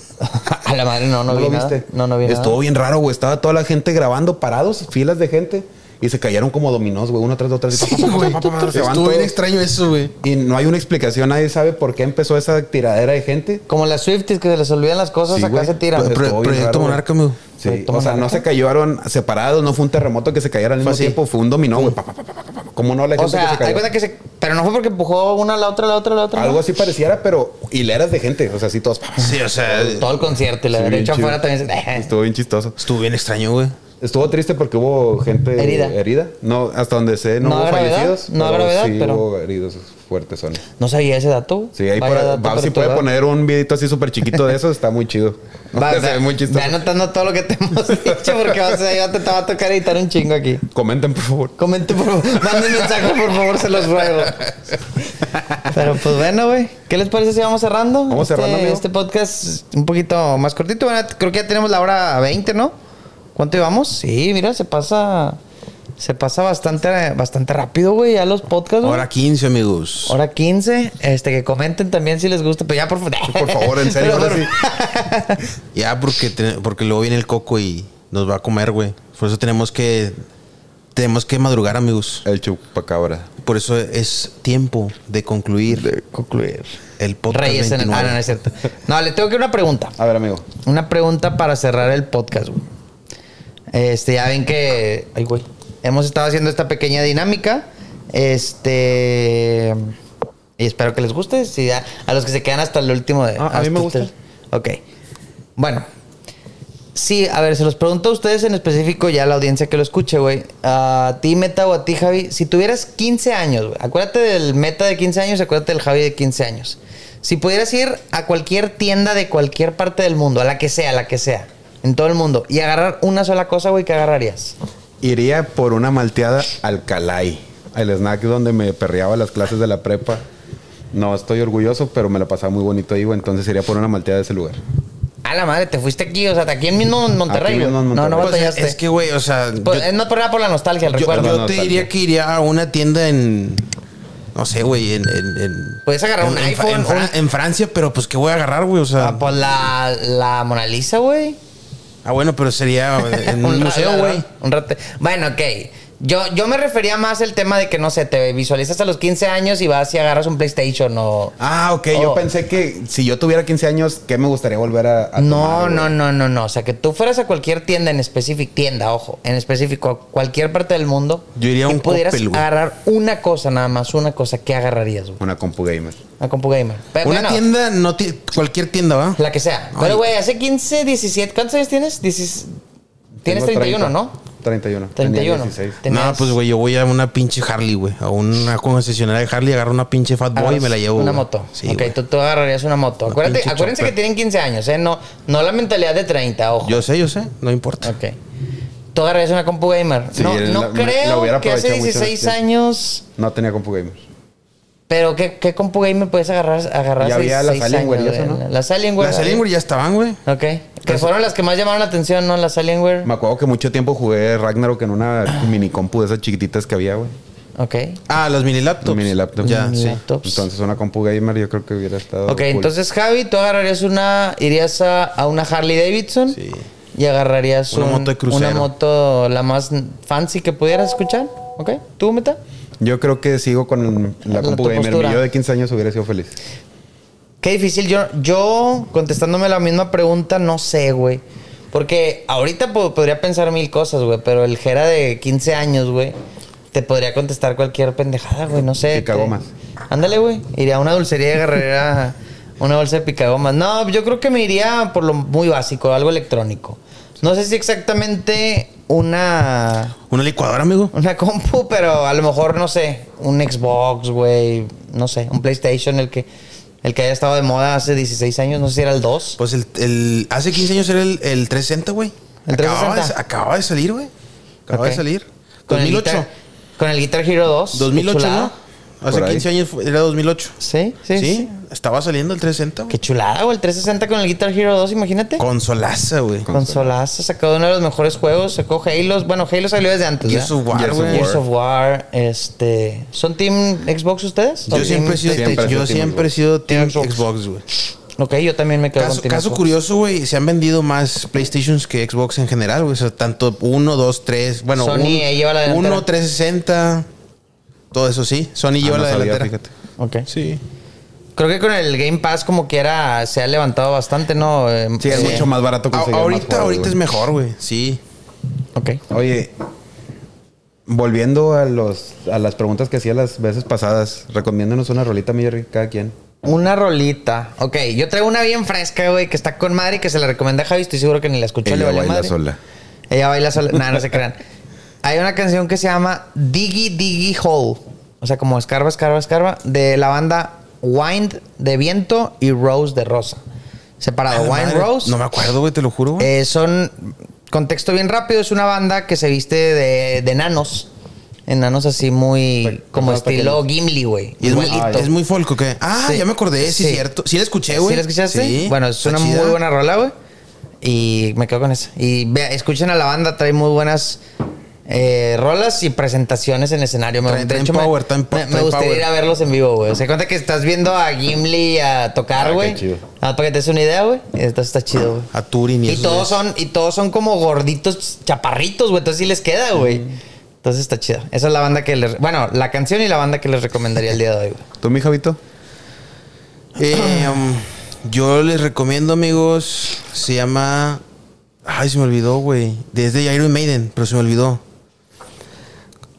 A: <laughs> A la madre, no, no,
B: ¿No
A: vi
B: lo
A: nada.
B: viste?
A: No, no vi
B: Estuvo bien raro, güey. Estaba toda la gente grabando, parados, filas de gente. Y se cayeron como dominós, güey, uno tras otro. así, pa, pa, pa, pa, pa, pa, se van
C: Estuvo bien
B: todos.
C: extraño eso, güey.
B: Y no hay una explicación, nadie sabe por qué empezó esa tiradera de gente.
A: Como las Swifties que se les olvidan las cosas,
B: Sí,
A: acá
B: güey.
A: se tiran.
C: Pero-
B: Estuvo
C: Pro-
B: bien
C: Proyecto
B: raro, güey.
C: Monarca, amigo.
B: Sí,
A: Proyecto
B: o sea, no
A: Monarca.
B: se cayeron separados, no fue un terremoto que se cayera al mismo
C: así.
B: tiempo, fue un dominó, güey. pa, pa, pa, pa, pa, pa, pa. Como no la gente
A: O sea,
B: que se
A: hay
B: cayó.
A: cuenta que se. Pero no fue porque empujó una a la otra, a la otra, a la otra. ¿no?
B: Algo así pareciera, pero hileras de gente, o sea, así todos. pa, pa, pa.
C: Sí, o sea,
A: Todo el concierto y la
B: Sí, bien
A: derecha
B: chido.
A: afuera también "Eh, se.
B: Estuvo bien chistoso.
C: estuvo bien extraño, güey.
B: Estuvo triste porque hubo gente
A: Herida.
B: herida. No, hasta donde sé, no,
A: No a
B: hubo
A: gravedad,
B: fallecidos.
A: no a gravedad,
B: sí
A: pero-
B: hubo heridos. fuertes son.
A: No sabía ese dato. güey.
B: Sí, ahí
A: Vaya
B: por-
A: dato
B: Bab,
A: para
B: si
A: tu
B: puede
A: edad.
B: poner un videito así súper chiquito de eso, está muy chido.
A: Va,
B: <laughs> Se ve
A: ve-
B: muy chistoso.
A: ve anotando todo lo que te hemos <laughs> dicho porque vas a, ya te, te va a tocar editar un chingo aquí.
B: Comenten, por favor.
A: Comenten, por favor. Manden mensaje, por favor, se los ruego. Pero pues bueno, güey. ¿Qué les parece si vamos cerrando?
B: Vamos
A: este,
B: cerrando, amigo.
A: Este podcast un poquito más cortito. Bueno, creo que ya tenemos la hora 20, ¿no? ¿Cuánto llevamos? Sí, mira, se pasa... Se pasa bastante, bastante rápido, güey, ya los podcasts, güey.
C: Hora 15, amigos.
A: Hora 15. Este, que comenten también si les gusta. Pero ya, por favor.
B: Por favor,
A: <laughs>
B: en serio,
A: Pero,
B: ahora sí.
C: Ya, porque, te- porque luego viene el coco y nos va a comer, güey. Por eso tenemos que. Tenemos que madrugar, amigos.
B: El chupacabra.
C: Por eso es tiempo de concluir
A: Concluir.
C: el podcast.
A: Reyes en el...
C: 29.
A: Ah, no, no es cierto. No, le tengo que una pregunta.
B: A ver, amigo.
A: Una pregunta para cerrar el podcast, güey. Este, ya ven que. Ay, güey. Hemos estado haciendo esta pequeña dinámica. Este. Y espero que les guste. Si a, a los que se quedan hasta el último de.
B: Ah, a mí
A: hasta
B: me gusta.
A: el- ok. Bueno. Sí, a ver, se los pregunto a ustedes en específico, ya a la audiencia que lo escuche, güey. A ti, Meta, o a ti, Javi. Si tuvieras 15 años, güey. Acuérdate del Meta de 15 años, acuérdate del Javi de 15 años. Si pudieras ir a cualquier tienda de cualquier parte del mundo, a la que sea, a la que sea, en todo el mundo, y agarrar una sola cosa, güey, ¿qué agarrarías?
B: Iría por una malteada al Calay, el snack donde me perreaba las clases de la prepa. No estoy orgulloso, pero me la pasaba muy bonito ahí, güey. Entonces iría por una malteada de ese lugar.
A: A la madre, te fuiste aquí, o sea, de aquí en mismo en Monterrey.
B: Aquí mismo en
A: güey. No, no
B: Monterrey.
C: Pues,
A: batallaste.
C: es que, güey, o sea.
A: Por-
C: yo-
A: es no por nada por la nostalgia, el
C: Yo,
A: recuerdo.
C: yo
B: no,
C: te
B: tal
C: diría
B: vez.
C: que iría a una tienda en. No sé, güey, en, en, en-
A: Puedes agarrar un
C: en- en Fra-
A: iPhone,
C: En, Fra-
A: un-
C: en Francia, pero pues, ¿qué voy a agarrar, güey? O sea.
A: Ah, pues la, la Mona Lisa, güey.
C: Ah, bueno,
A: <laughs>
C: pero sería en un
A: ra-
C: museo, güey.
A: Un rate. Bueno, ok. Yo, yo me refería más al tema de que, no sé, te visualizas a los 15 años y vas y agarras un PlayStation o...
B: Ah, ok.
A: Oh.
B: Yo pensé que si yo tuviera 15 años, ¿qué me gustaría volver a, a
A: No,
B: tomar, güey?
A: no, no, no, no. O sea, que tú fueras a cualquier tienda en específico, tienda, ojo, en específico, a cualquier parte del mundo.
C: Yo iría a
A: y
C: un
A: pudieras
C: Coppel, güey.
A: agarrar una cosa nada más, una cosa. ¿Qué agarrarías, güey?
B: Una compu gamer.
A: Una compu gamer. Pero
C: Una
A: Pues, bueno,
C: tienda, no ti- cualquier tienda, ¿va?
A: La que sea.
C: Ay.
A: Pero, güey, hace 15, 17... ¿Cuántos años tienes? 16 Tienes
B: Tengo
A: 31,
B: 30,
A: ¿no?
B: 31.
A: 31.
B: Tenía 16.
A: Tenías-
C: No, pues, güey, yo voy a una pinche Harley, güey. A una concesionaria de Harley, agarro una pinche Fat Boy y
A: Agarras
C: me la llevo.
A: Una
C: güey.
A: moto.
C: Sí,
A: ok,
C: güey.
A: tú, tú agarrarías una moto.
C: Una
A: Acuérdate,
C: pinche
A: acuérdense que
C: chopper.
A: tienen 15 años, ¿eh? No, no la mentalidad de 30, ojo.
C: Yo sé, yo sé, no importa.
A: Ok. Tú agarrarías una compu gamer.
B: Sí,
A: no no
B: la- me- la
A: creo
B: hubiera
A: que hace
B: aprovechado mucho
A: 16
B: más tiempo.
A: años.
B: No tenía compu gamer.
A: Pero ¿qué, qué compu gamer puedes agarrar? agarrar
B: Ya había
A: seis-
B: las
A: seis
B: Alienware y
A: años,
B: eso,
A: güey?
B: ¿no?
A: Las Alienware.
C: Las Alienware ya estaban, güey.
A: Ok. Que fueron las que más llamaron la atención, ¿no? Las Alienware.
B: Me acuerdo que mucho tiempo jugué Ragnarok
A: <gasps>
B: en una mini compu de esas chiquititas que había, güey.
A: Ok.
C: Ah, las mini laptops.
B: Mini laptop.
C: Ya,
A: Mini
C: sí.
A: laptops.
B: Entonces una compu gamer yo creo que hubiera estado.
A: Ok,
B: cool.
A: entonces Javi, tú agarrarías una, irías a, a una Harley Davidson
C: Sí.
A: y agarrarías
C: Una
A: un-
C: moto de crucero.
A: una moto la más fancy que pudieras escuchar, ¿ok? ¿Tú, Meta?
B: Yo creo que sigo con la,
A: La-
B: compu
A: tu
B: gamer.
A: postura.
B: Mi yo de 15 años hubiera sido feliz.
A: Qué difícil, yo, yo contestándome la misma pregunta, no sé, güey. Porque ahorita po- podría pensar mil cosas, güey, pero el Jera de 15 años, güey, te podría contestar cualquier pendejada, güey, no sé.
B: Que cagó
A: te-
B: más.
A: Ándale, güey, iría a una dulcería y agarraría <laughs> una bolsa de picagomas. No, yo creo que me iría por lo muy básico, algo electrónico. No sé si exactamente una,
C: Una licuadora, amigo.
A: una <laughs> compu, pero a lo mejor, no sé, un Xbox, güey, no sé, un PlayStation, el que, el que haya estado de moda hace 16 años, no sé si era el 2.
C: Pues el, el- hace 15 años era el, el 360, güey.
A: ¿El
C: Acababa,
A: 360?
C: de- acababa de salir, güey. Acababa
A: Ok.
C: de salir.
A: Con el
C: 2008.
A: Guitar- con el Guitar Hero 2.
C: 2008,
A: chulada.
C: ¿no? Hace
B: Por ahí.
C: 15 años fue- era 2008.
A: Sí, sí,
C: Sí,
A: sí.
C: estaba saliendo el 360, güey.
A: Qué chulada, güey, el 360 con el Guitar Hero 2, imagínate.
C: Consolaza, güey.
A: Consolazo, sacó uno de los mejores juegos, sacó Halo. Bueno, Halo salió desde antes.
C: Gears
A: ¿verdad?
C: of War,
B: Gears of
C: güey.
B: War.
A: Gears of War, este. ¿Son Team Xbox ustedes? ¿Son
C: Yo siempre he sido,
A: Team
B: siempre,
C: yo
B: siempre,
C: siempre he
B: Xbox.
C: sido Team
A: Xbox.
C: Xbox, güey.
A: Ok, yo también me quedo
C: Caso,
A: con Team
C: caso
A: Xbox.
C: curioso, güey, se han vendido más PlayStations que Xbox en general, güey. O sea, tanto 1, 2, 3, bueno,
A: Sony, ahí lleva la delantera.
C: 1, 360, todo eso sí. Sony
B: Ah,
C: lleva
B: no
C: la
B: sabía,
C: delantera.
B: fíjate.
A: Ok.
C: Sí.
A: Creo que con el Game Pass como quiera se ha levantado bastante, ¿no? Eh,
B: Sí, es
A: eh,
B: mucho más barato
C: A-
B: conseguir.
C: ahorita
B: más juegos,
C: ahorita
B: güey.
C: es mejor, güey. Sí.
A: Ok.
B: Oye, volviendo a los a las preguntas que hacía las veces pasadas, recomiéndanos una rolita, mi Jerry, cada quien.
A: Una rolita. Ok, yo traigo una bien fresca, güey, que está con madre y que se la recomendé a Javi. Estoy seguro que ni la escuchó. le valió madre. Ella baila sola. No, no se crean. Hay una canción que se llama Diggy Diggy Hole. O sea, como escarba, escarba, escarba. De la banda Wind de Viento y Rose de Rosa. Separado.
C: Ah,
A: Wind
C: madre,
A: Rose.
C: No me acuerdo, güey, te lo juro, güey.
A: Eh, son. Contexto bien rápido, es una banda que se viste de, de enanos. Enanos así muy.
E: Pe-
A: como
E: ajá,
A: estilo
E: pequeños.
A: Gimli, güey.
C: y es muy,
A: Igualito.
C: Ah, es muy folco, ¿qué? Ah,
A: Sí.
C: ya me acordé, sí,
A: Sí.
C: cierto. Sí la escuché, güey.
A: ¿Sí la escuchaste?
C: Sí.
A: Bueno, es
C: Está
A: una
C: chida.
A: muy buena rola, güey. Y me quedo con esa. Y vea, escuchen a la banda, trae muy buenas eh, rolas y presentaciones en escenario. Me,
C: Traen-
A: de
C: traen
A: hecho, me-
C: power, traen po-
A: me, me
C: traen
A: gustaría
C: power.
A: ir a verlos en vivo, güey. O sea, cuenta que estás viendo a Gimli a tocar,
E: qué
A: güey.
E: chido.
A: Ah, para que te des una idea, güey. Entonces está chido, güey.
C: A Turing y,
A: Y
C: esos
A: todos son,
C: güeyes.
A: y todos son como gorditos, chaparritos, güey. Entonces sí les queda, güey. Entonces está chida. Esa es la banda que les. Bueno, la canción y la banda que les recomendaría el día de hoy, güey.
B: ¿Tú, mi Javito?
C: Eh, um, yo les recomiendo, amigos. Se llama. Ay, se me olvidó, güey. Desde Iron Maiden, pero se me olvidó.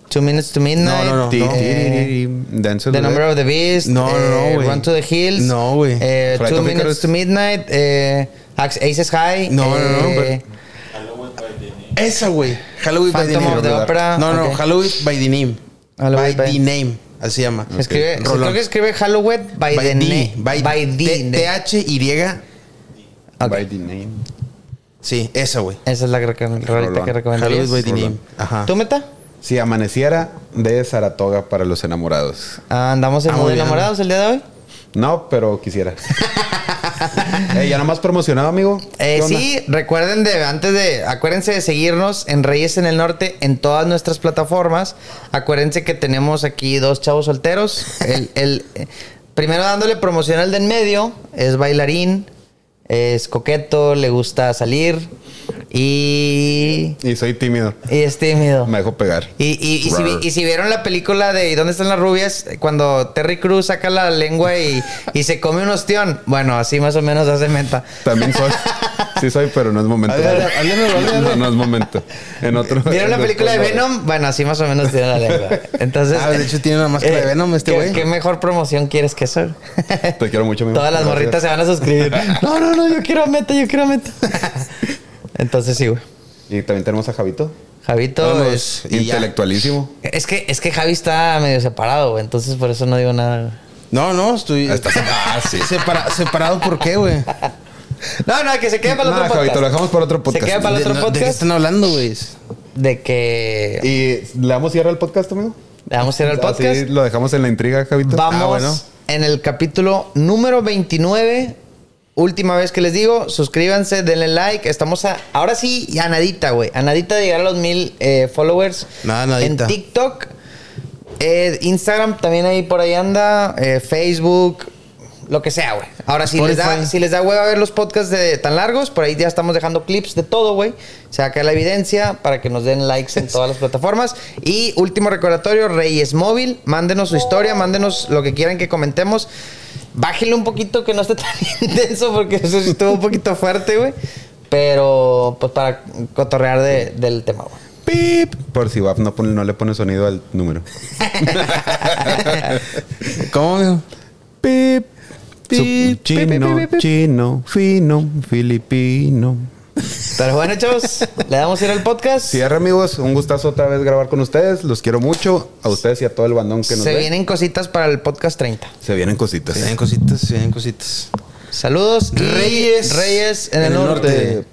A: Two Minutes to Midnight.
C: No, no.
B: Ti-
A: eh,
B: ti- ti- Dance of
A: The
B: the
A: Number
B: Dead.
A: of the Beast.
C: No, no, no,
A: eh,
C: güey.
A: Run to the Hills.
C: No, güey.
A: eh,
B: Flight
A: Two
B: of
A: Minutes
B: Icarus.
A: to Midnight. eh, Ax- Aces High.
C: No, no, no,
A: eh,
D: Halloween by the Name.
C: Esa, güey. Halloween
A: Phantom
C: by the
A: of
C: Name.
A: the Opera.
C: No, no,
A: Ok.
C: Halloween by the Name.
A: Halloween
C: by
A: by-
C: the Name. Así se llama.
A: se escribe, se-
C: Rolón.
A: creo que escribe Halloween by, the
C: D.
A: name.
C: By, D. T-H-Y.
A: Ok.
B: By the name.
C: Sí, esa, güey.
A: Esa es la que, rec- rolita
B: Rolón.
A: que
C: Halloween by the
A: recomendarías.
C: Name. Ajá.
A: ¿Tú, Meta?
B: Si amaneciera de Saratoga para los enamorados.
A: Ah, ¿Andamos en
C: Ah,
A: modo
C: muy bien.
A: enamorados el día de hoy?
E: No, pero
A: <laughs>
E: quisiera. Eh, ya nomás promocionado, amigo.
A: Eh,
E: ¿Qué onda?
A: sí, recuerden de antes de, acuérdense de seguirnos en Reyes en el Norte en todas nuestras plataformas. Acuérdense que tenemos aquí dos chavos solteros.
E: <laughs>
A: El, el, eh, primero dándole promoción al de en medio, es bailarín, es coqueto, le gusta salir y,
E: Y soy tímido.
A: y es tímido.
E: Me dejo pegar.
A: Y, y- y si, vi- y si vieron la película de ¿Y dónde están las rubias? Cuando Terry Cruz saca la lengua y, y se come un ostión. Bueno, así más o menos hace menta.
E: También
A: <laughs>
E: soy. Sí soy, pero no es momento.
C: Hazle, hazle,
E: No, no es momento. En otro.
A: ¿Vieron Eh, la película de Venom? Bueno, así más o menos tiene la lengua. Entonces.
C: Ah, de hecho, tiene una máscara de Venom este
A: eh, ¿qué-
C: güey.
A: ¿Qué mejor promoción quieres que
C: <laughs>
A: eso?
E: Te quiero mucho, amigo.
A: Todas las
E: Gracias.
A: morritas se van a suscribir. No, no, no, yo quiero a meta, yo quiero a
C: <laughs>
A: meta. Entonces sí, güey.
E: Y también tenemos a Javito.
A: Javito es.
C: Vámonos. Y ya.
B: Intelectualísimo.
A: Es que, es que Javi está medio separado, güey. Entonces por eso no digo nada. güey.
C: No, no, estoy.
A: <laughs>
B: Estás- ah, sí.
C: Separa- ¿Separado por qué, güey?
A: No, no, que se quede para el
B: Nada,
A: otro
B: Javito, lo
A: podcast.
B: dejamos para otro
A: queda
B: podcast.
A: para el otro
C: ¿De, no- de qué
A: podcast?
C: están hablando, güey?
A: De que.
E: ¿Y le damos cierre al podcast, amigo?
A: Le vamos
C: Ah,
A: a ir al podcast.
E: Así lo dejamos en la intriga, Javito.
A: Vamos
E: Ah, bueno.
A: en el capítulo número 29. Última vez que les digo, suscríbanse, denle like. Estamos a, ahora sí, ya nadita, güey. A nadita de llegar a los mil eh, followers.
C: Nada, nadita.
A: En TikTok. eh, Instagram también ahí por ahí anda. eh, Facebook. Lo que sea, güey. Ahora sí, les da,
C: Spotify.
A: si les da hueva ver los podcasts de, tan largos, por ahí ya estamos dejando clips de todo, güey. O sea, acá la evidencia para que nos den likes en todas las plataformas. Y último recordatorio, Reyes Móvil. Mándenos su historia, mándenos lo que quieran que comentemos. Bájenle un poquito que no esté <laughs> tan intenso porque eso sí estuvo un poquito fuerte, güey. Pero, pues, para cotorrear de- del tema, güey.
B: Pip. Por si Bab no, pone- no le pone sonido al número.
C: ¿Cómo, mijo?
B: Pip.
C: Pip.
B: Sup- Chino, chino, fino, filipino.
A: Pero bueno, chavos, le damos ir al podcast.
E: Cierre, amigos. Un gustazo otra vez grabar con ustedes. Los quiero mucho. A ustedes y a todo el bandón que nos
A: Se
E: ve.
A: vienen cositas para el podcast 30.
B: Se vienen
A: Pues
B: cositas.
C: Se vienen cositas, se vienen cositas.
A: Saludos. y
C: Reyes.
A: Reyes en, el, norte.